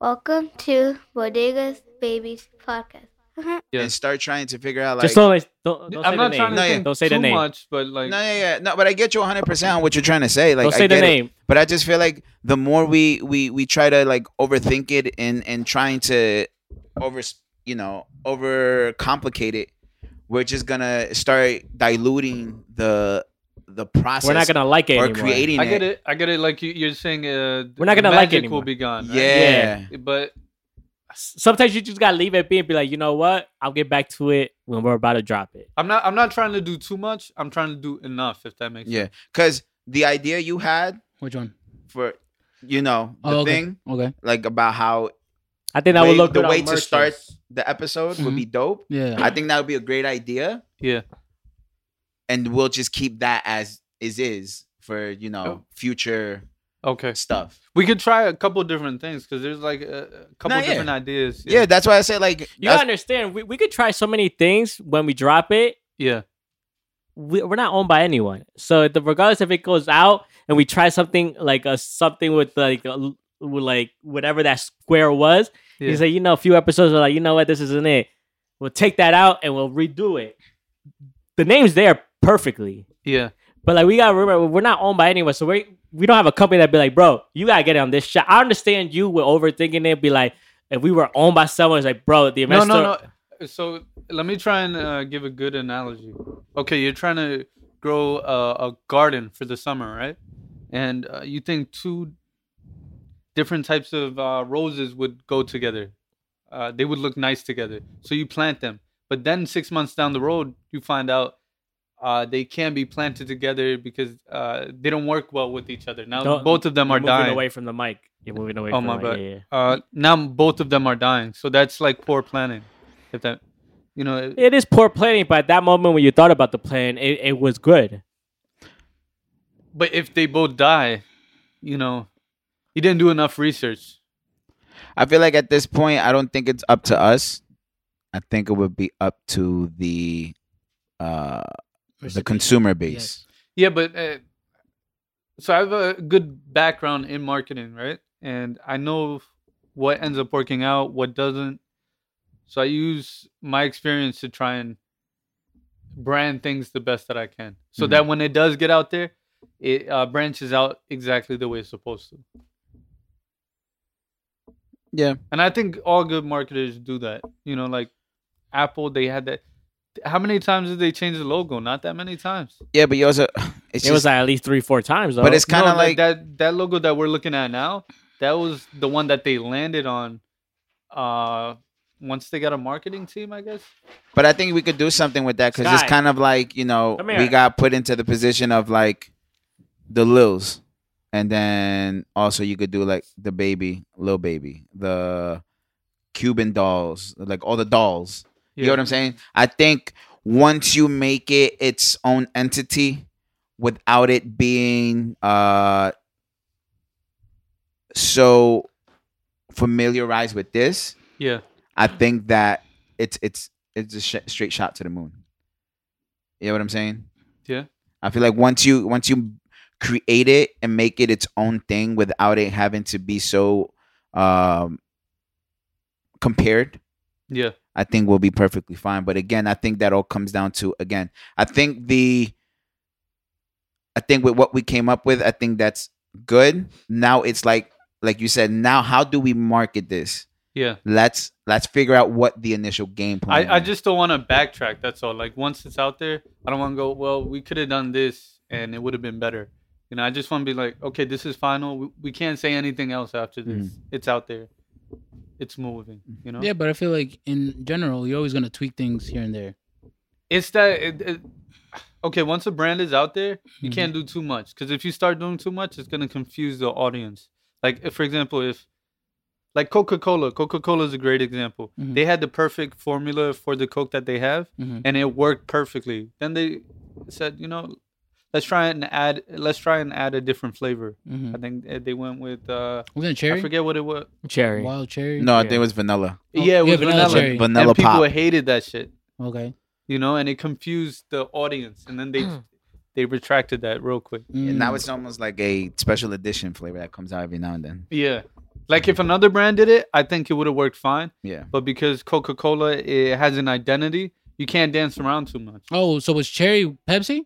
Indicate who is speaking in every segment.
Speaker 1: Welcome to Bodegas Babies podcast.
Speaker 2: Yeah.
Speaker 3: and start trying to figure out like
Speaker 4: Just don't, like, don't, don't
Speaker 2: I'm
Speaker 4: say
Speaker 2: not
Speaker 4: the
Speaker 2: trying to
Speaker 4: name.
Speaker 3: No, yeah.
Speaker 2: think
Speaker 4: Don't say the
Speaker 2: too
Speaker 4: name.
Speaker 2: much, but like,
Speaker 3: no, yeah, yeah, no. But I get you 100 percent on what you're trying to say. Like,
Speaker 4: don't
Speaker 3: I
Speaker 4: say the
Speaker 3: get it.
Speaker 4: name.
Speaker 3: But I just feel like the more we we we try to like overthink it and and trying to over you know over complicate it, we're just gonna start diluting the the process.
Speaker 4: We're not gonna like it
Speaker 3: or
Speaker 4: anymore.
Speaker 3: creating
Speaker 2: I get it. I get it. Like you, you're saying, uh,
Speaker 4: We're not gonna
Speaker 2: magic
Speaker 4: like it
Speaker 2: will
Speaker 4: anymore.
Speaker 2: be gone. right?
Speaker 3: Yeah.
Speaker 2: But
Speaker 4: Sometimes you just gotta leave it be and be like, you know what? I'll get back to it when we're about to drop it.
Speaker 2: I'm not. I'm not trying to do too much. I'm trying to do enough. If that makes
Speaker 3: yeah, because the idea you had
Speaker 5: Which one?
Speaker 3: for you know the
Speaker 5: Oh, okay.
Speaker 3: thing
Speaker 5: Okay.
Speaker 3: like about how
Speaker 4: I think that would
Speaker 3: way-
Speaker 4: look
Speaker 3: the
Speaker 4: good on
Speaker 3: way to
Speaker 4: merchants.
Speaker 3: start the episode would be dope.
Speaker 5: Yeah.
Speaker 3: I think that would be a great idea.
Speaker 2: Yeah.
Speaker 3: And we'll just keep that as is is for, you know,
Speaker 2: Oh.
Speaker 3: future
Speaker 2: sense. Okay.
Speaker 3: stuff.
Speaker 2: We could try a couple different things because there's like a, a couple
Speaker 3: No, yeah.
Speaker 2: different ideas.
Speaker 3: Yeah, that's why I say like
Speaker 4: You
Speaker 3: that's-
Speaker 4: gotta understand, we, we could try so many things when we drop it.
Speaker 2: Yeah.
Speaker 4: We, we're not owned by anyone, so the, regardless if it goes out and we try something like a something with like a, l- with like whatever that square was,
Speaker 2: Yeah.
Speaker 4: you say, you know, a few episodes are like, you know what, this isn't it. We'll take that out and we'll redo it. The name's there perfectly,
Speaker 2: Yeah.
Speaker 4: but like we gotta remember, we're not owned by anyone, so we we don't have a company that be like, bro, you gotta get on this shot. I understand you were overthinking it, be like. If we were owned by someone, it's like, bro, the
Speaker 2: No,
Speaker 4: investor.
Speaker 2: no, no. So let me try and uh, give a good analogy. Okay, you're trying to grow a, a garden for the summer, right? And uh, you think two different types of uh, roses would go together. Uh, they would look nice together. So you plant them. But then six months down the road, you find out uh, they can't be planted together because uh, they don't work well with each other. Now
Speaker 4: Don't-
Speaker 2: both of them
Speaker 4: You're
Speaker 2: are
Speaker 4: moving
Speaker 2: dying.
Speaker 4: away from the mic. You're moving away
Speaker 2: Oh,
Speaker 4: from
Speaker 2: my
Speaker 4: the mic.
Speaker 2: bad.
Speaker 4: Yeah, yeah.
Speaker 2: Uh, now both of them are dying. So that's like poor planning. If that, you know, it-
Speaker 4: It is poor planning, but at that moment when you thought about the plan, it, it was good.
Speaker 2: But if they both die, you know, you didn't do enough research.
Speaker 3: I feel like at this point I don't think it's up to us. I think it would be up to the uh the consumer base.
Speaker 2: Yeah, but uh, so I have a good background in marketing, right? And I know what ends up working out, what doesn't. So I use my experience to try and brand things the best that I can, so that when it does get out there, it uh, branches out exactly the way it's supposed to.
Speaker 3: Yeah.
Speaker 2: And I think all good marketers do that. You know, like Apple, they had that. How many times did they change the logo? Not that many times.
Speaker 3: Yeah, but you also it's
Speaker 4: it
Speaker 3: just,
Speaker 4: was like at least three, four times though.
Speaker 3: but it's
Speaker 2: No,
Speaker 3: kind of like,
Speaker 2: that. That logo that we're looking at now, that was the one that they landed on. Uh, once they got a marketing team, I guess.
Speaker 3: but I think we could do something with that because it's
Speaker 4: Sky.
Speaker 3: kind of like you know
Speaker 4: Come
Speaker 3: we
Speaker 4: here.
Speaker 3: got put into the position of like the Lils, and then also you could do like the baby, little baby, the Cuban dolls, like all the dolls. You know what I'm saying? I think once you make it its own entity, without it being uh so familiarized with this,
Speaker 2: Yeah.
Speaker 3: I think that it's it's it's a sh- straight shot to the moon. You know what I'm saying?
Speaker 2: Yeah.
Speaker 3: I feel like once you once you create it and make it its own thing without it having to be so um compared,
Speaker 2: Yeah.
Speaker 3: I think we'll be perfectly fine. But again, I think that all comes down to again, I think the I think with what we came up with, I think that's good. Now it's like like you said, now how do we market this?
Speaker 2: Yeah.
Speaker 3: let's let's figure out what the initial game plan.
Speaker 2: I, I
Speaker 3: is.
Speaker 2: just don't want to backtrack. That's all. Like once it's out there, I don't want to go. Well, we could have done this, and it would have been better. You know, I just want to be like, okay, this is final. We, we can't say anything else after this. It's out there. It's moving. You know.
Speaker 5: Yeah, but I feel like in general, you're always gonna tweak things here and there.
Speaker 2: It's that. It, it, okay, once a brand is out there, you can't do too much because if you start doing too much, it's gonna confuse the audience. Like, if, for example, if like Coca Cola, Coca Cola is a great example.
Speaker 5: Mhm.
Speaker 2: They had the perfect formula for the Coke that they have.
Speaker 5: Mhm.
Speaker 2: and it worked perfectly. Then they said, you know, let's try and add let's try and add a different flavor.
Speaker 5: Mhm.
Speaker 2: I think uh, they went with uh
Speaker 5: Wasn't it
Speaker 2: I
Speaker 5: cherry?
Speaker 2: forget what it was.
Speaker 4: Cherry.
Speaker 5: Wild cherry.
Speaker 3: no, I think it was vanilla.
Speaker 5: Oh,
Speaker 2: yeah, it was
Speaker 5: yeah, vanilla
Speaker 2: vanilla.
Speaker 5: cherry.
Speaker 3: Vanilla
Speaker 2: and people
Speaker 3: pop.
Speaker 2: hated that shit,
Speaker 5: Okay.
Speaker 2: you know, and it confused the audience and then they they retracted that real quick.
Speaker 5: Mm.
Speaker 3: And now it's almost like a special edition flavor that comes out every now and then.
Speaker 2: Yeah. Like if another brand did it, I think it would have worked fine.
Speaker 3: Yeah.
Speaker 2: But because Coca Cola it has an identity, you can't dance around too much.
Speaker 5: Oh, so was cherry Pepsi?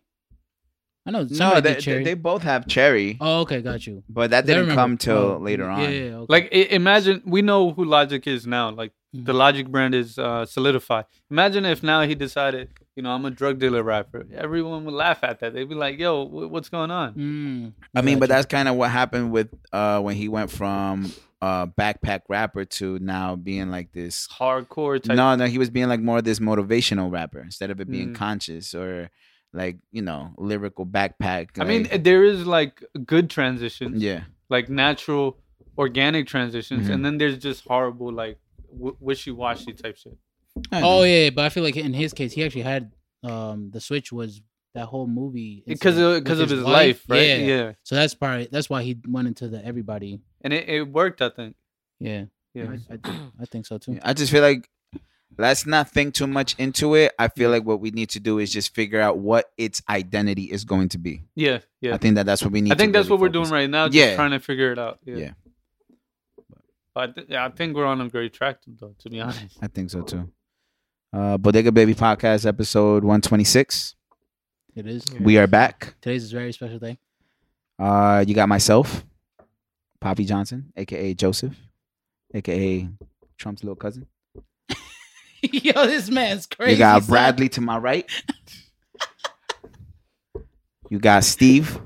Speaker 5: I know.
Speaker 3: No,
Speaker 5: somebody
Speaker 3: they,
Speaker 5: did cherry.
Speaker 3: they both have cherry,
Speaker 5: oh, okay, got you.
Speaker 3: but that
Speaker 5: 'Cause I
Speaker 3: didn't
Speaker 5: remember-
Speaker 3: come till
Speaker 5: oh,
Speaker 3: later on.
Speaker 5: Yeah, yeah, okay.
Speaker 2: Like i- imagine we know who Logic is now. Like the
Speaker 5: Mhm.
Speaker 2: Logic brand is uh, solidified. Imagine if now he decided, you know, I'm a drug dealer rapper. Everyone would laugh at that. They'd be like, "Yo, wh- what's going on?"
Speaker 5: Mm,
Speaker 3: I mean, but
Speaker 5: gotcha.
Speaker 3: that's kind of what happened with uh when he went from uh backpack rapper to now being like this.
Speaker 2: Hardcore type.
Speaker 3: No, no, he was being like more this motivational rapper instead of it being
Speaker 2: Mm.
Speaker 3: conscious or like you know lyrical backpack.
Speaker 2: I mean,
Speaker 3: like-
Speaker 2: there is like good transitions,
Speaker 3: yeah,
Speaker 2: like natural, organic transitions,
Speaker 3: Mhm.
Speaker 2: and then there's just horrible, like w- wishy-washy type shit.
Speaker 3: I
Speaker 5: Oh
Speaker 3: know.
Speaker 5: yeah, but I feel like in his case, he actually had um the switch was that whole movie
Speaker 2: because
Speaker 5: incident
Speaker 2: of because
Speaker 5: with
Speaker 2: of his, life,
Speaker 5: wife.
Speaker 2: right?
Speaker 5: Yeah.
Speaker 2: Yeah.
Speaker 5: So that's probably that's why he went into the everybody.
Speaker 2: and it, it worked, I think.
Speaker 5: Yeah,
Speaker 2: Yeah,
Speaker 5: I, I, I think so too.
Speaker 3: I just feel like let's not think too much into it. I feel like what we need to do is just figure out what its identity is going to be.
Speaker 2: yeah, yeah.
Speaker 3: I think that that's what we need.
Speaker 2: I think that's what we're doing right now. Just
Speaker 3: Yeah.
Speaker 2: trying to figure it out. Yeah.
Speaker 3: Yeah.
Speaker 2: But I, thi- yeah, I think we're on a great track, though. To be honest,
Speaker 3: I think so too. Uh, Bodega Baby Podcast, episode one twenty six.
Speaker 5: It is.
Speaker 3: We are back.
Speaker 5: Today's a very special day.
Speaker 3: Uh, you got myself, Poppy Johnson, aka Joseph, aka Trump's little cousin.
Speaker 5: Yo, this man's crazy.
Speaker 3: you got
Speaker 5: son.
Speaker 3: Bradley to my right. you got Steve,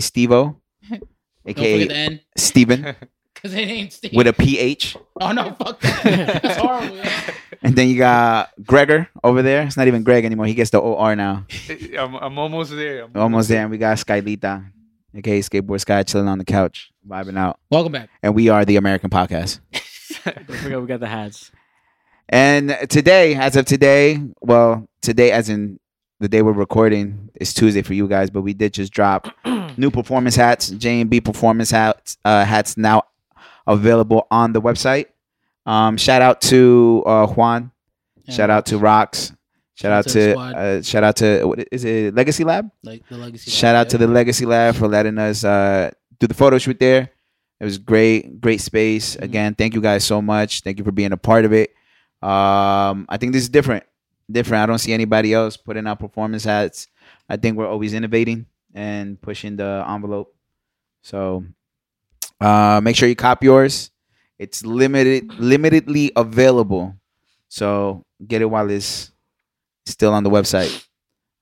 Speaker 3: Stevo,
Speaker 5: Don't forget the
Speaker 3: aka
Speaker 5: N,
Speaker 3: Steven
Speaker 5: because it ain't Steve.
Speaker 3: with a PH.
Speaker 5: oh no, fuck that. that's horrible. yeah.
Speaker 3: And then you got Gregor over there. It's not even Greg anymore. He gets the OR now.
Speaker 2: I'm, I'm almost there. I'm
Speaker 3: Almost there. And we got Skylita, aka Skateboard Sky, chilling on the couch, vibing out.
Speaker 5: Welcome back.
Speaker 3: And we are the American Podcast.
Speaker 4: We forgot we got the hats.
Speaker 3: And today, as of today, well, today as in the day we're recording, it's Tuesday for you guys, but we did just drop new performance hats, J and B performance hats, uh, hats now available on the website. Um, shout out to uh, Juan.
Speaker 5: Yeah.
Speaker 3: Shout out to Rocks. Shout out
Speaker 5: the
Speaker 3: to
Speaker 5: squad,
Speaker 3: uh, shout out to what is it Legacy Lab?
Speaker 5: like the legacy.
Speaker 3: Shout out to the Legacy Lab for letting us uh, do the photo shoot there. It was great, great space.
Speaker 5: Mhm.
Speaker 3: Again, thank you guys so much. Thank you for being a part of it. Um, I think this is different. Different. I don't see anybody else putting out performance hats. I think we're always innovating and pushing the envelope. So uh, make sure you cop yours. It's limited, limitedly available. So get it while it's still on the website.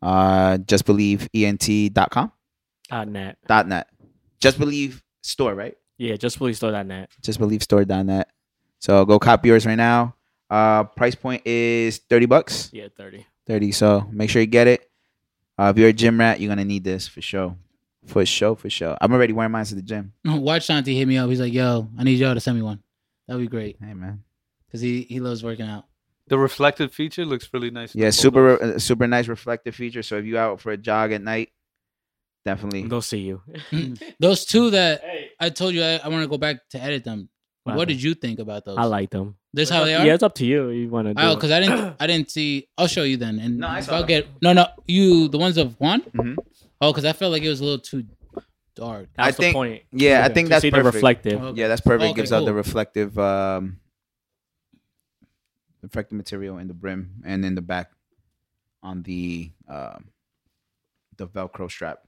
Speaker 3: Uh, justbelieveent.com
Speaker 4: Dot net.
Speaker 3: dot net. Just believe store, right?
Speaker 4: Yeah, just please throw that net.
Speaker 3: Just believe store dot net. So go copy yours right now. Uh, price point is thirty bucks,
Speaker 4: Yeah, thirty.
Speaker 3: thirty. So make sure you get it. Uh, if you're a gym rat, you're gonna need this for sure, for sure, for sure. I'm already wearing mine to the gym.
Speaker 5: Watch Shanti hit me up. He's like, "Yo, I need y'all to send me one. That'd be great."
Speaker 3: Hey man,
Speaker 5: Because he he loves working out.
Speaker 2: The reflective feature looks really nice. in the
Speaker 3: yeah,
Speaker 2: photos.
Speaker 3: super, uh, super nice reflective feature. So if you out for a jog at night, definitely.
Speaker 4: They'll see you.
Speaker 5: Those two that
Speaker 4: Hey,
Speaker 5: I told you I, I want to go back to edit them. What did you think about those?
Speaker 4: I like them.
Speaker 5: this. How they are?
Speaker 4: Yeah, it's up to you. You want to?
Speaker 5: Oh, because I didn't, I didn't see. I'll show you then, and
Speaker 3: No, I
Speaker 5: if
Speaker 3: saw
Speaker 5: I'll
Speaker 3: them.
Speaker 5: get no, no. You the ones of Juan?
Speaker 3: Mhm.
Speaker 5: Oh, because I felt like it was a little too dark.
Speaker 4: That's
Speaker 3: I
Speaker 4: the
Speaker 3: think-
Speaker 4: point.
Speaker 3: Yeah, I
Speaker 5: Okay.
Speaker 3: think
Speaker 4: To
Speaker 3: that's
Speaker 4: see
Speaker 3: perfect.
Speaker 4: the reflective.
Speaker 5: Okay.
Speaker 3: Yeah, that's perfect.
Speaker 5: Okay,
Speaker 3: Gives out the
Speaker 5: cool.
Speaker 3: reflective, um, reflective material in the brim and in the back on the um the Velcro strap.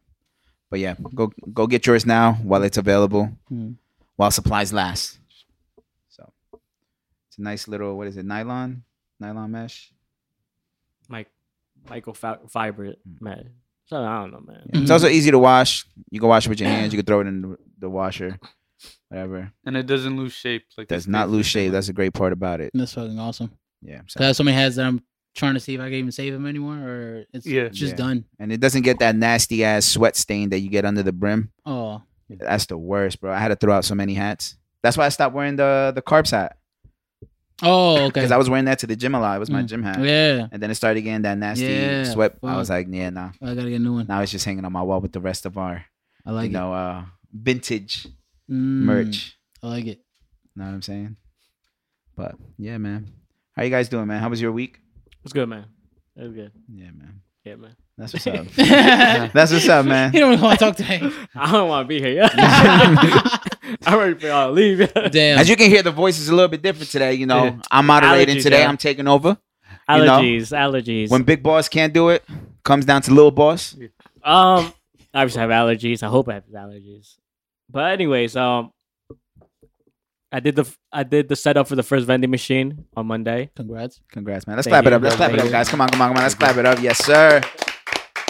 Speaker 3: But yeah, go go get yours now while it's available,
Speaker 5: Hmm.
Speaker 3: while supplies last. So it's a nice little what is it? Nylon, nylon mesh.
Speaker 4: Mike, Michael Fa- Fiber, man. So I don't know, man.
Speaker 3: Mm. Yeah. It's
Speaker 5: Mhm.
Speaker 3: also easy to wash. You can wash it with your hands. You can throw it in the, the washer, whatever.
Speaker 2: and it doesn't lose shape. Like
Speaker 3: Does
Speaker 2: it
Speaker 3: not
Speaker 2: stays
Speaker 3: lose
Speaker 2: the same
Speaker 3: shape.
Speaker 2: way.
Speaker 3: That's a great part about it.
Speaker 5: That's fucking awesome.
Speaker 3: Yeah. so-
Speaker 5: 'Cause I have so many hats that I'm trying to see if I can even save them anymore, or it's
Speaker 2: Yeah.
Speaker 5: just
Speaker 3: Yeah.
Speaker 5: done.
Speaker 3: and it doesn't get that nasty ass sweat stain that you get under the brim.
Speaker 5: Oh,
Speaker 3: That's the worst, bro. I had to throw out so many hats. That's why I stopped wearing the the carbs hat
Speaker 5: oh, okay.
Speaker 3: because I was wearing that to the gym a lot. It was my
Speaker 5: Mm.
Speaker 3: gym hat,
Speaker 5: yeah,
Speaker 3: and then it started getting that nasty
Speaker 5: Yeah,
Speaker 3: sweat. I
Speaker 5: fuck.
Speaker 3: was like, yeah, nah.
Speaker 5: I gotta get a new one.
Speaker 3: Now it's just hanging on my wall with the rest of our,
Speaker 5: I like
Speaker 3: you know, uh, vintage
Speaker 5: it. Mm,
Speaker 3: merch.
Speaker 5: I like it.
Speaker 3: Know what I'm saying? But yeah, man. How you guys doing, man? How was your week?
Speaker 4: It's good, man. It's good.
Speaker 3: Yeah, man.
Speaker 4: Yeah, man.
Speaker 3: That's what's up.
Speaker 5: he
Speaker 3: That's what's up, man.
Speaker 5: don't even want to talk today.
Speaker 4: I don't want to be here. I'm ready for y'all to leave.
Speaker 5: Damn.
Speaker 3: As you can hear, the voice is a little bit different today. You know,
Speaker 2: Yeah.
Speaker 3: I'm moderating
Speaker 4: Allergies,
Speaker 3: today.
Speaker 4: yeah.
Speaker 3: I'm taking over. You know,
Speaker 4: allergies, allergies.
Speaker 3: When big boss can't do it, comes down to little boss.
Speaker 4: um, I obviously have allergies. I hope I have allergies. But anyways, um, I did the I did the setup for the first vending machine on Monday.
Speaker 5: Congrats.
Speaker 3: Congrats, man. Let's
Speaker 4: Thank
Speaker 3: clap it
Speaker 4: you,
Speaker 3: up. Let's
Speaker 4: bro.
Speaker 3: clap it
Speaker 4: Thank
Speaker 3: up,
Speaker 4: you.
Speaker 3: guys. Come on, come on, come on. Let's clap it up. Yes, sir.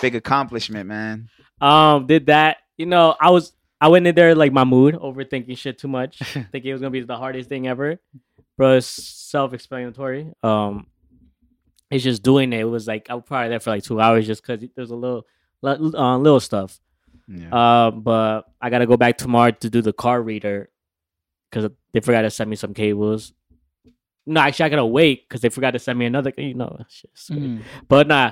Speaker 3: Big accomplishment, man.
Speaker 4: Um, did that. You know, I was I went in there like my mood, overthinking shit too much, thinking it was gonna be the hardest thing ever. Bro, it's self-explanatory. Um, it's just doing it. It was like I was probably there for like two hours just because there's a little, li- uh, little stuff.
Speaker 3: Yeah.
Speaker 4: Um, but I gotta go back tomorrow to do the car reader because they forgot to send me some cables. No, actually, I gotta wait because they forgot to send me another. You know, shit.
Speaker 5: Mm.
Speaker 4: but nah,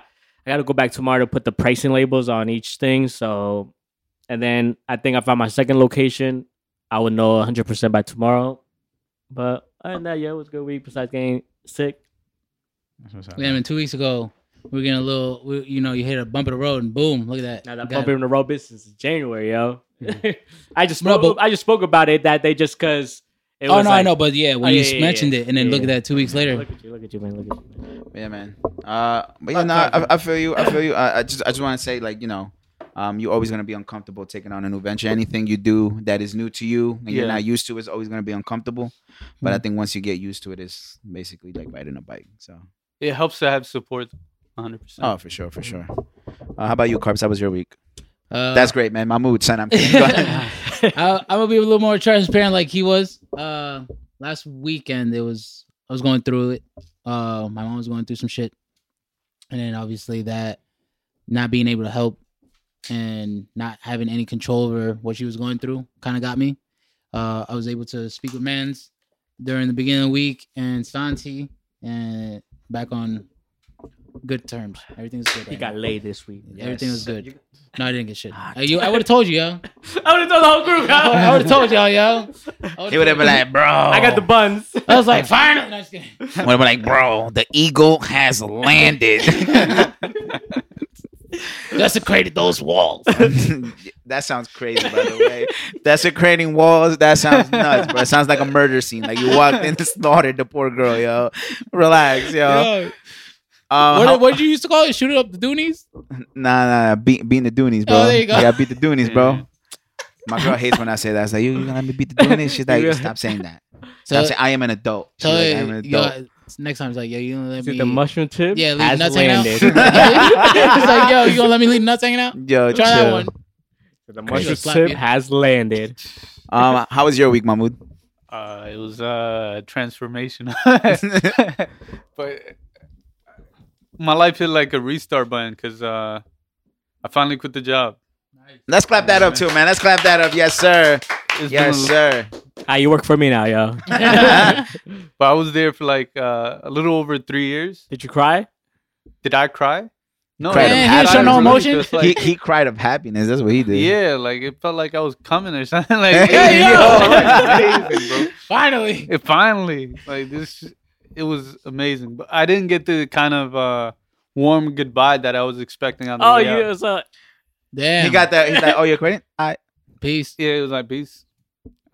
Speaker 4: I gotta go back tomorrow to put the pricing labels on each thing. So, and then I think I found my second location. I would know 100 percent by tomorrow. But other than that, yeah, it was a good week. Besides getting sick,
Speaker 5: Damn, and two weeks ago, we were getting a little, we, you know, you hit a bump of the road and boom, look at that.
Speaker 4: now that
Speaker 5: Got
Speaker 4: I've been in the road business since January, yo. I just
Speaker 5: No,
Speaker 4: spoke,
Speaker 5: but-
Speaker 4: I just spoke about it that day just because.
Speaker 5: it. Oh, no, I know. But yeah, when you
Speaker 4: yeah, yeah,
Speaker 5: mentioned
Speaker 4: yeah.
Speaker 5: it and then
Speaker 4: Yeah,
Speaker 5: look at
Speaker 4: yeah.
Speaker 5: that two weeks later.
Speaker 4: Look at you, look at you, man. Look at you. Man.
Speaker 3: Yeah, man. Uh, but yeah,
Speaker 4: Clap,
Speaker 3: no,
Speaker 4: clap,
Speaker 3: I, I feel you. I feel you. I, I just, I just want to say, like, you know, um, you're always gonna be uncomfortable taking on a new venture. Anything you do that is new to you and you're
Speaker 2: Yeah.
Speaker 3: not used to is always gonna be uncomfortable. But I think once you get used to it, it's basically like riding a bike. So,
Speaker 2: It helps to have support, 100. percent
Speaker 3: oh, for sure, for sure. Uh, how about you, Carbs? How was your week?
Speaker 5: Uh,
Speaker 3: That's great, man. My mood, son. I'm kidding. Go ahead.
Speaker 5: I, I'm gonna be a little more transparent, like he was. Uh, last weekend, it was I was going through it. Uh, my mom was going through some shit, and then obviously that not being able to help and not having any control over what she was going through kind of got me. Uh, I was able to speak with Mans during the beginning of the week and Santi, and back on good terms. Everything's good.
Speaker 4: He
Speaker 5: right
Speaker 4: got
Speaker 5: now.
Speaker 4: laid this week.
Speaker 5: Everything was
Speaker 3: Yes.
Speaker 5: good. No, I didn't get shit.
Speaker 4: Ah,
Speaker 5: Uh, you, I would have told you, yo.
Speaker 4: I would have told the whole group.
Speaker 5: I
Speaker 4: I,
Speaker 5: would have told y'all, yo. I
Speaker 3: He would have been like, bro. I
Speaker 4: got the buns.
Speaker 5: I was like, finally. No, just kidding.
Speaker 3: Would have been like, bro. The eagle has landed.
Speaker 5: Desecrated those walls.
Speaker 3: Uh, that sounds crazy, by the way. Desecrating walls. That sounds nuts, bro. It sounds like a murder scene. Like you walked in and slaughtered the poor girl, yo. Relax, yo.
Speaker 5: Yo,
Speaker 3: Um,
Speaker 5: what,
Speaker 3: uh, how-
Speaker 5: what did you used to call it? Shoot it up the Doonies?
Speaker 3: nah, nah, nah. Beat, beating the Doonies, bro.
Speaker 5: Oh, there you go.
Speaker 3: Yeah, beat the Doonies,
Speaker 2: Yeah.
Speaker 3: bro. My girl hates when I say that. It's like, you, you gonna let me beat the Doonies? She's like,
Speaker 4: Yeah.
Speaker 3: stop saying that.
Speaker 5: So,
Speaker 3: Stop saying, I am an adult. She's
Speaker 5: so
Speaker 3: like, I'm an
Speaker 5: yo,
Speaker 3: adult.
Speaker 5: next time it's like, yo, you gonna let
Speaker 4: Dude,
Speaker 5: me.
Speaker 4: the mushroom tip
Speaker 5: yeah, leave
Speaker 4: has
Speaker 5: nuts hanging out.
Speaker 4: landed.
Speaker 5: it's like, yo, you gonna let me leave nuts hanging out?
Speaker 3: Yo,
Speaker 5: Try that
Speaker 3: chill.
Speaker 5: one.
Speaker 4: the
Speaker 5: Crazy.
Speaker 4: mushroom
Speaker 5: Slap
Speaker 4: tip
Speaker 5: you.
Speaker 4: has landed.
Speaker 3: Um, how was your week, Mahmood?
Speaker 2: Uh, it was uh transformation, but my life hit like a restart button because uh, I finally quit the job.
Speaker 3: Let's clap that up too, man. Let's clap that up. Yes, sir.
Speaker 2: It's
Speaker 3: Yes,
Speaker 2: been-
Speaker 3: sir.
Speaker 4: Ah, you work for me now, yo.
Speaker 2: But I was there for like uh, a little over three years.
Speaker 4: Did you cry?
Speaker 2: Did I cry? No,
Speaker 3: Cried
Speaker 2: I
Speaker 3: of
Speaker 2: didn't.
Speaker 3: happiness. Man, he didn't show no
Speaker 2: I was
Speaker 5: emotion?
Speaker 2: just
Speaker 3: he,
Speaker 2: like-
Speaker 3: he cried of happiness. That's what he did.
Speaker 2: yeah, like it felt like I was coming or something. Like,
Speaker 3: Hey,
Speaker 2: yo,
Speaker 3: yo.
Speaker 2: like, amazing, bro.
Speaker 5: Finally.
Speaker 2: it finally like this it was amazing but i didn't get the kind of uh warm goodbye that i was expecting on the
Speaker 4: Oh,
Speaker 2: way out.
Speaker 4: you was uh,
Speaker 5: Damn.
Speaker 3: He got that. He's like, oh, you're quitting? All right.
Speaker 5: peace.
Speaker 2: yeah it was like peace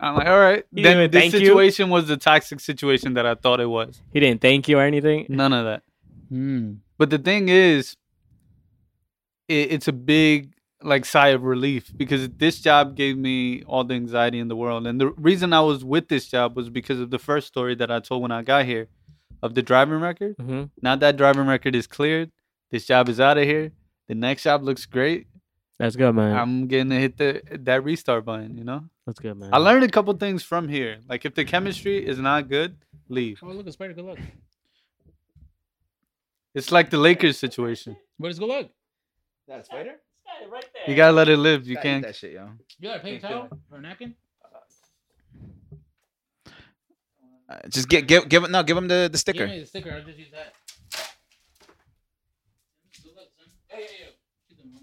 Speaker 2: i'm like all right
Speaker 4: He
Speaker 2: then
Speaker 4: didn't
Speaker 2: this
Speaker 4: thank you?
Speaker 2: situation was the toxic situation that i thought it was
Speaker 4: he didn't thank you or anything.
Speaker 2: none of that
Speaker 5: Hmm.
Speaker 2: but the thing is it, it's a big like sigh of relief because this job gave me all the anxiety in the world and the reason i was with this job was because of the first story that i told when i got here of the driving record
Speaker 4: hmm
Speaker 2: Now that driving record is cleared, this job is out of here. The next job looks great.
Speaker 4: That's good, man.
Speaker 2: I'm getting to hit the that restart button. You know,
Speaker 4: That's good, man.
Speaker 2: I learned a couple things from here. Like if the chemistry is not good, leave.
Speaker 5: Oh, look, a spider. Good luck.
Speaker 2: It's like the Lakers situation.
Speaker 5: Where's good luck?
Speaker 3: That's better.
Speaker 2: You gotta let it live. You can't.
Speaker 3: that shit, yo.
Speaker 5: You got a paper towel or a napkin?
Speaker 3: Uh, just get, give, give, no, give him the, the
Speaker 5: Give
Speaker 3: sticker.
Speaker 5: me the sticker. I'll just use that. Good luck, son. Hey, hey, yo. Keep them,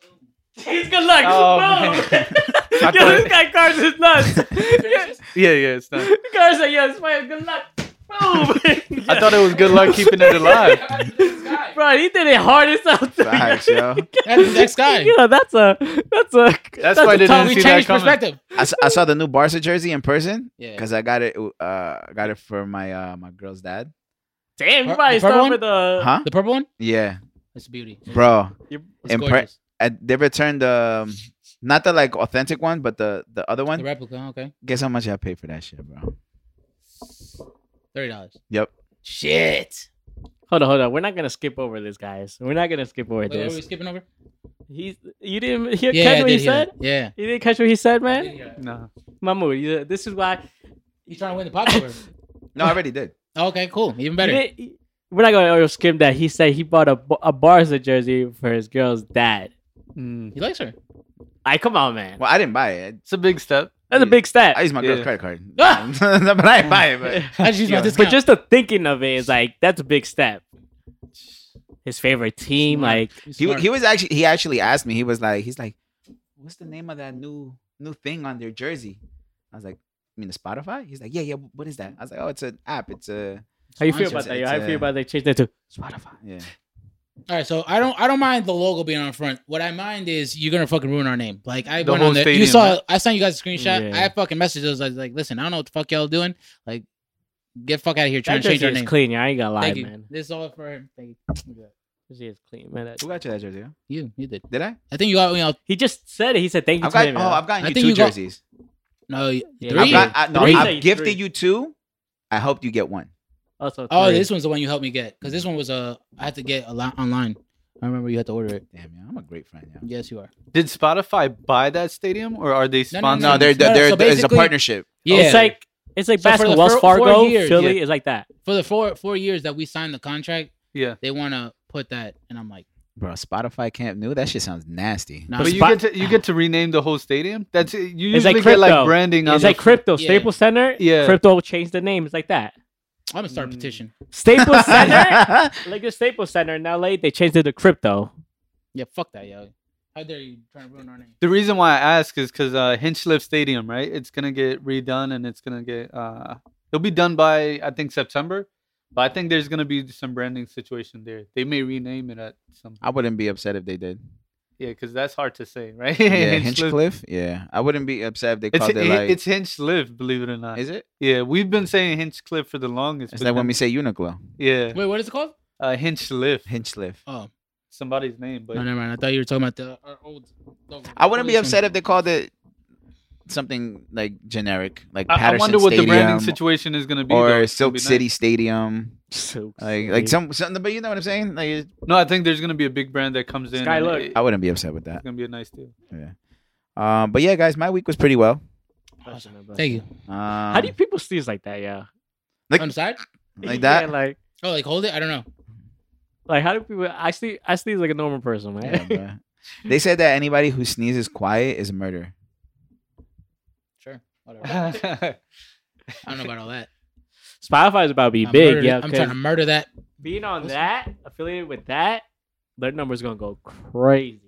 Speaker 5: homie. Boom.
Speaker 4: He's good luck,
Speaker 2: Oh,
Speaker 4: bro.
Speaker 2: man.
Speaker 4: yo,
Speaker 2: thought-
Speaker 4: this guy cars is nuts.
Speaker 5: Finish
Speaker 4: Yeah,
Speaker 5: this?
Speaker 2: Yeah, yeah, it's not.
Speaker 4: cars like, yo, this man, good luck. Boom.
Speaker 2: I thought it was good luck keeping it alive.
Speaker 5: I got this guy.
Speaker 4: Bro, he did it hardest out there.
Speaker 3: Facts, yo.
Speaker 5: That's the next guy.
Speaker 4: Yo, that's a that's a
Speaker 2: That's why
Speaker 4: a
Speaker 2: they didn't
Speaker 4: top-
Speaker 5: we
Speaker 2: see that
Speaker 5: changed
Speaker 2: coming.
Speaker 5: perspective.
Speaker 3: I, s- I saw the new Barca jersey in person
Speaker 5: Yeah.
Speaker 3: because I got it. Uh, I got it for my uh my girl's dad.
Speaker 4: Damn,
Speaker 5: Pur-
Speaker 4: you probably
Speaker 5: the purple
Speaker 4: start
Speaker 5: one?
Speaker 4: with the
Speaker 3: Huh?
Speaker 5: The purple one?
Speaker 3: Yeah,
Speaker 5: That's a beauty.
Speaker 3: bro.
Speaker 5: It's
Speaker 3: Impre-
Speaker 5: gorgeous.
Speaker 3: I, they returned the um, not the like authentic one, but the the other
Speaker 5: The
Speaker 3: one.
Speaker 5: replica, okay.
Speaker 3: Guess how much I paid for that shit, bro?
Speaker 5: Thirty dollars.
Speaker 3: Yep.
Speaker 5: Shit.
Speaker 4: Hold on, hold on. We're not gonna skip over this, guys. We're not gonna skip over
Speaker 5: Wait, what were we
Speaker 4: this.
Speaker 5: skipping over?
Speaker 4: He's you didn't hear
Speaker 5: Yeah,
Speaker 4: catch
Speaker 5: I
Speaker 4: what
Speaker 5: did
Speaker 4: he
Speaker 5: hear
Speaker 4: said?
Speaker 5: that. Yeah.
Speaker 4: You didn't catch what he said,
Speaker 5: I did
Speaker 4: man?
Speaker 5: hear that.
Speaker 2: No.
Speaker 4: Mahmood, you, this is why
Speaker 5: He's trying to win the popular.
Speaker 3: No, I already did.
Speaker 5: okay, cool.
Speaker 4: you
Speaker 5: Even better.
Speaker 4: didn't- we're not gonna skip that. He said he bought a, b- a Barca jersey for his girl's dad.
Speaker 2: Mm.
Speaker 5: He likes her.
Speaker 4: I come on, man.
Speaker 3: Well, I didn't buy it.
Speaker 2: It's a big step.
Speaker 4: That's a big step.
Speaker 3: I used my girl's
Speaker 2: Yeah.
Speaker 3: credit card.
Speaker 4: Ah!
Speaker 3: No, but I didn't buy it. But
Speaker 5: I just use my
Speaker 2: Yeah.
Speaker 5: discount.
Speaker 4: but just the thinking of it is like that's a big step. His favorite team,
Speaker 5: Smart.
Speaker 4: like
Speaker 5: He's
Speaker 3: he
Speaker 5: smart.
Speaker 3: he was actually he actually asked me. He was like he's like, what's the name of that new new thing on their jersey? I was like, you mean the Spotify? He's like, yeah, yeah. What is that? I was like, oh, it's an app. It's a
Speaker 4: how you feel
Speaker 3: It's-
Speaker 4: about that?
Speaker 3: it's
Speaker 4: yo? How you
Speaker 3: a-
Speaker 4: feel about they changed that to
Speaker 3: Spotify. Yeah.
Speaker 5: All right, so I don't I don't mind the logo being on front. What I mind is you're gonna fucking ruin our name. Like I
Speaker 2: The
Speaker 5: went
Speaker 2: whole
Speaker 5: on there. you
Speaker 2: stadium,
Speaker 5: saw
Speaker 2: right?
Speaker 5: I sent you guys a screenshot.
Speaker 4: Yeah.
Speaker 5: I had fucking messages. I was like, like, listen, I don't know what the fuck y'all doing. Like, get fuck out of here trying
Speaker 4: That
Speaker 5: to change
Speaker 4: jersey
Speaker 5: our
Speaker 4: is
Speaker 5: name.
Speaker 4: clean. Yeah, I ain't gonna lie,
Speaker 5: Thank you.
Speaker 4: man.
Speaker 5: This is all for him. Thank you.
Speaker 4: Jersey is clean, man. That-
Speaker 3: Who got you that jersey?
Speaker 5: You you did.
Speaker 3: Did I?
Speaker 5: I think you got you know
Speaker 4: He just said it. He said thank you
Speaker 3: I've
Speaker 4: to
Speaker 3: got.
Speaker 4: him.
Speaker 3: Oh,
Speaker 4: yo.
Speaker 3: I've gotten
Speaker 5: I
Speaker 3: you
Speaker 5: think
Speaker 3: two
Speaker 5: you got-
Speaker 3: jerseys.
Speaker 5: no you-
Speaker 4: Yeah,
Speaker 5: uh, three.
Speaker 3: I've got. I, no,
Speaker 4: Three.
Speaker 3: I've gifted
Speaker 4: Three.
Speaker 3: you two. I hope you get one.
Speaker 4: Also,
Speaker 5: oh,
Speaker 4: three.
Speaker 5: this one's the one you helped me get because this one was uh, I had to get a lot online. I remember you had to order it.
Speaker 3: Damn, yeah, I'm a great friend. Yeah.
Speaker 5: Yes, you
Speaker 4: Oh,
Speaker 5: are.
Speaker 2: Did Spotify buy that stadium or are they
Speaker 5: No, no,
Speaker 2: sponsored?
Speaker 3: No, there,
Speaker 5: No, no,
Speaker 3: there,
Speaker 5: so
Speaker 3: there's a
Speaker 5: basically-
Speaker 3: partnership.
Speaker 5: Yeah,
Speaker 4: Oh, It's like it's like
Speaker 5: So for
Speaker 4: basketball.
Speaker 5: the
Speaker 4: Wells
Speaker 5: fir- four
Speaker 4: Fargo,
Speaker 5: years,
Speaker 4: Philly is like that.
Speaker 5: for the four four years that we signed the contract,
Speaker 2: Yeah.
Speaker 5: they want to put that, and I'm like,
Speaker 3: Bro, Spotify Camp New. That shit sounds nasty.
Speaker 5: nah,
Speaker 2: But you
Speaker 4: Spot-
Speaker 2: get to you get to rename the whole stadium. That's you
Speaker 4: It's
Speaker 2: usually
Speaker 4: like
Speaker 2: get like
Speaker 4: crypto.
Speaker 2: branding on
Speaker 4: It's
Speaker 2: the
Speaker 4: like crypto.
Speaker 5: Yeah.
Speaker 4: Staples Center.
Speaker 2: Yeah.
Speaker 4: Crypto changed the name. It's like that.
Speaker 5: I'm gonna
Speaker 4: Mm.
Speaker 5: start a petition.
Speaker 4: Staples Center. like the Staples Center in LA, they changed it to crypto.
Speaker 5: Yeah, fuck that, yo. How dare you trying to ruin our name?
Speaker 2: The reason why I ask is because uh, Hinchcliffe Stadium, right? It's gonna get redone, and it's gonna get uh, it'll be done by I think September. But I think there's gonna be some branding situation there. They may rename it at some.
Speaker 3: I wouldn't be upset if they did.
Speaker 2: Yeah, because that's hard to say, right?
Speaker 3: Yeah, Hinchcliff. Yeah, I wouldn't be upset if they
Speaker 2: It's
Speaker 3: called it like.
Speaker 2: it's Hinchcliffe, believe it or not.
Speaker 3: is it?
Speaker 2: yeah, we've been saying Hinchcliffe for the longest.
Speaker 3: Is
Speaker 2: but
Speaker 3: that when
Speaker 2: then-
Speaker 3: we say Uniqlo?
Speaker 2: Yeah,
Speaker 5: Wait, what is it called?
Speaker 2: uh, Hinchcliffe,
Speaker 3: Hinchcliff.
Speaker 5: Oh,
Speaker 2: somebody's name, but
Speaker 5: no, never mind. I thought you were talking about the our old. logo.
Speaker 3: I wouldn't be
Speaker 5: Police
Speaker 3: upset
Speaker 5: one.
Speaker 3: if they called it something like generic, like
Speaker 2: I, I
Speaker 3: Patterson
Speaker 2: wonder what
Speaker 3: Stadium
Speaker 2: the branding situation is gonna be. though. It's
Speaker 3: or
Speaker 2: gonna
Speaker 3: Silk
Speaker 2: be nice.
Speaker 3: City Stadium,
Speaker 4: So
Speaker 3: like
Speaker 4: silly.
Speaker 3: like some something. But you know what I'm saying? Like, it-
Speaker 2: No, I think there's gonna be a big brand that comes in.
Speaker 4: Sky,
Speaker 2: and
Speaker 4: look.
Speaker 2: it-
Speaker 3: I wouldn't be upset with
Speaker 2: it's
Speaker 3: that.
Speaker 2: gonna be a nice deal.
Speaker 3: Um, but yeah, guys, my week was pretty well.
Speaker 5: Thank you.
Speaker 3: Um,
Speaker 5: Uh-huh.
Speaker 4: How do you people sneeze like that? Yeah,
Speaker 3: Like-
Speaker 5: On the side?
Speaker 3: like
Speaker 4: Yeah,
Speaker 3: that?
Speaker 4: like
Speaker 5: Oh, like hold it. I don't know.
Speaker 4: like how do people? I sneeze. I sneeze like a normal person, man.
Speaker 3: Yeah, bruh. they said that anybody who sneezes quiet is murder.
Speaker 5: Sure. Whatever.
Speaker 2: yeah,
Speaker 5: I don't know about all that.
Speaker 4: Spotify's about to be
Speaker 5: I
Speaker 4: big.
Speaker 5: murdered it.
Speaker 4: Yeah,
Speaker 5: I'm
Speaker 4: 'cause
Speaker 5: trying to murder that.
Speaker 4: being on
Speaker 5: Listen.
Speaker 4: that affiliated with that, their numbers gonna go crazy.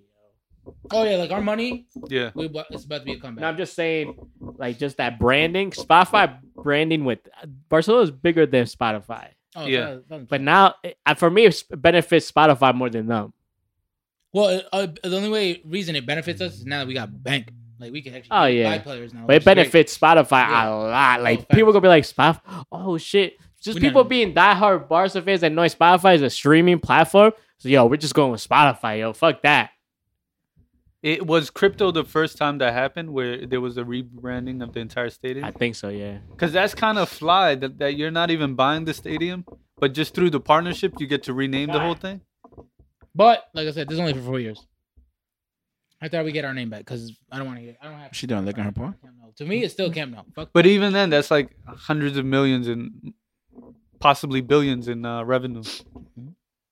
Speaker 5: Oh yeah, like our money. We bu- it's about to be a comeback.
Speaker 4: And I'm just saying, like just that branding, Spotify branding with Barcelona is bigger than Spotify.
Speaker 5: oh,
Speaker 2: yeah.
Speaker 5: that- that-
Speaker 4: But now, it- uh, for me, it benefits Spotify more than them.
Speaker 5: Oh, well, it- uh, the only way reason it benefits us is now that we got bank. Like we can actually
Speaker 4: Oh, yeah.
Speaker 5: buy players
Speaker 4: But
Speaker 5: now. which
Speaker 4: it
Speaker 5: is great.
Speaker 4: benefits Spotify a
Speaker 5: Yeah.
Speaker 4: lot. Like
Speaker 5: facts.
Speaker 4: people gonna be like Spotify. Oh shit! Just
Speaker 5: We
Speaker 4: people
Speaker 5: never-
Speaker 4: being diehard Barca fans that know Spotify is a streaming platform. So yo, we're just going with Spotify. Yo, fuck that.
Speaker 2: It was crypto the first time that happened where there was a rebranding of the entire
Speaker 4: I
Speaker 2: stadium.
Speaker 4: think so. Yeah.
Speaker 2: Because that's kind of fly that, that you're not even buying the stadium, but just through the partnership, you get to rename the whole thing.
Speaker 5: But like I said, this is only for four years. I thought we get our name back because I don't want to get. I don't have.
Speaker 3: She doing licking her paw?
Speaker 5: Camp Nou. To me, it's still Camp Nou. Fuck.
Speaker 2: But even then, that's like hundreds of millions and possibly billions in uh, revenue.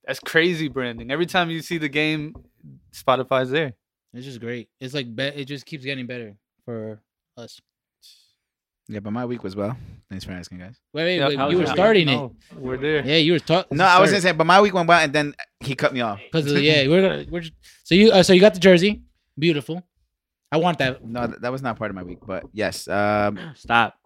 Speaker 2: That's crazy branding. Every time you see the game, Spotify's there.
Speaker 5: It's just great. It's like be- it just keeps getting better for us.
Speaker 3: Yeah, but my week was well. Thanks for asking, guys.
Speaker 5: Wait, wait,
Speaker 2: Yeah,
Speaker 5: wait.
Speaker 2: how's
Speaker 5: You were
Speaker 2: it?
Speaker 5: starting it.
Speaker 2: No, We're there.
Speaker 5: Yeah, you were talking.
Speaker 3: No, I was gonna say, but my week went well, and then he cut me off.
Speaker 5: because yeah, we're gonna. We're just, so you uh, so you got the jersey, beautiful. I want that.
Speaker 3: No, th- that was not part of my week, but yes, um,
Speaker 4: Stop.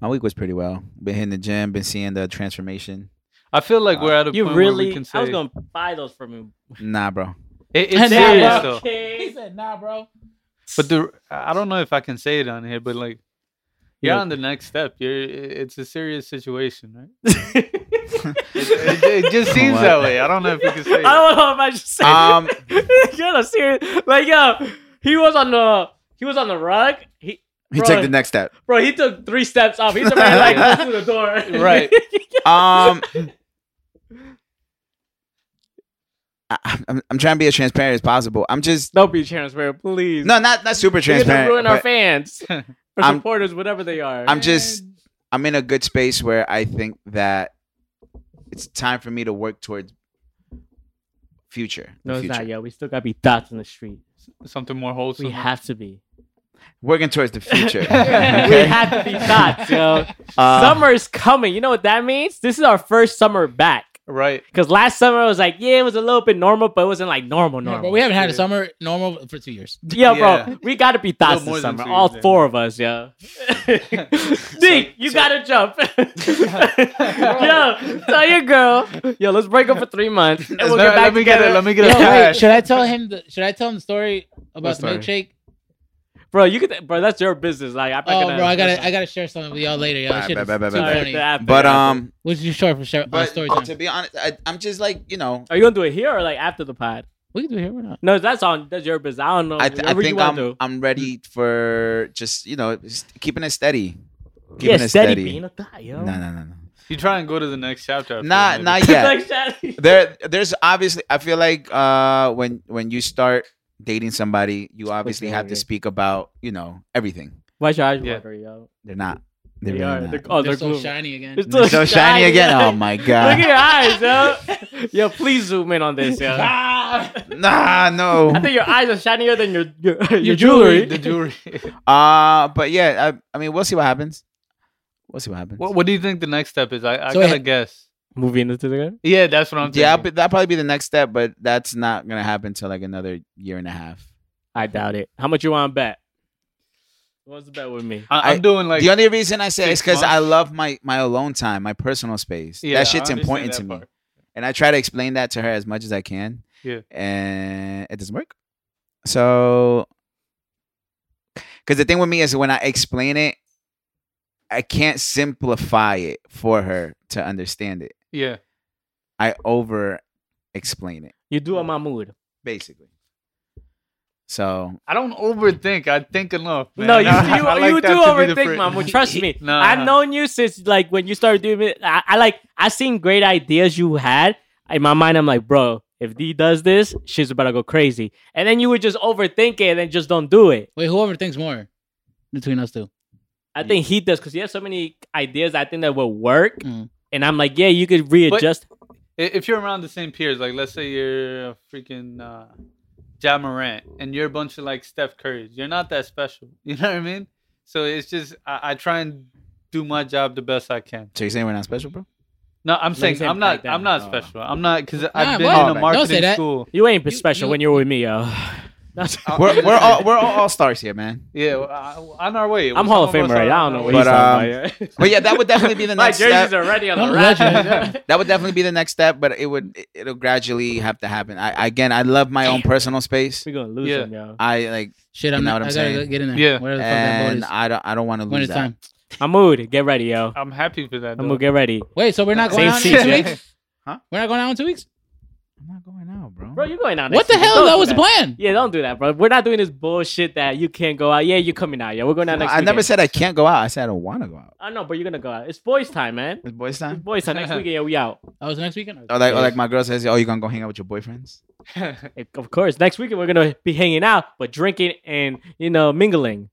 Speaker 3: my week was pretty well. Been hitting the gym, been seeing the transformation.
Speaker 2: I feel like we're at a
Speaker 4: You
Speaker 2: point where
Speaker 4: really?
Speaker 2: we can say
Speaker 4: I was gonna buy those from you.
Speaker 3: Nah, bro.
Speaker 2: It-
Speaker 5: Nah,
Speaker 2: it's serious
Speaker 5: bro.
Speaker 2: though.
Speaker 5: He
Speaker 4: Okay.
Speaker 5: said, "Nah, bro."
Speaker 2: But the I don't know if I can say it on here, but like you're
Speaker 4: Yeah.
Speaker 2: on the next step. You're it's a serious situation, right?
Speaker 3: it,
Speaker 2: It, it just
Speaker 3: What?
Speaker 2: seems that way. I don't know if we can say
Speaker 4: I
Speaker 2: it.
Speaker 4: don't know if I should say.
Speaker 3: Um,
Speaker 4: it. You're not serious. Like yo, he was on the he was on the rug. He
Speaker 3: He
Speaker 4: Bro.
Speaker 3: took the next step.
Speaker 4: bro, he took three steps off. He's already like
Speaker 2: Yeah.
Speaker 4: through the door.
Speaker 2: Right.
Speaker 3: Um, I, I'm, I'm trying to be as transparent as possible. I'm just
Speaker 4: Don't be transparent, please.
Speaker 3: no, not not super
Speaker 4: You're gonna
Speaker 3: transparent.
Speaker 4: ruin our
Speaker 3: but
Speaker 4: fans or
Speaker 3: I'm-
Speaker 4: supporters, whatever they are.
Speaker 3: I'm just I'm in a good space where I think that it's time for me to work towards future. the
Speaker 4: no, it's
Speaker 3: future.
Speaker 4: not. Yo, we still gotta be dots in the street.
Speaker 2: Something more
Speaker 4: We
Speaker 2: wholesome.
Speaker 4: have to be.
Speaker 3: Working towards the future.
Speaker 4: we have to be dots, yo.
Speaker 3: Uh,
Speaker 4: Summer's coming. You know what that means? This is our first summer back.
Speaker 2: right.
Speaker 4: Because last summer I was like, yeah, it was a little bit normal, but it wasn't like normal,
Speaker 5: No,
Speaker 4: normal.
Speaker 5: bro. We haven't had a
Speaker 2: Yeah.
Speaker 5: summer normal for two years.
Speaker 4: Yeah,
Speaker 2: Yeah.
Speaker 4: bro, we gotta be
Speaker 2: little
Speaker 4: thoughts
Speaker 2: more
Speaker 4: this
Speaker 2: than
Speaker 4: summer.
Speaker 2: two
Speaker 4: All
Speaker 2: years, yeah.
Speaker 4: four of us, yeah. Nick, you
Speaker 2: so-
Speaker 4: gotta jump. yo, tell your girl, yo, let's break up for three months and
Speaker 2: Let's
Speaker 4: we'll
Speaker 2: not-
Speaker 4: get back
Speaker 2: let me get
Speaker 4: together.
Speaker 2: it. Let me
Speaker 5: Yo,
Speaker 2: get it.
Speaker 5: wait, should I tell him? The, should I tell him the story
Speaker 2: What
Speaker 5: about the milkshake?
Speaker 4: bro, you could, bro. That's your business. Like, I'm not
Speaker 5: Oh,
Speaker 4: gonna.
Speaker 5: bro, I gotta, I gotta share something with y'all later. Y'all
Speaker 3: Bye,
Speaker 5: shit
Speaker 3: bye,
Speaker 5: is
Speaker 3: bye, bye,
Speaker 5: too
Speaker 3: bye,
Speaker 4: Sorry,
Speaker 5: funny.
Speaker 4: the after,
Speaker 3: but
Speaker 4: the after.
Speaker 3: um,
Speaker 5: What's your short for share, uh,
Speaker 3: but oh,
Speaker 5: story time?
Speaker 3: to be honest, I, I'm just like you know.
Speaker 4: are you gonna do it here or like after the pod?
Speaker 5: we can do it here. We're not.
Speaker 4: No, that's on. That's your business. I don't know.
Speaker 3: I, th- I
Speaker 4: Oh, whatever you
Speaker 3: think I'm
Speaker 4: wanna do.
Speaker 3: I'm ready for just you know just keeping it steady, keeping
Speaker 4: yeah,
Speaker 3: it
Speaker 4: steady,
Speaker 3: steady.
Speaker 4: being a thought, yo.
Speaker 3: No, no, no, no.
Speaker 2: You try and go to the next chapter. I feel,
Speaker 3: Not
Speaker 2: maybe.
Speaker 3: not yet.
Speaker 4: Like, Shadi.
Speaker 3: there there's obviously I feel like uh when when you start dating somebody, you obviously have to
Speaker 4: okay.
Speaker 3: speak about, you know, everything.
Speaker 4: Why's your eyes
Speaker 2: Yeah.
Speaker 4: watery, yo?
Speaker 3: They're not.
Speaker 4: They
Speaker 3: They're really
Speaker 4: are.
Speaker 3: not.
Speaker 4: They're, oh,
Speaker 5: They're,
Speaker 4: they're,
Speaker 5: so
Speaker 4: gloomy.
Speaker 5: shiny again.
Speaker 4: It's
Speaker 3: They're so shiny again. Oh my
Speaker 4: Look at
Speaker 3: god.
Speaker 4: your eyes, yo. Yo, please zoom in on this, yo. I
Speaker 3: Nah, no.
Speaker 4: think your eyes are shinier than your your, your,
Speaker 5: Your
Speaker 4: jewelry.
Speaker 5: jewelry.
Speaker 2: the jewelry.
Speaker 3: Uh but yeah, I, I mean we'll see what happens. We'll see what happens.
Speaker 2: what, what do you think the next step is? I, I
Speaker 5: So
Speaker 2: gotta
Speaker 5: it-
Speaker 2: guess.
Speaker 4: Moving into the gun.
Speaker 2: Yeah, that's what I'm. Thinking.
Speaker 3: yeah, but that'll probably be the next step, but that's not gonna happen till like another year and a half.
Speaker 4: I doubt it. How much you want to bet? Who wants to bet with me?
Speaker 2: I, I'm
Speaker 3: I-
Speaker 2: doing like.
Speaker 3: the only reason I say it is
Speaker 2: six
Speaker 3: because I
Speaker 2: months.
Speaker 3: love my my alone time, my personal space.
Speaker 2: yeah, I
Speaker 3: that shit's
Speaker 2: understand
Speaker 3: important
Speaker 2: that
Speaker 3: to me.
Speaker 2: part.
Speaker 3: and I try to explain that to her as much as I can.
Speaker 2: Yeah.
Speaker 3: and it doesn't work. So, because the thing with me is when I explain it, I can't simplify it for her to understand it.
Speaker 2: Yeah.
Speaker 3: I over explain it
Speaker 4: You do on my mood.
Speaker 3: basically. So
Speaker 2: I don't overthink. I think enough. Man.
Speaker 4: no, you
Speaker 2: I
Speaker 4: you,
Speaker 2: like
Speaker 4: you
Speaker 2: that
Speaker 4: do
Speaker 2: to be the
Speaker 4: overthink,
Speaker 2: fir-
Speaker 4: Mamu. Trust me.
Speaker 2: Nah.
Speaker 4: I've known you since like when you started doing it. I, I like I seen great ideas you had. In my mind, I'm like, bro, if D does this, she's about to go crazy. And then you would just overthink it and then just don't do it.
Speaker 5: Wait, whoever thinks more between us two.
Speaker 4: I think he does because he has so many ideas. I think that will work,
Speaker 5: Mm.
Speaker 4: and I'm like, yeah, you could readjust.
Speaker 2: I- if you're around the same peers, like let's say you're a freaking uh, Ja Morant and you're a bunch of like Steph Curry's, you're not that special. You know what I mean? So it's just I, I try and do my job the best I can.
Speaker 3: so you're saying we're not special, bro?
Speaker 2: No, I'm saying
Speaker 4: saying
Speaker 2: I'm not.
Speaker 4: like that.
Speaker 2: I'm not
Speaker 3: Oh.
Speaker 2: special. I'm not because
Speaker 5: Nah,
Speaker 2: I've been
Speaker 5: what?
Speaker 2: in
Speaker 4: Oh,
Speaker 3: Don't
Speaker 2: a
Speaker 3: say
Speaker 2: marketing
Speaker 5: that.
Speaker 2: school.
Speaker 4: You ain't
Speaker 5: You-
Speaker 4: special
Speaker 5: you-
Speaker 4: when you're with me, yo. That's-
Speaker 2: Uh,
Speaker 3: We're we're all we're all all stars here, man.
Speaker 2: Yeah, well, I, on our way.
Speaker 4: I'm Hall of Famer, right? I don't know what
Speaker 3: But,
Speaker 4: he's talking
Speaker 3: um,
Speaker 4: about. yeah.
Speaker 3: But yeah, that would definitely be the
Speaker 4: My
Speaker 3: next
Speaker 4: jersey's
Speaker 3: step.
Speaker 4: already on
Speaker 5: I'm
Speaker 4: the
Speaker 5: a
Speaker 4: rack.
Speaker 5: legend.
Speaker 3: that would definitely be the next step, but it would it- it'll gradually have to happen. I again, I love my own personal space.
Speaker 4: We're gonna lose
Speaker 2: Yeah.
Speaker 4: him, yo.
Speaker 3: I like
Speaker 5: Shit, I'm
Speaker 3: You know what I'm
Speaker 5: not. I gotta
Speaker 3: saying?
Speaker 5: get in there.
Speaker 2: Yeah.
Speaker 5: Whatever the fuck that vote
Speaker 3: and
Speaker 5: is.
Speaker 3: I don't I don't want to
Speaker 5: When
Speaker 3: lose
Speaker 5: it's
Speaker 3: that.
Speaker 5: time.
Speaker 4: Mahmood, get ready, yo.
Speaker 2: I'm happy for that.
Speaker 4: I'm
Speaker 2: though.
Speaker 4: gonna get ready.
Speaker 5: Wait, so we're not going
Speaker 4: Same
Speaker 5: out in
Speaker 4: seats,
Speaker 5: two
Speaker 4: yeah.
Speaker 5: weeks?
Speaker 3: Huh?
Speaker 5: We're not going out in two weeks?
Speaker 3: I'm not going out, bro.
Speaker 4: Bro, you're going out.
Speaker 5: What
Speaker 4: next
Speaker 5: the
Speaker 4: season.
Speaker 5: hell?
Speaker 4: Don't
Speaker 5: That
Speaker 4: do
Speaker 5: was the plan.
Speaker 4: Yeah, don't do that, bro. We're not doing this bullshit that you can't go out. Yeah, you're coming out, yo. We're going out next.
Speaker 3: I never
Speaker 4: weekend.
Speaker 3: said I can't go out. I said I don't want to go out.
Speaker 4: I know, but you're gonna go out. It's boys' time, man.
Speaker 3: It's boys'
Speaker 4: It's
Speaker 3: time.
Speaker 4: boys' time next weekend. Yeah, we out.
Speaker 5: That was next weekend.
Speaker 3: Or like, or like my girl says, "Oh, you gonna go hang out with your boyfriends?"
Speaker 4: Eh, Of course, next weekend we're gonna be hanging out, but drinking and you know mingling,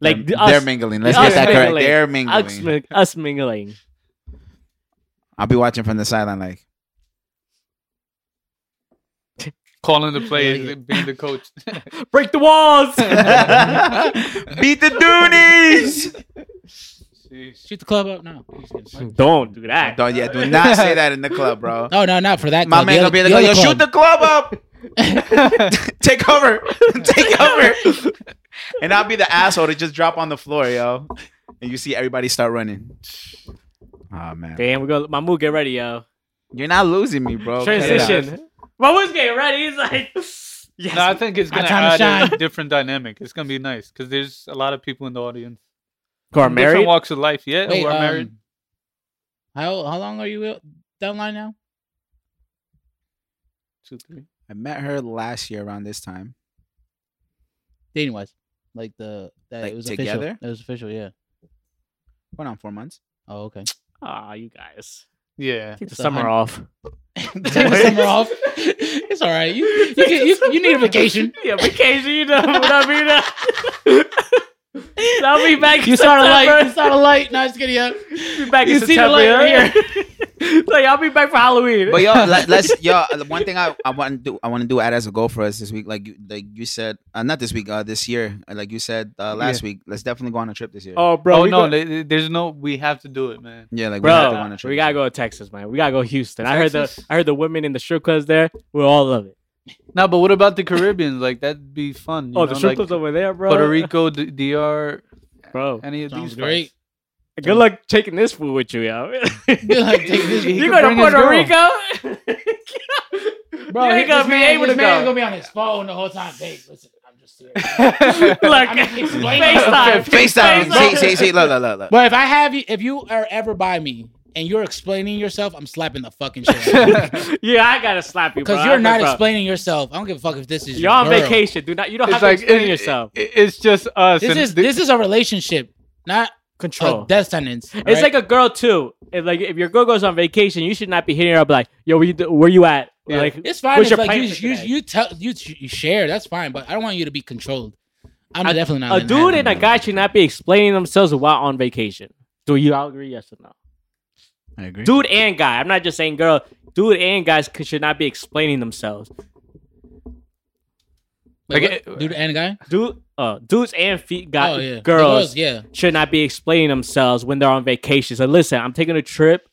Speaker 4: like
Speaker 3: they're,
Speaker 4: the us,
Speaker 3: they're mingling. Let's
Speaker 4: us
Speaker 3: get that correct.
Speaker 4: mingling.
Speaker 3: They're
Speaker 4: us,
Speaker 3: mingling.
Speaker 4: mi- us mingling.
Speaker 3: I'll be watching from the sideline, like
Speaker 2: calling the plays,
Speaker 5: Yeah, yeah.
Speaker 2: being the coach.
Speaker 4: Break the walls.
Speaker 3: beat the Doonies.
Speaker 2: Sheesh.
Speaker 5: Shoot the club up now. I'm just kidding.
Speaker 4: Don't do that.
Speaker 3: Don't yeah, do not say that in the club, bro.
Speaker 5: Oh, No, no, not for that.
Speaker 3: My
Speaker 5: club.
Speaker 3: man
Speaker 5: the
Speaker 3: gonna
Speaker 5: other,
Speaker 3: be
Speaker 5: the
Speaker 3: like, "Yo,
Speaker 5: other
Speaker 3: shoot
Speaker 5: club.
Speaker 3: the club up. Take cover, take cover." and I'll be the asshole to just drop on the floor, yo. And you see everybody start running. Oh man,
Speaker 4: Damn, we go. Mahmood, get ready, yo.
Speaker 3: you're not losing me, bro. Cut it out.
Speaker 4: Transition. Mahmood's getting ready. He's like, yes.
Speaker 2: No, I think it's
Speaker 5: I
Speaker 2: gonna
Speaker 5: time to
Speaker 2: add a
Speaker 5: shine.
Speaker 2: different dynamic. It's gonna be nice because there's a lot of people in the audience.
Speaker 4: Who are
Speaker 2: Different
Speaker 4: married?
Speaker 2: walks of life. Yeah,
Speaker 5: Wait,
Speaker 2: who are
Speaker 5: um,
Speaker 2: married.
Speaker 5: How how long are you down line now?
Speaker 2: Two, three.
Speaker 3: I met her last year around this time.
Speaker 5: Dating wise, like the that
Speaker 3: Like,
Speaker 5: it was
Speaker 3: together?
Speaker 5: Official. It was official, yeah.
Speaker 3: Went on four months.
Speaker 5: Oh, okay.
Speaker 4: Ah, you guys.
Speaker 2: Yeah,
Speaker 4: Take the
Speaker 5: So
Speaker 4: summer
Speaker 5: hun-
Speaker 4: off.
Speaker 5: Take the summer off. It's all right. You you, can, you you need a vacation.
Speaker 4: Yeah, vacation. You know what I mean? Uh, I'll be back. in
Speaker 5: You saw the light. You
Speaker 4: September.
Speaker 5: saw the light. Nice video.
Speaker 4: Be back
Speaker 5: You
Speaker 4: in
Speaker 5: see the
Speaker 4: September.
Speaker 5: light right
Speaker 4: yeah. It's like I'll be back for Halloween.
Speaker 3: But y'all, let, us y'all. the One thing I, I want to do, I want to do add as a goal for us this week. Like you, like you said, uh, not this week, uh, this year. uh, Like you said uh, last week, let's definitely go on a trip this year.
Speaker 4: oh, bro,
Speaker 2: oh
Speaker 4: we
Speaker 2: no,
Speaker 4: go-
Speaker 2: they- they- there's no. We have to do it, man.
Speaker 3: yeah, like we have to go on
Speaker 4: bro,
Speaker 3: a trip.
Speaker 4: we
Speaker 3: this
Speaker 4: gotta
Speaker 3: year.
Speaker 4: go to Texas, man. We gotta go to Houston. I heard the
Speaker 2: Texas?
Speaker 4: I heard the women in the strip clubs there. We all love it.
Speaker 2: No, but what about the Caribbean? Like that'd be fun. you
Speaker 4: oh,
Speaker 2: know,
Speaker 4: the strip
Speaker 2: like
Speaker 4: clubs over there, bro.
Speaker 2: Puerto Rico, D- DR,
Speaker 4: bro.
Speaker 2: any of
Speaker 5: Sounds
Speaker 2: these.
Speaker 5: great.
Speaker 4: Good luck taking this food with you, yo.
Speaker 5: Good luck taking this-
Speaker 2: He
Speaker 4: you
Speaker 2: could
Speaker 4: go to
Speaker 2: bring his
Speaker 4: Puerto
Speaker 2: girl.
Speaker 4: Rico,
Speaker 5: Bro,
Speaker 4: You
Speaker 5: this
Speaker 4: ain't gonna be
Speaker 5: man-
Speaker 4: able to
Speaker 5: this man's
Speaker 4: go.
Speaker 5: gonna be on his phone the whole time. Babe, listen, I'm just here.
Speaker 2: spots.
Speaker 4: Look,
Speaker 5: I'm explaining.
Speaker 4: FaceTime.
Speaker 3: FaceTime. See, see, see. Look, look, look, look.
Speaker 5: But if I have you, if you are ever by me and you're explaining yourself, I'm slapping the fucking shit. out of you.
Speaker 4: yeah, I gotta slap you
Speaker 5: Because
Speaker 4: bro.
Speaker 5: you're not
Speaker 4: Bro,
Speaker 5: explaining yourself. I don't give a fuck if this is
Speaker 4: You're on
Speaker 5: your girl.
Speaker 4: vacation. Do not. You don't
Speaker 2: It's
Speaker 4: have
Speaker 2: like
Speaker 4: to explain
Speaker 2: it-
Speaker 4: yourself.
Speaker 2: it- it's just us.
Speaker 5: This
Speaker 2: and
Speaker 5: is
Speaker 2: the-
Speaker 5: this is a relationship, not
Speaker 4: Control.
Speaker 5: a death sentence.
Speaker 4: It's like a girl too. If like if your girl goes on vacation, you should not be hitting her up like, "Yo, where you, do- where you at?"
Speaker 2: Yeah.
Speaker 4: Like,
Speaker 5: it's fine.
Speaker 4: what's
Speaker 5: It's
Speaker 4: your
Speaker 5: like you
Speaker 4: plan for
Speaker 5: you,
Speaker 4: today?
Speaker 5: you tell you, you share. That's fine, but I don't want you to be controlled. I'm definitely not
Speaker 4: a
Speaker 5: letting that
Speaker 4: dude
Speaker 5: happen.
Speaker 4: and a guy should not be explaining themselves while on vacation. Do you all agree? Yes or no?
Speaker 5: Mm-hmm.
Speaker 3: I agree.
Speaker 4: Dude and guy. I'm not just saying girl. Dude and guys could, should not be explaining themselves.
Speaker 5: Wait,
Speaker 2: Okay.
Speaker 5: what? dude and a guy.
Speaker 4: Dude, uh, dudes and feet guy,
Speaker 5: oh yeah,
Speaker 4: girls
Speaker 5: Yeah,
Speaker 4: should not be explaining themselves when they're on vacation. So listen, I'm taking a trip.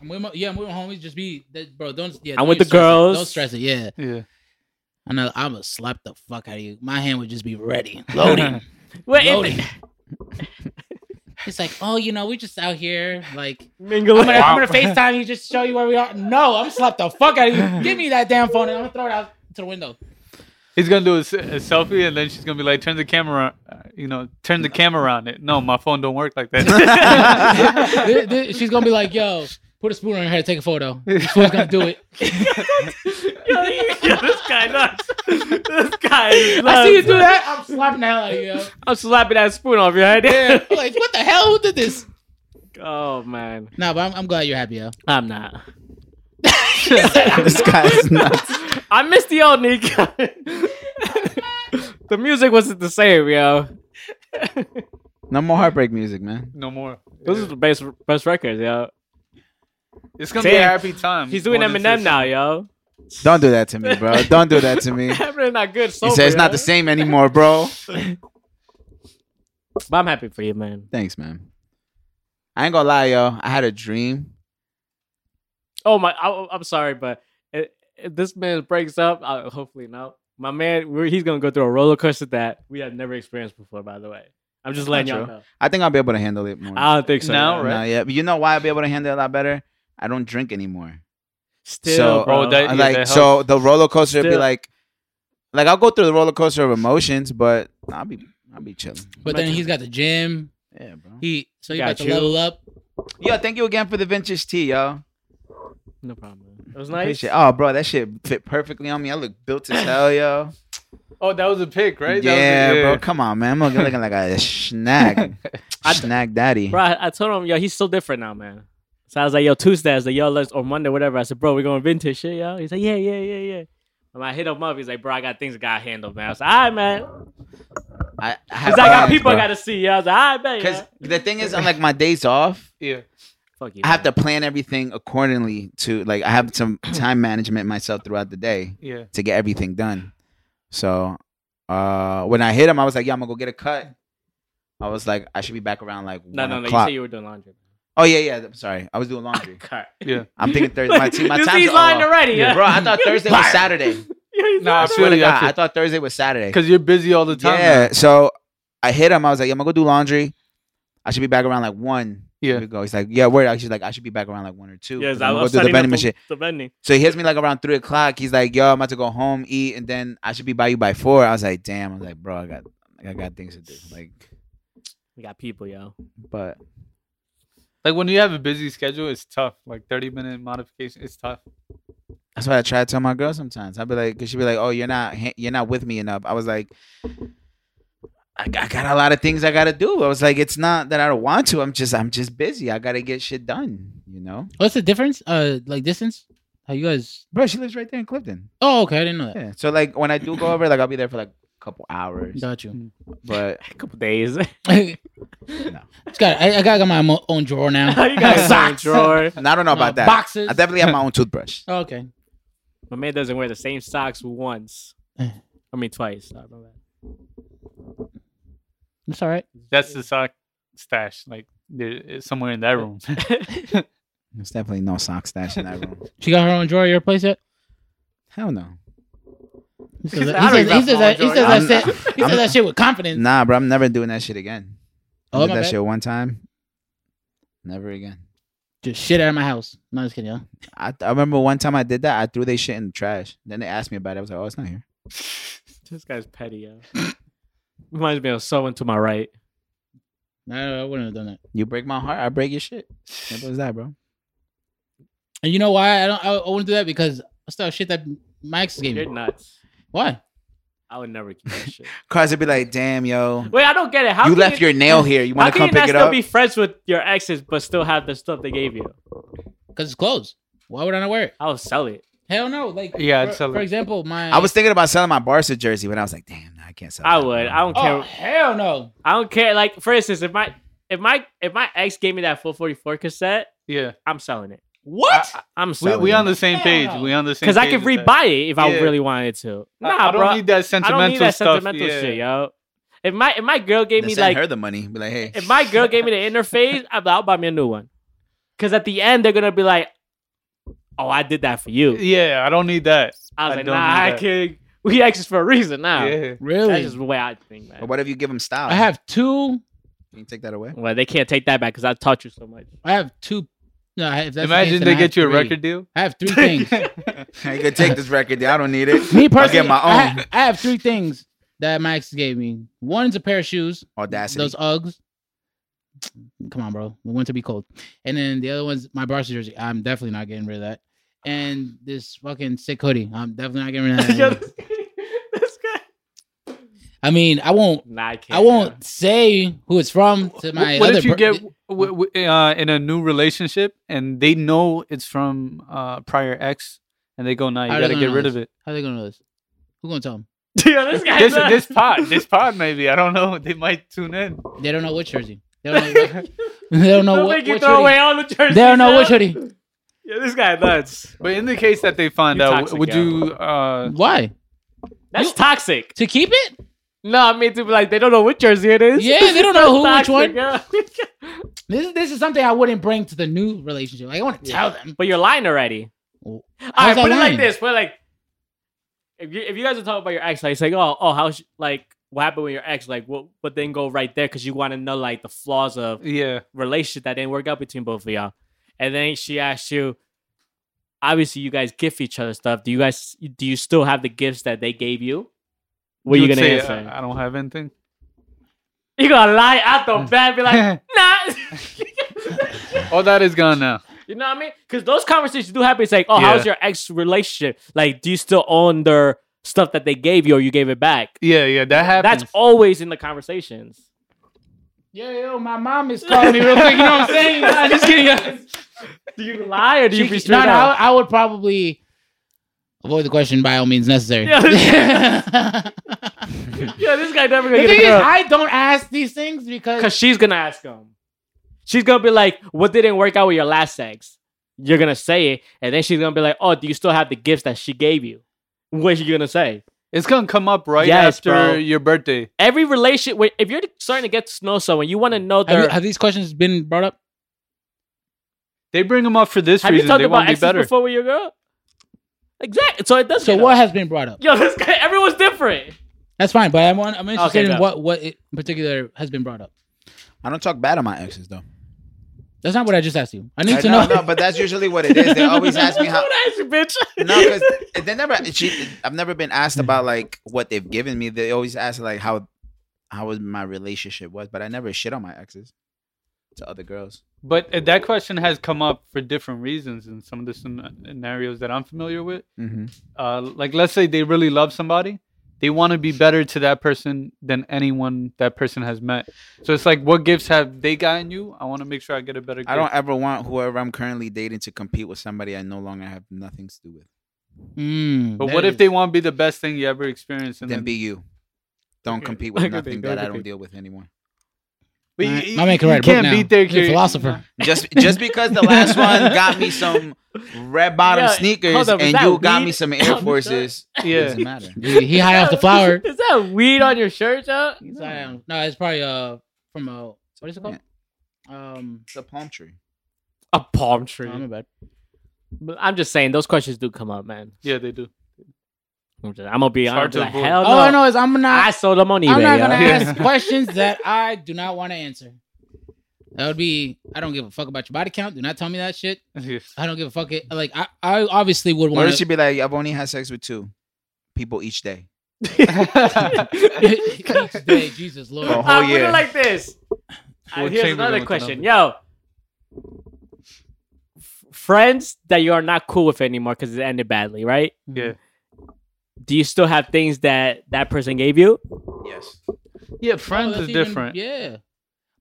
Speaker 5: I'm with my, yeah, I'm with my homies. Just be that, bro. Don't yeah.
Speaker 4: I'm
Speaker 5: don't
Speaker 4: with
Speaker 5: you
Speaker 4: the
Speaker 5: stress it.
Speaker 4: girls.
Speaker 5: Don't stress it. Yeah,
Speaker 2: yeah.
Speaker 5: I know. I'm gonna slap the fuck out of you. My hand would just be ready, loading.
Speaker 4: Wait,
Speaker 5: Loaded. it's like, oh, you know, we just out here. Like,
Speaker 4: mingle.
Speaker 5: I'm gonna, I'm gonna FaceTime you just show you where we are. No, I'm slap the fuck out of you. Give me that damn phone and I'm gonna throw it out to the window.
Speaker 2: He's gonna do a, s- a selfie, and then she's gonna be like, "Turn the camera, uh, you know, turn the camera on it." No, my phone don't work like that.
Speaker 5: Th- th- She's gonna be like, yo, put a spoon on her head, take a photo. This fool's gonna do it.
Speaker 4: yo, you- yo, this guy nuts. this guy. Is
Speaker 5: I see you do that. I'm slapping the hell out of you. Yo.
Speaker 4: I'm slapping that spoon off your head.
Speaker 5: I'm like, what the hell? Who did this?
Speaker 4: oh man,
Speaker 5: Nah, but I'm, I'm glad you're happy, yo.
Speaker 4: I'm not.
Speaker 3: this guy's nuts.
Speaker 4: I miss the old Nico. the music wasn't the same, yo.
Speaker 3: No more heartbreak music, man.
Speaker 2: no more.
Speaker 4: This is the best best records, yo.
Speaker 2: It's gonna be a
Speaker 4: Damn.
Speaker 2: happy time.
Speaker 4: He's doing
Speaker 2: going into
Speaker 4: Eminem
Speaker 2: the-
Speaker 4: now, yo.
Speaker 3: Don't do that to me, bro. Don't do that to me. He
Speaker 4: Eminem's not good. Sober,
Speaker 3: said it's
Speaker 4: yo.
Speaker 3: not the same anymore, bro.
Speaker 4: But I'm happy for you, man.
Speaker 3: Thanks, man. I ain't gonna lie, yo. I had a dream.
Speaker 4: Oh my, I, I'm sorry, but if, if this man breaks up, I, hopefully no. My man, we're, he's gonna go through a roller coaster that we have never experienced before. By the way, I'm just letting
Speaker 3: Not
Speaker 4: y'all
Speaker 3: true.
Speaker 4: know.
Speaker 3: I think I'll be able to handle it more.
Speaker 4: I don't think so.
Speaker 2: Now,
Speaker 4: yo.
Speaker 2: right?
Speaker 3: No, yeah. But you know why I'll be able to handle it a lot better? I don't drink anymore.
Speaker 4: Still,
Speaker 3: So-
Speaker 4: bro.
Speaker 2: Oh, that-
Speaker 3: uh, I
Speaker 2: Yeah,
Speaker 3: like so
Speaker 2: helps.
Speaker 3: the roller coaster would be
Speaker 4: Still-
Speaker 3: like like I'll go through the roller coaster of emotions, but I'll be I'll be chilling.
Speaker 5: But then he's got the gym.
Speaker 3: Yeah, bro.
Speaker 5: He so he
Speaker 4: Got
Speaker 5: about to
Speaker 4: you.
Speaker 5: level up.
Speaker 3: Yo, thank you again for the vintage tea, yo.
Speaker 4: no problem. It was nice.
Speaker 3: Appreciate. Oh, bro, that shit fit perfectly on me. I look built as hell, yo.
Speaker 2: Oh, that was a pick, right?
Speaker 3: Yeah,
Speaker 2: that was a,
Speaker 3: bro. Come on, man. I'm looking, looking like a snack,
Speaker 4: I-
Speaker 3: snack daddy.
Speaker 4: Bro, I, I told him, yo, he's so different now, man. So I was like, yo, Tuesday, I was like, yo, let's or Monday, whatever. I said, bro, we're going vintage shit, yo. He's like, yeah, yeah, yeah, yeah. And I hit him up. He's like, bro, I got things I got handled, man. I was like, all right, man.
Speaker 3: I, I have
Speaker 4: Cause I got
Speaker 3: plans,
Speaker 4: people
Speaker 3: bro.
Speaker 4: I gotta see. Yeah, I was like, all right, man.
Speaker 3: Cause
Speaker 4: Cause
Speaker 3: the thing is, on like my days off,
Speaker 2: yeah.
Speaker 4: fuck you.
Speaker 3: I have
Speaker 4: man.
Speaker 3: to plan everything accordingly to like I have some time management myself throughout the day
Speaker 2: Yeah.
Speaker 3: to get everything done. So uh when I hit him, I was like, "Yeah, I'm gonna go get a cut." I was like, "I should be back around like
Speaker 4: No,
Speaker 3: one
Speaker 4: no, no. You
Speaker 3: o'clock."
Speaker 4: said you were doing laundry.
Speaker 3: oh yeah, yeah. I'm Sorry, I was doing laundry.
Speaker 4: Cut.
Speaker 2: Yeah.
Speaker 3: I'm thinking Thursday. My, team, my
Speaker 4: you
Speaker 3: time's
Speaker 4: see, he's
Speaker 3: are
Speaker 4: lying
Speaker 3: off.
Speaker 4: already. Yeah,
Speaker 3: Bro, I thought Thursday was
Speaker 4: Liar.
Speaker 3: Saturday.
Speaker 4: Yeah, he's
Speaker 2: Nah, I
Speaker 4: lying
Speaker 3: I swear to
Speaker 2: feel you.
Speaker 3: God,
Speaker 2: I
Speaker 3: I thought Thursday was Saturday.
Speaker 2: Because you're busy all the time.
Speaker 3: Yeah. So I hit him. I was like, I'm gonna go do laundry. I should be back around like one.
Speaker 2: Yeah.
Speaker 3: We go. He's like, yeah, word. She's like, I should be back around like one or two.
Speaker 4: Yes,
Speaker 3: 'cause
Speaker 4: I
Speaker 3: I'm gonna
Speaker 4: was
Speaker 3: go do the
Speaker 4: setting
Speaker 3: vending
Speaker 4: up for-
Speaker 3: machine.
Speaker 4: the vending.
Speaker 3: So he hits me like around three o'clock. He's like, yo, I'm about to go home, eat, and then I should be by you by four. I was like, damn. I was like, bro, I got, I got things to do. Like,
Speaker 4: We got people, yo.
Speaker 3: but
Speaker 2: Like when you have a busy schedule, it's tough. Like thirty minute modification, it's tough.
Speaker 3: That's what I try to tell my girl sometimes. I'd be like, cause she'd be like, "Oh, you're not, ha- you're not with me enough." I was like, I, g- I got a lot of things I gotta do. I was like, it's not that I don't want to. I'm just, I'm just busy. I gotta get shit done. You know,
Speaker 5: What's the difference? Uh, like distance? How you guys?
Speaker 3: bro. She lives right there in Clifton.
Speaker 5: Oh, okay. I didn't know that.
Speaker 3: Yeah. So like, when I do go over, like, I'll be there for like a couple hours.
Speaker 5: Got you.
Speaker 3: But
Speaker 4: A couple days. you
Speaker 5: it's got. I, I got my mo- own drawer now.
Speaker 4: got a
Speaker 5: Socks.
Speaker 4: drawer.
Speaker 3: and I don't know
Speaker 5: Uh,
Speaker 3: about that.
Speaker 5: Boxes.
Speaker 3: I definitely have my own toothbrush.
Speaker 5: Oh, okay.
Speaker 4: My man doesn't wear the same socks once.
Speaker 3: Eh.
Speaker 4: I mean twice. Sorry, my bad.
Speaker 5: That's all right.
Speaker 2: That's the sock stash. Like there- it's somewhere in that room.
Speaker 3: There's definitely no sock stash in that room.
Speaker 5: She got her own drawer. at Your place yet?
Speaker 3: Hell no.
Speaker 4: I
Speaker 5: He says
Speaker 4: don't
Speaker 5: that. He says,
Speaker 4: even
Speaker 5: he says that. He
Speaker 4: have
Speaker 3: my
Speaker 5: says that
Speaker 3: own drawer.
Speaker 5: shit. He says
Speaker 3: I'm-
Speaker 5: that shit with confidence.
Speaker 3: Nah, bro. I'm never doing that shit again. I
Speaker 5: oh
Speaker 3: did
Speaker 5: my
Speaker 3: that
Speaker 5: bad.
Speaker 3: shit one time. Never again.
Speaker 5: Just shit out of my house. No, just kidding. Y'all.
Speaker 3: I, I remember one time I did that. I threw they shit in the trash. Then they asked me about it. I was like, "Oh, it's not here."
Speaker 4: this guy's petty, yo. Reminds me of someone to my right.
Speaker 5: No, I wouldn't have done that.
Speaker 3: You break my heart, I break your shit. Simple as that, bro.
Speaker 5: And you know why I don't? I, I wouldn't do that because I still have shit that my ex gave
Speaker 4: You're
Speaker 5: me.
Speaker 4: nuts.
Speaker 5: Why?
Speaker 4: I would never keep that shit.
Speaker 3: Cars would be like, "Damn, yo,
Speaker 4: Wait, I don't get it. How
Speaker 3: you
Speaker 4: can
Speaker 3: left your nail here. You
Speaker 4: How
Speaker 3: want to
Speaker 4: can
Speaker 3: come
Speaker 4: you not
Speaker 3: pick it
Speaker 4: still
Speaker 3: up?"
Speaker 4: be friends with your exes but still have the stuff they gave you?
Speaker 5: Because it's clothes. Why would I not wear it?
Speaker 4: I'll sell it.
Speaker 5: Hell no. Like
Speaker 2: Yeah, I'd
Speaker 5: For,
Speaker 2: sell
Speaker 5: for
Speaker 2: it.
Speaker 5: example, my
Speaker 3: I was thinking about selling my Barca jersey, but I was like, "Damn, nah, I can't sell."
Speaker 4: I
Speaker 3: that,
Speaker 4: would.
Speaker 3: bro."
Speaker 4: I don't
Speaker 5: Oh
Speaker 4: care.
Speaker 5: hell no.
Speaker 4: I don't care. Like for instance, if my if my if my ex gave me that full forty four cassette,
Speaker 2: yeah,
Speaker 4: I'm selling it.
Speaker 5: What?
Speaker 4: I, am
Speaker 2: we,
Speaker 4: selling.
Speaker 2: we on
Speaker 4: it.
Speaker 2: the same
Speaker 5: Hell
Speaker 2: page.
Speaker 5: no.
Speaker 2: We on the same.
Speaker 4: because
Speaker 2: Because
Speaker 4: I could rebuy it if I
Speaker 2: Yeah.
Speaker 4: really wanted to. Nah,
Speaker 2: I, don't
Speaker 4: bro.
Speaker 2: need that
Speaker 4: I
Speaker 2: sentimental
Speaker 4: don't need that
Speaker 2: stuff.
Speaker 4: sentimental
Speaker 2: yeah.
Speaker 4: shit, yo. If my if my girl gave
Speaker 3: Then
Speaker 4: me
Speaker 3: send
Speaker 4: like
Speaker 3: her the money. Be like, "Hey,
Speaker 4: if my girl gave me the interface, I'll, I'll buy me a new one. Because at the end they're gonna be like, "Oh, I did that for you."
Speaker 2: Yeah, I don't need that.
Speaker 4: I was
Speaker 2: I
Speaker 4: like,
Speaker 2: don't
Speaker 4: "Nah,
Speaker 2: need
Speaker 4: I
Speaker 2: that."
Speaker 4: can." We exes for a reason now.
Speaker 2: Yeah.
Speaker 4: That's
Speaker 5: Really?
Speaker 4: just the way I think, man.
Speaker 3: But what if you give him style?
Speaker 5: I have two.
Speaker 3: Can you take that away?
Speaker 4: Well, they can't take that back because I taught you so much.
Speaker 5: I have two. No, I- if that's the case,
Speaker 2: Imagine
Speaker 5: then I
Speaker 2: they
Speaker 5: have
Speaker 2: get you a
Speaker 5: three.
Speaker 2: record deal.
Speaker 5: I have three things.
Speaker 3: you could take this record. dude. I don't need it.
Speaker 5: Me personally,
Speaker 3: my
Speaker 5: I,
Speaker 3: own.
Speaker 5: ha- I have three things that my ex gave me. One is a pair of shoes.
Speaker 3: Audacity.
Speaker 5: Those Uggs. Come on, bro. The winter be cold. And then the other one's my Barca jersey. I'm definitely not getting rid of that. And this fucking sick hoodie. I'm definitely not getting rid of
Speaker 4: Yo,
Speaker 5: that.
Speaker 4: this this guy.
Speaker 5: I mean, I won't.
Speaker 4: Nah, I can't.
Speaker 5: I won't say who it's from to my.
Speaker 2: what
Speaker 5: other
Speaker 2: if you
Speaker 5: per-
Speaker 2: get w- w- uh, in a new relationship and they know it's from uh, prior ex and they go, "Nah, you
Speaker 5: How they
Speaker 2: gotta
Speaker 5: gonna
Speaker 2: get
Speaker 5: know
Speaker 2: rid
Speaker 5: this?
Speaker 2: of it."
Speaker 5: How they gonna know this? Who gonna tell them?
Speaker 4: Yo, this guy.
Speaker 2: This this pod, this pod, maybe I don't know. They might tune in.
Speaker 5: They don't know what jersey. They don't know. What, they don't know
Speaker 4: Don't
Speaker 5: what,
Speaker 4: make you
Speaker 5: what
Speaker 4: throw away
Speaker 5: hoodie.
Speaker 4: all the
Speaker 5: They
Speaker 4: jerseys.
Speaker 5: don't know
Speaker 4: yo.
Speaker 5: what hoodie.
Speaker 4: Yeah, this guy nuts.
Speaker 2: But in the case that they find
Speaker 4: You're
Speaker 2: out,
Speaker 4: toxic,
Speaker 2: would
Speaker 4: yo.
Speaker 2: you? Uh,
Speaker 5: Why?
Speaker 4: That's
Speaker 5: You-
Speaker 4: toxic.
Speaker 5: To keep it?
Speaker 4: No, I mean to be like they don't know which jersey it is.
Speaker 5: Yeah, they don't know who
Speaker 4: That's
Speaker 5: which one.
Speaker 4: toxic, yo.
Speaker 5: This is this is something I wouldn't bring to the new relationship. Like I want to tell them.
Speaker 4: but you're lying already.
Speaker 5: Well,
Speaker 4: All
Speaker 5: how's
Speaker 4: right,
Speaker 5: that
Speaker 4: put it
Speaker 5: lying?
Speaker 4: like this. Put it like if you if you guys are talking about your ex, like it's like oh oh how's like what happened with your ex, like what but then go right there because you want to know like the flaws of
Speaker 2: yeah,
Speaker 4: relationship that didn't work out between both of y'all. And then she asked you, obviously you guys gift each other stuff. Do you guys do you still have the gifts that they gave you? What are you
Speaker 2: would
Speaker 4: gonna
Speaker 2: say,
Speaker 4: answer?
Speaker 5: uh,
Speaker 2: I, I don't have anything.
Speaker 4: you gonna lie out the bat, be like, nah.
Speaker 2: All that is gone now.
Speaker 4: you know what I mean? Because those conversations do happen. It's like, oh, how's your ex relationship? Like, do you still own their stuff that they gave you or you gave it back?
Speaker 2: Yeah, yeah, that happens.
Speaker 4: That's always in the conversations.
Speaker 5: Yo, yo, my mom is calling me real quick. You know what I'm saying? Nah, just kidding.
Speaker 4: Do you lie or do you be
Speaker 5: She- no,
Speaker 4: straight
Speaker 5: no,
Speaker 4: up?
Speaker 5: I, I would probably avoid the question by all means necessary.
Speaker 4: Yeah.
Speaker 5: the
Speaker 4: Yeah, this guy never gonna
Speaker 5: thing
Speaker 4: get
Speaker 5: is,
Speaker 4: a girl.
Speaker 5: I don't ask these things because
Speaker 4: Because she's gonna ask him. She's gonna be like, "What didn't work out with your last sex?" You're gonna say it, and then she's gonna be like, "Oh, do you still have the gifts that she gave you?" What are you gonna say?
Speaker 2: it's gonna come up right
Speaker 4: Yes,
Speaker 2: after
Speaker 4: bro.
Speaker 2: your birthday.
Speaker 4: Every relation, wait, if you're starting to get to know someone, you want to know
Speaker 5: have,
Speaker 4: their.
Speaker 5: you- have these questions been brought up?
Speaker 2: They bring them up for this
Speaker 4: Have you
Speaker 2: reason.
Speaker 4: talked
Speaker 2: they
Speaker 4: about
Speaker 2: want to be
Speaker 4: exes
Speaker 2: better.
Speaker 4: before with your girl? Exactly. So it does.
Speaker 5: So
Speaker 4: get
Speaker 5: what
Speaker 4: up.
Speaker 5: has been brought up?
Speaker 4: Yo, this guy. Everyone's different.
Speaker 5: That's fine, but I'm on- I'm interested
Speaker 4: Okay,
Speaker 5: in
Speaker 4: go.
Speaker 5: what what it, in particular has been brought up.
Speaker 3: I don't talk bad on my exes though.
Speaker 5: That's not what I just asked you. I need
Speaker 3: I
Speaker 5: to
Speaker 3: know,
Speaker 5: know.
Speaker 3: no, but that's usually what it is. They always ask me how.
Speaker 4: bitch.
Speaker 3: No, because they never. She, I've never been asked about like what they've given me. They always ask like how, how was my relationship was, but I never shit on my exes to other girls.
Speaker 2: But uh, that question has come up for different reasons in some of the scen- scenarios that I'm familiar with.
Speaker 3: Mm-hmm.
Speaker 2: Uh, like, let's say they really love somebody, they want to be better to that person than anyone that person has met. So it's like, what gifts have they gotten you? I want to make sure I get a better. Gift.
Speaker 3: I don't ever want whoever I'm currently dating to compete with somebody I no longer have nothing to do with.
Speaker 5: Mm,
Speaker 2: But
Speaker 5: that
Speaker 2: what
Speaker 5: is-
Speaker 2: if they want to be the best thing you ever experienced? And
Speaker 3: Then
Speaker 2: then,
Speaker 3: be you. Don't
Speaker 2: Okay.
Speaker 3: compete with
Speaker 4: Okay,
Speaker 3: nothing
Speaker 4: okay,
Speaker 3: that I
Speaker 4: okay.
Speaker 3: don't deal with anymore.
Speaker 2: But
Speaker 5: My-
Speaker 2: you-
Speaker 5: my man can
Speaker 2: you
Speaker 5: write a book
Speaker 2: can't
Speaker 5: now.
Speaker 2: beat their
Speaker 5: He's a
Speaker 2: curi-
Speaker 5: philosopher.
Speaker 3: Just just because the last one got me some red bottom
Speaker 4: Yeah,
Speaker 3: sneakers
Speaker 4: hold up, is
Speaker 3: and
Speaker 4: that
Speaker 3: you got
Speaker 4: weed
Speaker 3: me some
Speaker 4: on
Speaker 3: Air
Speaker 4: the
Speaker 3: Forces,
Speaker 2: Yeah.
Speaker 3: doesn't matter.
Speaker 5: He, he high off the flower.
Speaker 4: Is that weed on your shirt, Joe?
Speaker 5: It's high on- no, it's probably uh from a what is it called? Um,
Speaker 3: It's a palm tree.
Speaker 4: A palm tree.
Speaker 5: oh, my bad.
Speaker 4: But I'm just saying, those questions do come up, man.
Speaker 2: Yeah, they do.
Speaker 4: I'm, just, I'm gonna be
Speaker 2: It's hard
Speaker 4: honest.
Speaker 2: to
Speaker 4: Like,
Speaker 2: avoid.
Speaker 4: hell
Speaker 5: Oh,
Speaker 4: no.
Speaker 5: I know is I'm
Speaker 4: I
Speaker 5: not.
Speaker 4: sold them on eBay.
Speaker 5: I'm not
Speaker 4: yo.
Speaker 5: gonna
Speaker 2: yeah.
Speaker 5: ask questions that I do not want to answer. That would be. I don't give a fuck about your body count. Do not tell me that shit. I don't give a fuck. It like I, I obviously would
Speaker 3: Or
Speaker 5: want
Speaker 3: it
Speaker 5: to.
Speaker 3: should be like, I've only had sex with two people each day.
Speaker 5: Each day, Jesus Lord.
Speaker 3: Oh,
Speaker 4: I put
Speaker 3: yeah.
Speaker 4: it like this.
Speaker 2: Well,
Speaker 4: Uh, here's
Speaker 2: Chamberlain
Speaker 4: another
Speaker 2: with
Speaker 4: question, yo. F- Friends that you are not cool with anymore because it ended badly, right?
Speaker 5: Mm-hmm.
Speaker 2: yeah,
Speaker 4: Do you still have things that that person gave you?
Speaker 3: Yes.
Speaker 2: yeah.
Speaker 5: Oh,
Speaker 2: Friends
Speaker 5: that's
Speaker 2: is
Speaker 5: even-
Speaker 2: different.
Speaker 5: Yeah,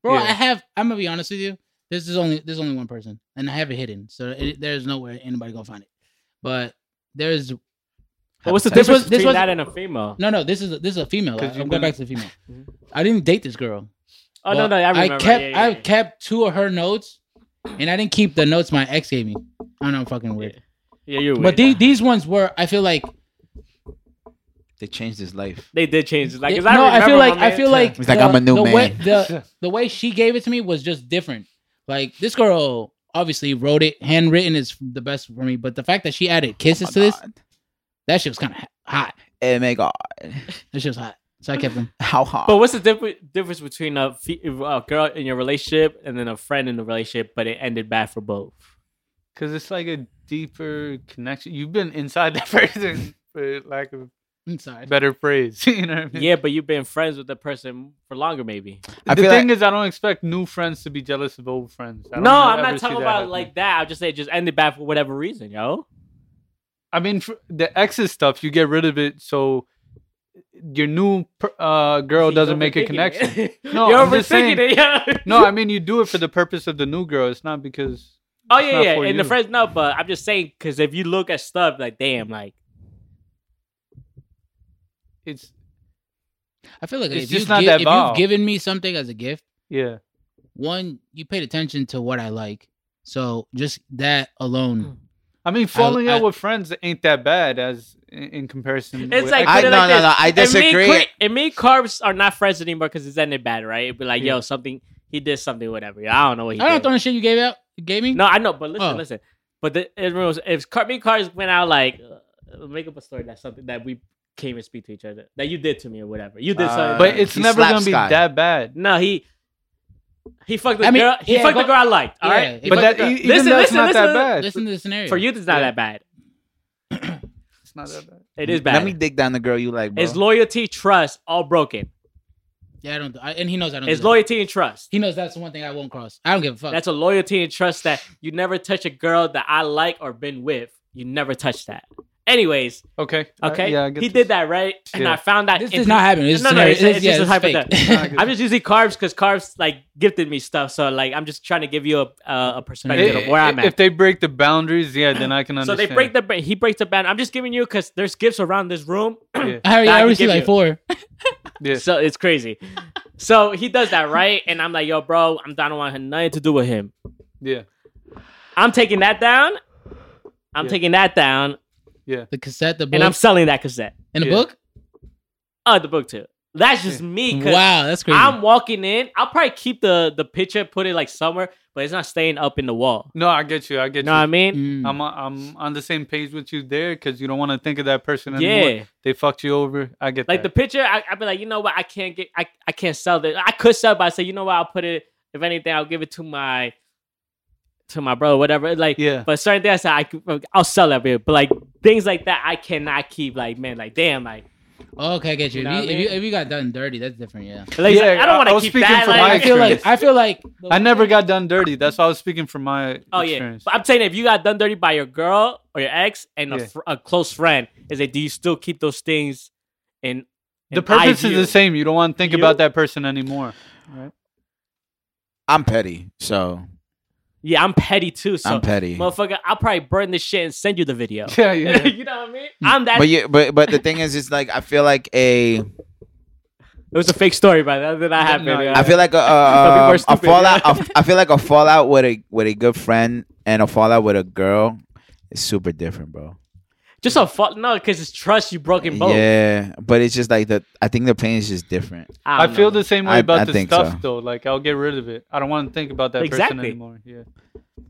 Speaker 5: bro.
Speaker 2: Yeah.
Speaker 5: I have. I'm gonna be honest with you. This is only there's only one person, and I have it hidden, so it, there's nowhere anybody gonna find it. But there's
Speaker 4: But what's the
Speaker 5: This
Speaker 4: difference
Speaker 5: was- this
Speaker 4: between
Speaker 5: was-
Speaker 4: that and a female?
Speaker 5: no, no. This is a, this is a female. I,
Speaker 2: 'Cause you Mm-hmm.
Speaker 5: am
Speaker 2: didn't-
Speaker 5: going back to the female.
Speaker 4: Mhm.
Speaker 5: I didn't date this girl.
Speaker 4: Oh no,
Speaker 5: But
Speaker 4: no, I remember.
Speaker 5: kept
Speaker 4: Yeah, yeah,
Speaker 5: I
Speaker 4: yeah.
Speaker 5: kept two of her notes, and I didn't keep the notes my ex gave me. I know I'm fucking weird,
Speaker 4: Yeah, you're
Speaker 5: but
Speaker 4: weird.
Speaker 5: these these ones were. I feel like
Speaker 3: They changed his life.
Speaker 4: they did change it. Like, 'cause
Speaker 5: no,
Speaker 4: I,
Speaker 5: I feel
Speaker 4: remember
Speaker 5: like
Speaker 4: my
Speaker 5: I feel
Speaker 4: man-
Speaker 5: like
Speaker 3: He's like, I'm a new
Speaker 5: the
Speaker 3: man.
Speaker 5: Way, the the way she gave it to me was just different. Like this girl obviously wrote it, handwritten is the best for me. But the fact that she added kisses to this, that shit was kind of hot.
Speaker 3: Oh my God.
Speaker 5: That shit was hot. So I kept them.
Speaker 3: How hot?
Speaker 4: But what's the diff- difference between a, fe- a girl in your relationship and then a friend in the relationship, but it ended bad for both?
Speaker 2: Because it's like a deeper connection. You've been inside that person, for lack of
Speaker 5: I'm sorry.
Speaker 2: a better phrase. you know what I mean?
Speaker 4: Yeah, but you've been friends with the person for longer, maybe.
Speaker 3: I
Speaker 2: the
Speaker 3: feel
Speaker 2: thing
Speaker 3: like-
Speaker 2: is, I don't expect new friends to be jealous of old friends. I don't
Speaker 4: No,
Speaker 2: know-
Speaker 4: I'm
Speaker 2: ever
Speaker 4: not
Speaker 2: see
Speaker 4: talking
Speaker 2: that
Speaker 4: about
Speaker 2: happen.
Speaker 4: like that. I will just say it just ended bad for whatever reason, yo.
Speaker 2: I mean, for the exes stuff, you get rid of it, so your new per- uh, girl
Speaker 4: She's
Speaker 2: doesn't make a
Speaker 4: overthinking
Speaker 2: connection.
Speaker 4: it.
Speaker 2: No,
Speaker 4: you're
Speaker 2: I'm
Speaker 4: overthinking
Speaker 2: just saying-
Speaker 4: it. Yeah.
Speaker 2: no, I mean you do it for the purpose of the new girl. It's not because
Speaker 4: Oh
Speaker 2: it's
Speaker 4: yeah,
Speaker 2: not
Speaker 4: yeah.
Speaker 2: for
Speaker 4: And the
Speaker 2: you.
Speaker 4: friends, no, but I'm just saying because if you look at stuff like, damn, like
Speaker 2: it's
Speaker 5: I feel like
Speaker 2: It's
Speaker 5: if,
Speaker 2: just
Speaker 5: you
Speaker 2: not
Speaker 5: gi-
Speaker 2: that
Speaker 5: if
Speaker 2: involved.
Speaker 5: you've given me something as a gift,
Speaker 2: yeah.
Speaker 5: one you paid attention to what I like. So just that
Speaker 4: Hmm.
Speaker 5: alone.
Speaker 2: I mean, falling
Speaker 5: I-
Speaker 2: out with friends ain't that bad as in, in comparison.
Speaker 4: It's
Speaker 2: with
Speaker 4: like-
Speaker 2: exes.
Speaker 3: I,
Speaker 4: put
Speaker 3: no,
Speaker 4: it like
Speaker 3: no,
Speaker 4: this.
Speaker 3: no. I
Speaker 4: And me,
Speaker 3: disagree.
Speaker 4: and Crit- and me and Carbs are not friends anymore because it's ended bad, right? It'd be like,
Speaker 2: Yeah.
Speaker 4: yo, something he did something, whatever. I don't know what he
Speaker 5: I don't
Speaker 4: did.
Speaker 5: throw the shit you gave out. you Gave me.
Speaker 4: No, I know, but listen,
Speaker 5: Oh.
Speaker 4: listen. But the, it was, if Car- me and Cars went out like, uh, make up a story that's something that we came and speak to each other that you did to me or whatever. You did
Speaker 3: Uh,
Speaker 4: something,
Speaker 2: but it's
Speaker 3: He
Speaker 2: never gonna
Speaker 3: slaps
Speaker 2: be
Speaker 3: guy.
Speaker 2: that bad.
Speaker 4: no, he he fucked the
Speaker 5: I mean,
Speaker 4: girl. He
Speaker 5: yeah,
Speaker 4: fucked the
Speaker 5: go-
Speaker 4: girl I liked. All
Speaker 5: Yeah,
Speaker 4: right,
Speaker 5: he
Speaker 2: But that
Speaker 5: fucked the
Speaker 2: e-
Speaker 5: girl.
Speaker 2: even
Speaker 4: Listen,
Speaker 2: that's
Speaker 4: listen,
Speaker 2: not
Speaker 4: listen.
Speaker 2: that bad.
Speaker 5: Listen to the scenario
Speaker 4: for you, it's not that bad.
Speaker 2: It's not that bad.
Speaker 4: It is bad.
Speaker 3: Let me dig down the girl you like, bro.
Speaker 4: It's loyalty, trust, all broken.
Speaker 5: Yeah, I don't. I, and he knows I don't.
Speaker 4: It's
Speaker 5: do that.
Speaker 4: loyalty and trust.
Speaker 5: He knows that's the one thing I won't cross. I don't give a fuck.
Speaker 4: That's a loyalty and trust that you never touch a girl that I like or been with. You never touch that. Anyways,
Speaker 2: Okay. I-
Speaker 4: okay,
Speaker 2: yeah, I get
Speaker 4: he
Speaker 2: this.
Speaker 4: did that right, and
Speaker 2: Yeah.
Speaker 4: I found that
Speaker 5: this
Speaker 4: in-
Speaker 5: does not happen. It's
Speaker 4: No, no,
Speaker 5: scenario-
Speaker 4: it's- it's
Speaker 5: yeah,
Speaker 4: just a
Speaker 5: fake.
Speaker 2: hypothetical.
Speaker 4: I'm just using carbs because carbs like gifted me stuff. So like I'm just trying to give you a uh, a perspective
Speaker 2: If,
Speaker 4: of where I'm
Speaker 2: if
Speaker 4: at.
Speaker 2: they break the boundaries, yeah, then I can
Speaker 4: So
Speaker 2: understand.
Speaker 4: they break the he breaks the ban. I'm just giving you because there's gifts around this room.
Speaker 2: Yeah.
Speaker 5: I already,
Speaker 4: Nah, I
Speaker 5: I
Speaker 4: can
Speaker 5: already see
Speaker 4: give
Speaker 5: like
Speaker 4: you.
Speaker 5: four.
Speaker 2: Yeah.
Speaker 4: So it's crazy. so he does that right, and I'm like, yo, bro, I'm I don't want nothing to do with him.
Speaker 2: Yeah.
Speaker 4: I'm taking that down. I'm
Speaker 2: Yeah.
Speaker 4: taking that down,
Speaker 5: The cassette, the book,
Speaker 4: and I'm selling that cassette.
Speaker 5: and the
Speaker 2: yeah.
Speaker 5: book.
Speaker 4: Oh, the book too. That's just me. 'cause
Speaker 5: Wow, that's crazy.
Speaker 4: I'm walking in. I'll probably keep the the picture, put it like somewhere, but it's not staying up in the wall.
Speaker 2: No, I get you. I
Speaker 4: You
Speaker 2: get
Speaker 4: know
Speaker 2: you.
Speaker 4: what I mean?
Speaker 5: Mm.
Speaker 2: I'm I'm on the same page with you there because you don't want to think of that person anymore.
Speaker 4: Yeah.
Speaker 2: They fucked you over. I get
Speaker 4: Like the
Speaker 2: that.
Speaker 4: picture, I, I'd be like, you know what? I can't get, I, I can't sell this. I could sell, but I say, you know what? I'll put it. If anything, I'll give it to my to my brother, whatever. Like,
Speaker 2: Yeah.
Speaker 4: But certain things I said, I, could- I'll sell every, but like things like that, I cannot keep. Like, man, like damn, like
Speaker 5: okay, I get you.
Speaker 4: You know
Speaker 5: if,
Speaker 4: what
Speaker 5: you
Speaker 4: I
Speaker 5: if you
Speaker 4: mean?
Speaker 5: if you got done dirty, that's different. Yeah,
Speaker 4: like,
Speaker 2: Yeah,
Speaker 4: I
Speaker 2: I-
Speaker 4: don't want
Speaker 2: I
Speaker 4: to
Speaker 2: was
Speaker 4: keep
Speaker 2: speaking
Speaker 4: that.
Speaker 2: from
Speaker 4: like,
Speaker 2: my
Speaker 5: I feel like
Speaker 2: experience.
Speaker 5: I feel like
Speaker 2: I never got done dirty. That's why I was speaking from my
Speaker 4: Oh yeah,
Speaker 2: experience.
Speaker 4: but I'm saying if you got done dirty by your girl or your ex and
Speaker 2: Yeah.
Speaker 4: a, fr- a close friend, is that do you still keep those things? in
Speaker 2: The
Speaker 4: in eye
Speaker 2: purpose is
Speaker 4: view?
Speaker 2: the same. You don't want to think
Speaker 4: You-
Speaker 2: about that person anymore.
Speaker 3: I'm petty, so
Speaker 4: Yeah, I'm petty too. So,
Speaker 3: I'm petty.
Speaker 4: motherfucker, I'll probably burn this shit and send you the video.
Speaker 2: Yeah,
Speaker 4: you know what I mean? I'm that.
Speaker 3: But yeah, but but the thing is, it's like I feel like a
Speaker 4: it was a fake story, but that did not happen.
Speaker 2: No,
Speaker 4: yeah.
Speaker 3: I feel like a
Speaker 4: Some people
Speaker 3: a,
Speaker 4: are
Speaker 3: a, a
Speaker 4: stupid,
Speaker 3: fallout.
Speaker 4: yeah.
Speaker 3: a- I feel like a fallout with a with a good friend and a fallout with a girl is super different, bro.
Speaker 4: just a fuck no, because it's trust you broke in both.
Speaker 3: Yeah, but it's just like the. I think the pain is just different.
Speaker 2: I,
Speaker 4: don't
Speaker 2: feel
Speaker 4: know.
Speaker 2: the same way
Speaker 3: I-
Speaker 2: about
Speaker 3: I
Speaker 2: this
Speaker 3: think
Speaker 2: stuff
Speaker 3: so.
Speaker 2: though. Like I'll get rid of it. I don't want to think about that person
Speaker 4: Exactly.
Speaker 2: anymore. Yeah.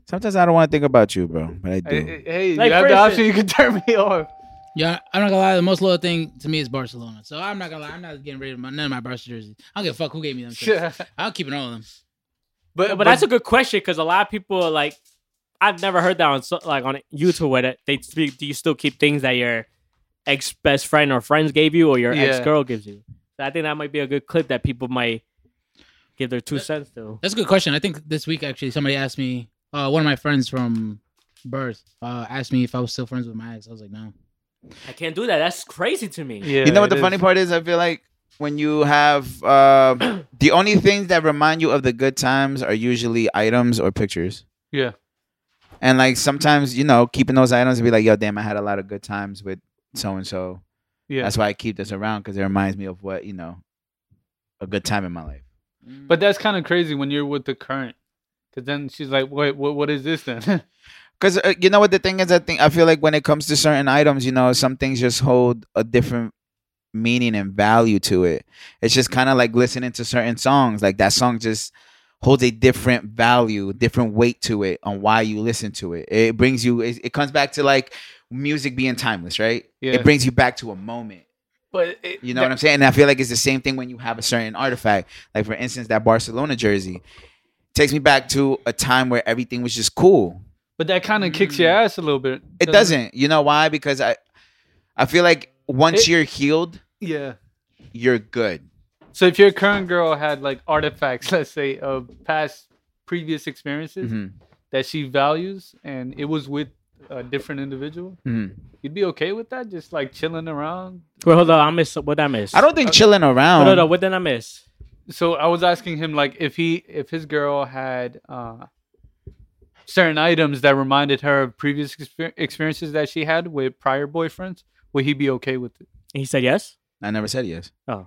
Speaker 3: Sometimes I don't want to think about you, bro, but I
Speaker 2: I-
Speaker 3: do.
Speaker 2: I- hey,
Speaker 4: Like,
Speaker 2: you have
Speaker 4: for
Speaker 2: the option.
Speaker 4: instance-
Speaker 2: You can turn me off.
Speaker 5: Yeah, I'm not gonna lie. The most loyal thing to me is Barcelona. So I'm not gonna lie. I'm not getting rid of my, none of my Barcelona jerseys. I don't give a fuck who gave me them. shits.
Speaker 2: Yeah.
Speaker 5: I'll keep it all of them.
Speaker 2: But,
Speaker 4: but, that's a good question because a lot of people are like I've never heard that on so, like on YouTube where that they speak. Do you still keep things that your ex best friend or friends gave you or your
Speaker 2: Yeah.
Speaker 4: ex girl gives you? So I think that might be a good clip that people might give their two cents to.
Speaker 5: That's a good question. I think this week actually somebody asked me. Uh, one of my friends from birth uh, asked me if I was still friends with my ex. I was like, no.
Speaker 4: I can't do that. That's crazy to me.
Speaker 2: yeah,
Speaker 3: you know what the
Speaker 2: it
Speaker 3: funny
Speaker 2: is.
Speaker 3: part is? I feel like when you have uh, the only things that remind you of the good times are usually items or pictures.
Speaker 2: Yeah.
Speaker 3: And like sometimes, you know, keeping those items and be like, yo, damn, I had a lot of good times with so and so.
Speaker 2: Yeah.
Speaker 3: That's why I keep this around because it reminds me of what, you know, a good time in my life.
Speaker 2: But that's kind of crazy when you're with the current, because then she's like, "Wait, what? What is this then?"
Speaker 3: Because uh, you know what the thing is, I think I feel like when it comes to certain items, you know, some things just hold a different meaning and value to it. It's just kind of like listening to certain songs. Like that song just holds a different value, different weight to it on why you listen to it. It brings you. It, it comes back to like music being timeless, right?
Speaker 2: Yeah.
Speaker 3: It brings you back to a moment.
Speaker 2: but it,
Speaker 3: You know what I'm saying? And I feel like it's the same thing when you have a certain artifact. Like for instance, that Barcelona jersey takes me back to a time where everything was just cool.
Speaker 2: But that kind of kicks your
Speaker 4: Mm.
Speaker 2: ass a little bit.
Speaker 3: It doesn't. You know why? Because I I feel like once
Speaker 2: It-
Speaker 3: you're healed,
Speaker 2: Yeah.
Speaker 3: you're good.
Speaker 2: So if your current girl had like artifacts, let's say, of past previous experiences
Speaker 3: Mhm.
Speaker 2: that she values, and it was with a different individual,
Speaker 3: Mhm.
Speaker 2: you'd be okay with that? Just like chilling around.
Speaker 4: Wait, hold on. I miss what I miss.
Speaker 3: I don't think chilling around.
Speaker 4: No, no, no. What did I miss?
Speaker 2: So I was asking him like if he if his girl had uh certain items that reminded her of previous exper- experiences that she had with prior boyfriends, would he be okay with it?
Speaker 4: And he said yes.
Speaker 3: I never said yes.
Speaker 2: Yeah.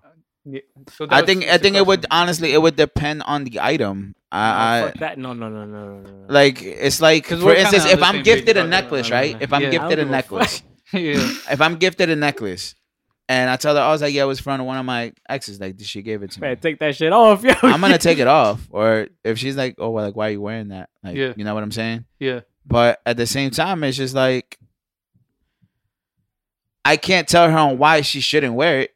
Speaker 2: So that
Speaker 3: I
Speaker 2: was
Speaker 3: think I
Speaker 2: just a
Speaker 3: think it would
Speaker 2: question.
Speaker 3: honestly it would depend on the item. I, I
Speaker 4: Fuck that. No, no, no, no, no, no. no.
Speaker 3: like it's like
Speaker 2: 'Cause
Speaker 3: for
Speaker 2: we're kinda
Speaker 3: instance,
Speaker 2: on
Speaker 3: if
Speaker 2: the
Speaker 3: I'm
Speaker 2: same page
Speaker 3: gifted a
Speaker 2: about that.
Speaker 3: necklace,
Speaker 4: I don't
Speaker 3: right?
Speaker 4: know.
Speaker 3: If I'm
Speaker 2: Yeah. I
Speaker 3: gifted a
Speaker 4: don't give a
Speaker 3: necklace,
Speaker 2: yeah.
Speaker 3: if I'm gifted a necklace, and I tell her I was like, yeah, it was from one of my exes. Like she gave it to me.
Speaker 4: Man, take that shit off. Yo.
Speaker 3: I'm gonna take it off. Or if she's like, oh, well, like why are you wearing that? Like
Speaker 2: Yeah.
Speaker 3: you know what I'm saying?
Speaker 2: Yeah.
Speaker 3: But at the same time, it's just like I can't tell her on why she shouldn't wear it.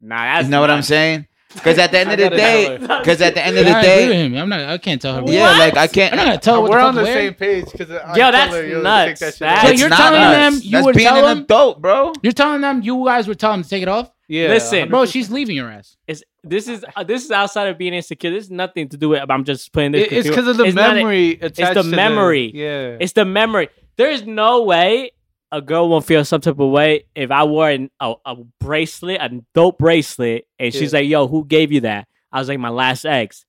Speaker 4: Nah, that's
Speaker 3: you know what
Speaker 4: not-
Speaker 3: I'm saying? Because at the end
Speaker 2: I
Speaker 3: of the
Speaker 2: gotta
Speaker 3: day,
Speaker 2: tell
Speaker 3: because at the end of
Speaker 5: Yeah,
Speaker 3: the
Speaker 5: I agree with
Speaker 3: day,
Speaker 5: him. I'm not. I can't tell her.
Speaker 3: yeah, like I
Speaker 5: I'm
Speaker 3: can't.
Speaker 5: not gonna tell her what
Speaker 2: Oh, We're
Speaker 5: the fuck
Speaker 2: on the
Speaker 5: to wear.
Speaker 2: same page because
Speaker 4: Yo, that's nuts. That's-
Speaker 5: Yo,
Speaker 3: It's
Speaker 5: you're
Speaker 3: not
Speaker 5: telling
Speaker 3: us.
Speaker 5: them you
Speaker 3: That's
Speaker 5: would
Speaker 3: being
Speaker 5: tell
Speaker 3: an
Speaker 5: them?
Speaker 3: adult, bro.
Speaker 5: You're telling them you guys were telling them to take it off,
Speaker 2: Yeah,
Speaker 4: Listen,
Speaker 5: bro. She's leaving your ass.
Speaker 4: It's, this is uh, this is outside of being insecure. This is nothing to do with. I'm just putting this.
Speaker 2: It- it's
Speaker 4: confu-
Speaker 2: because of the
Speaker 4: it's not-
Speaker 2: memory. attached
Speaker 4: the
Speaker 2: to
Speaker 4: memory.
Speaker 2: Yeah.
Speaker 4: it's the memory. There's no way a girl won't feel some type of way if I wore an, a, a bracelet, a dope bracelet, and she's
Speaker 2: Yeah.
Speaker 4: like, "Yo, who gave you that?" I was like, "My last ex."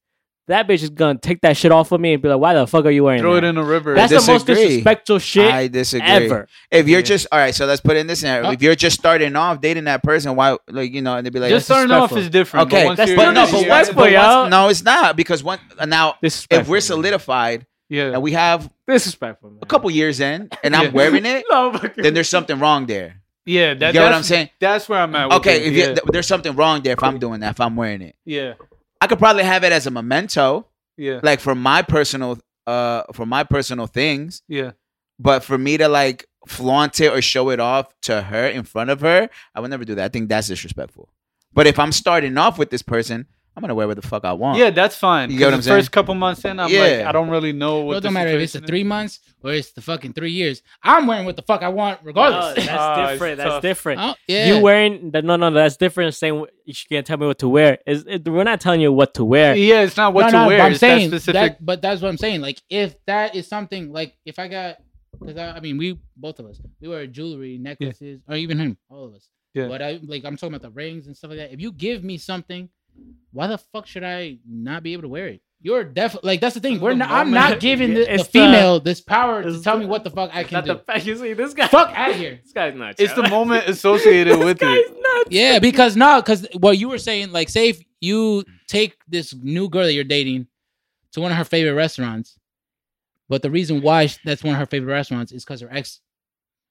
Speaker 4: That bitch is gonna take that shit off of me and be like, "Why the fuck are you wearing
Speaker 2: Throw
Speaker 4: that?"
Speaker 2: it in a river.
Speaker 4: That's the most
Speaker 3: disagree.
Speaker 4: disrespectful shit
Speaker 3: I disagree.
Speaker 4: ever.
Speaker 3: If you're
Speaker 2: Yeah.
Speaker 3: just all right, so let's put in this scenario.
Speaker 5: Uh,
Speaker 3: If you're just starting off dating that person, why like you know, and they'd be like,
Speaker 2: Just uh,
Speaker 4: that's
Speaker 2: starting off
Speaker 4: disrespectful.
Speaker 2: is different.
Speaker 3: Okay,
Speaker 2: but once
Speaker 4: that's
Speaker 2: you're
Speaker 3: but
Speaker 2: in
Speaker 3: no,
Speaker 2: it,
Speaker 3: but
Speaker 2: you're
Speaker 4: once-
Speaker 2: in
Speaker 4: but
Speaker 2: it.
Speaker 4: y'all-
Speaker 3: no, it's not because one now
Speaker 4: Disrespectful.
Speaker 3: if we're solidified
Speaker 2: yeah,
Speaker 3: and we have
Speaker 4: disrespectful, man.
Speaker 3: a couple years in and
Speaker 2: Yeah.
Speaker 3: I'm wearing it,
Speaker 4: No, fuck
Speaker 3: then
Speaker 4: you.
Speaker 3: there's something wrong there.
Speaker 2: yeah. That,
Speaker 3: you get what
Speaker 2: that's-
Speaker 3: I'm saying?
Speaker 2: That's where I'm at. with
Speaker 3: Okay,
Speaker 2: it,
Speaker 3: if you,
Speaker 2: yeah,
Speaker 3: th- there's something wrong there if I'm doing that, if I'm wearing it.
Speaker 2: yeah,
Speaker 3: I could probably have it as a memento,
Speaker 2: yeah,
Speaker 3: like for my personal uh for my personal things,
Speaker 2: yeah.
Speaker 3: but for me to like flaunt it or show it off to her in front of her, I would never do that. I think that's disrespectful. But if I'm starting off with this person, I'm gonna wear what the fuck I want.
Speaker 2: Yeah, that's fine.
Speaker 3: You get what
Speaker 2: 'cause
Speaker 3: I'm
Speaker 2: the
Speaker 3: saying?
Speaker 2: First couple months in, I'm like,
Speaker 3: Yeah.
Speaker 2: I don't really know
Speaker 5: Well,
Speaker 2: what.
Speaker 5: it
Speaker 2: the
Speaker 5: don't matter if it's the
Speaker 2: situation
Speaker 5: three months or it's the fucking three years. I'm wearing what the fuck I want, regardless.
Speaker 4: Oh, that's
Speaker 2: Ah, it's
Speaker 4: different.
Speaker 2: tough.
Speaker 4: That's different.
Speaker 5: Oh, yeah.
Speaker 4: You wearing that? No, no, that's different. Saying you can't tell me what to wear. Is it, we're not telling you what to wear.
Speaker 2: is. Yeah, it's not what
Speaker 5: no,
Speaker 2: to
Speaker 5: no,
Speaker 2: wear.
Speaker 5: but I'm
Speaker 2: it's
Speaker 5: saying
Speaker 2: that specific.
Speaker 5: that, but that's what I'm saying. Like, if that is something, like, if I got, because I, I mean, we both of us, we wear jewelry, necklaces, or even him, all of us.
Speaker 2: Yeah.
Speaker 5: But I like, I'm talking about the rings and stuff like that. If you give me something, why the fuck should I not be able to wear it? You're definitely like that's the thing. We're
Speaker 2: The
Speaker 5: not. I'm
Speaker 2: moment-
Speaker 5: not giving the,
Speaker 4: It's
Speaker 5: the
Speaker 4: the-
Speaker 5: female this power to
Speaker 4: it's
Speaker 5: tell
Speaker 4: the-
Speaker 5: me what the fuck I can
Speaker 4: Not
Speaker 5: do.
Speaker 4: the fact you see this guy.
Speaker 5: fuck out of here.
Speaker 4: This guy's nuts.
Speaker 2: it's the
Speaker 4: yo.
Speaker 2: moment associated with
Speaker 4: This
Speaker 2: it.
Speaker 4: guy's nuts.
Speaker 5: Yeah, because no, because what you were saying, like, say if you take this new girl that you're dating to one of her favorite restaurants, but the reason why sh- that's one of her favorite restaurants is because her ex.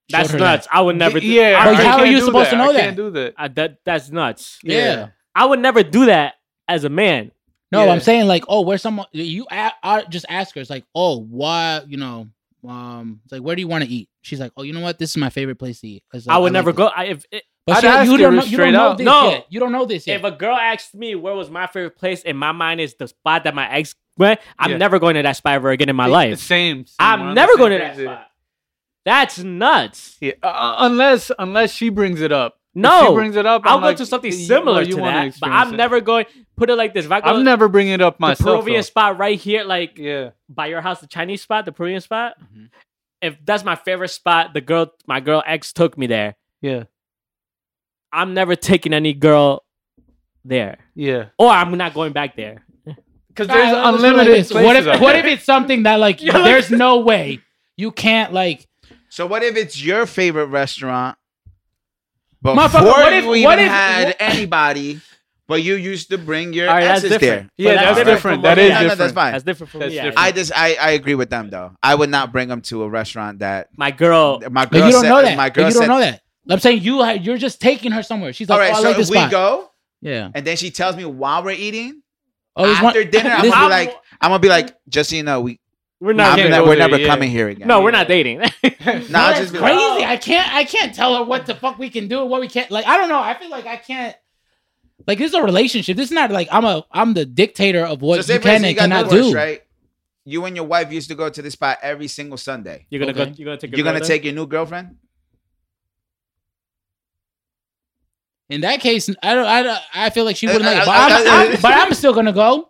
Speaker 5: showed
Speaker 4: That's
Speaker 5: her
Speaker 4: nuts. I would never. do-
Speaker 2: Yeah,
Speaker 4: I
Speaker 5: But
Speaker 2: I
Speaker 5: how
Speaker 4: can't-
Speaker 5: are you
Speaker 2: do
Speaker 5: supposed to know
Speaker 2: I can't
Speaker 5: that?
Speaker 2: do that.
Speaker 4: I- that that's nuts.
Speaker 5: That. Yeah.
Speaker 4: I would never do that as a man.
Speaker 5: No,
Speaker 2: Yeah.
Speaker 5: I'm saying like, oh, where's someone? You a I just ask her. It's like, oh, why? You know, um, it's like, where do you want to eat? She's like, oh, you know what? This is my favorite place to eat. It's like,
Speaker 4: I would
Speaker 5: like
Speaker 4: never
Speaker 5: it.
Speaker 4: go. I, if
Speaker 5: But
Speaker 2: I'd
Speaker 5: she-
Speaker 2: ask
Speaker 5: you,
Speaker 2: her
Speaker 5: don't know, you
Speaker 2: straight
Speaker 5: don't know
Speaker 2: up.
Speaker 5: this
Speaker 4: No.
Speaker 5: yet. You don't know this yet.
Speaker 4: if a girl asked me where was my favorite place, and my mind is the spot that my ex went, I'm
Speaker 2: Yeah.
Speaker 4: never going to that spot ever again in my
Speaker 2: It-
Speaker 4: life.
Speaker 2: Same. same, we're
Speaker 4: I'm
Speaker 2: on
Speaker 4: never
Speaker 2: the
Speaker 4: going to
Speaker 2: same
Speaker 4: that
Speaker 2: page there.
Speaker 4: spot. That's nuts.
Speaker 2: Yeah, uh, uh, unless unless she brings it up. If
Speaker 4: No,
Speaker 2: she brings it up.
Speaker 4: I'll
Speaker 2: I'm
Speaker 4: go
Speaker 2: like,
Speaker 4: to something
Speaker 2: "You-
Speaker 4: similar
Speaker 2: you
Speaker 4: to
Speaker 2: wanna
Speaker 4: that, but
Speaker 2: experience
Speaker 4: I'm
Speaker 2: it."
Speaker 4: never going. Put it like this: if I go
Speaker 2: I'm never bringing it up
Speaker 4: the
Speaker 2: myself.
Speaker 4: Peruvian
Speaker 2: though.
Speaker 4: spot right here, like
Speaker 2: Yeah,
Speaker 4: by your house, the Chinese spot, the Peruvian spot.
Speaker 2: Mhm.
Speaker 4: If that's my favorite spot, the girl, my girl ex took me there.
Speaker 2: yeah,
Speaker 4: I'm never taking any girl there,
Speaker 2: yeah.
Speaker 4: or I'm not going back there.
Speaker 2: Because
Speaker 5: Nah,
Speaker 2: there's
Speaker 5: let's put it like
Speaker 2: unlimited
Speaker 5: this. What if
Speaker 2: places out
Speaker 5: what
Speaker 2: there.
Speaker 5: if it's something that like
Speaker 4: You're like-
Speaker 5: there's no way you can't like
Speaker 3: So what if it's your favorite restaurant? Before
Speaker 5: Motherfucker, what if-
Speaker 3: you even
Speaker 5: what if-
Speaker 3: had
Speaker 5: what-
Speaker 3: anybody, but you used to bring your
Speaker 4: All right, that's
Speaker 3: exes there.
Speaker 4: different. But
Speaker 2: Yeah, that's,
Speaker 3: that's
Speaker 2: different.
Speaker 4: from
Speaker 2: That
Speaker 4: what-
Speaker 2: is
Speaker 4: Yeah,
Speaker 3: no,
Speaker 2: different.
Speaker 3: that's fine.
Speaker 4: That's different for
Speaker 2: That's
Speaker 4: me.
Speaker 2: different.
Speaker 4: actually.
Speaker 3: I just I, I agree with them though. I would not bring them to a restaurant that
Speaker 4: my girl.
Speaker 3: my
Speaker 5: Oh. but
Speaker 3: girl
Speaker 5: you don't
Speaker 3: said. uh,
Speaker 5: know that.
Speaker 3: My
Speaker 5: But
Speaker 3: girl
Speaker 5: you don't
Speaker 3: said.
Speaker 5: know that. I'm saying you ha- you're just taking her somewhere. She's
Speaker 3: All
Speaker 5: like,
Speaker 3: right,
Speaker 5: oh, I
Speaker 3: so
Speaker 5: like
Speaker 3: if
Speaker 5: this
Speaker 3: we
Speaker 5: spot.
Speaker 3: go,
Speaker 5: yeah.
Speaker 3: and then she tells me while we're eating
Speaker 5: Oh, there's
Speaker 3: after dinner, I'm
Speaker 5: this-
Speaker 3: gonna
Speaker 4: I'm-
Speaker 3: be like, I'm gonna be like, just so you know, we
Speaker 4: We're
Speaker 3: I'm
Speaker 4: not.
Speaker 2: gonna
Speaker 4: Getting,
Speaker 3: ne-
Speaker 2: go
Speaker 3: we're
Speaker 2: there,
Speaker 3: never
Speaker 2: yeah.
Speaker 3: coming here again.
Speaker 4: no, we're not dating.
Speaker 3: Nah, I'll
Speaker 5: that's
Speaker 3: just be
Speaker 5: crazy.
Speaker 3: like-
Speaker 5: I can't. I can't tell her what the fuck we can do and what we can't. Like, I don't know. I feel like I can't. Like, this is a relationship. This is not like I'm a. I'm the dictator of what
Speaker 3: So say
Speaker 5: you
Speaker 3: for instance
Speaker 5: can and
Speaker 3: you got
Speaker 5: cannot
Speaker 3: divorced,
Speaker 5: do.
Speaker 3: right? You and your wife used to go to this spot every single Sunday.
Speaker 4: You're gonna
Speaker 5: Okay.
Speaker 4: go. You're gonna take. your
Speaker 3: You're gonna
Speaker 4: girl
Speaker 3: take your new girlfriend.
Speaker 5: In that case, I don't. I don't. I feel like she wouldn't.
Speaker 3: Uh, uh,
Speaker 5: like, it.
Speaker 3: uh,
Speaker 5: but, I'm,
Speaker 3: uh,
Speaker 5: I'm- but I'm still gonna go.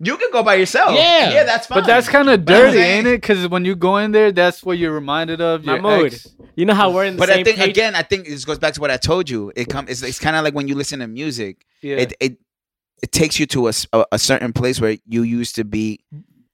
Speaker 3: You can go by yourself.
Speaker 5: Yeah.
Speaker 3: yeah, that's fine.
Speaker 2: But that's kind of
Speaker 3: But I'm
Speaker 2: dirty,
Speaker 3: saying-
Speaker 2: ain't it? Because when you go in there, that's what you're reminded of.
Speaker 4: My
Speaker 2: Your
Speaker 4: mood.
Speaker 2: ex.
Speaker 4: there? You know how we're in the
Speaker 3: But
Speaker 4: same
Speaker 3: I think
Speaker 4: page?
Speaker 3: again, I think this goes back to what I told you. It come. It's, it's kind of like when you listen to music.
Speaker 2: Yeah.
Speaker 3: It it it takes you to a, s- a- a certain place where you used to be.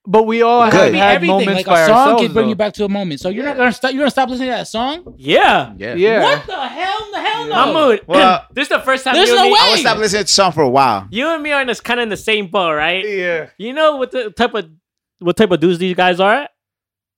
Speaker 2: but we all
Speaker 3: It
Speaker 2: have
Speaker 3: could
Speaker 5: I
Speaker 3: be
Speaker 2: had
Speaker 5: mean, everything.
Speaker 2: moments
Speaker 5: Like
Speaker 2: by
Speaker 5: a song
Speaker 2: ourselves.
Speaker 5: can bring you
Speaker 2: though.
Speaker 5: back to a moment. So you're not gonna stop. You're gonna stop listening to that song.
Speaker 4: Yeah.
Speaker 2: Yeah.
Speaker 5: What the hell? The hell no.
Speaker 4: My mood.
Speaker 3: Well,
Speaker 4: this is the first time.
Speaker 5: there's
Speaker 4: you
Speaker 5: no
Speaker 4: and me,
Speaker 5: way.
Speaker 3: I would stop listening to song for a while.
Speaker 4: You and me are in this kind of in the same boat, right?
Speaker 2: Yeah.
Speaker 4: You know what the type of what type of dudes these guys are?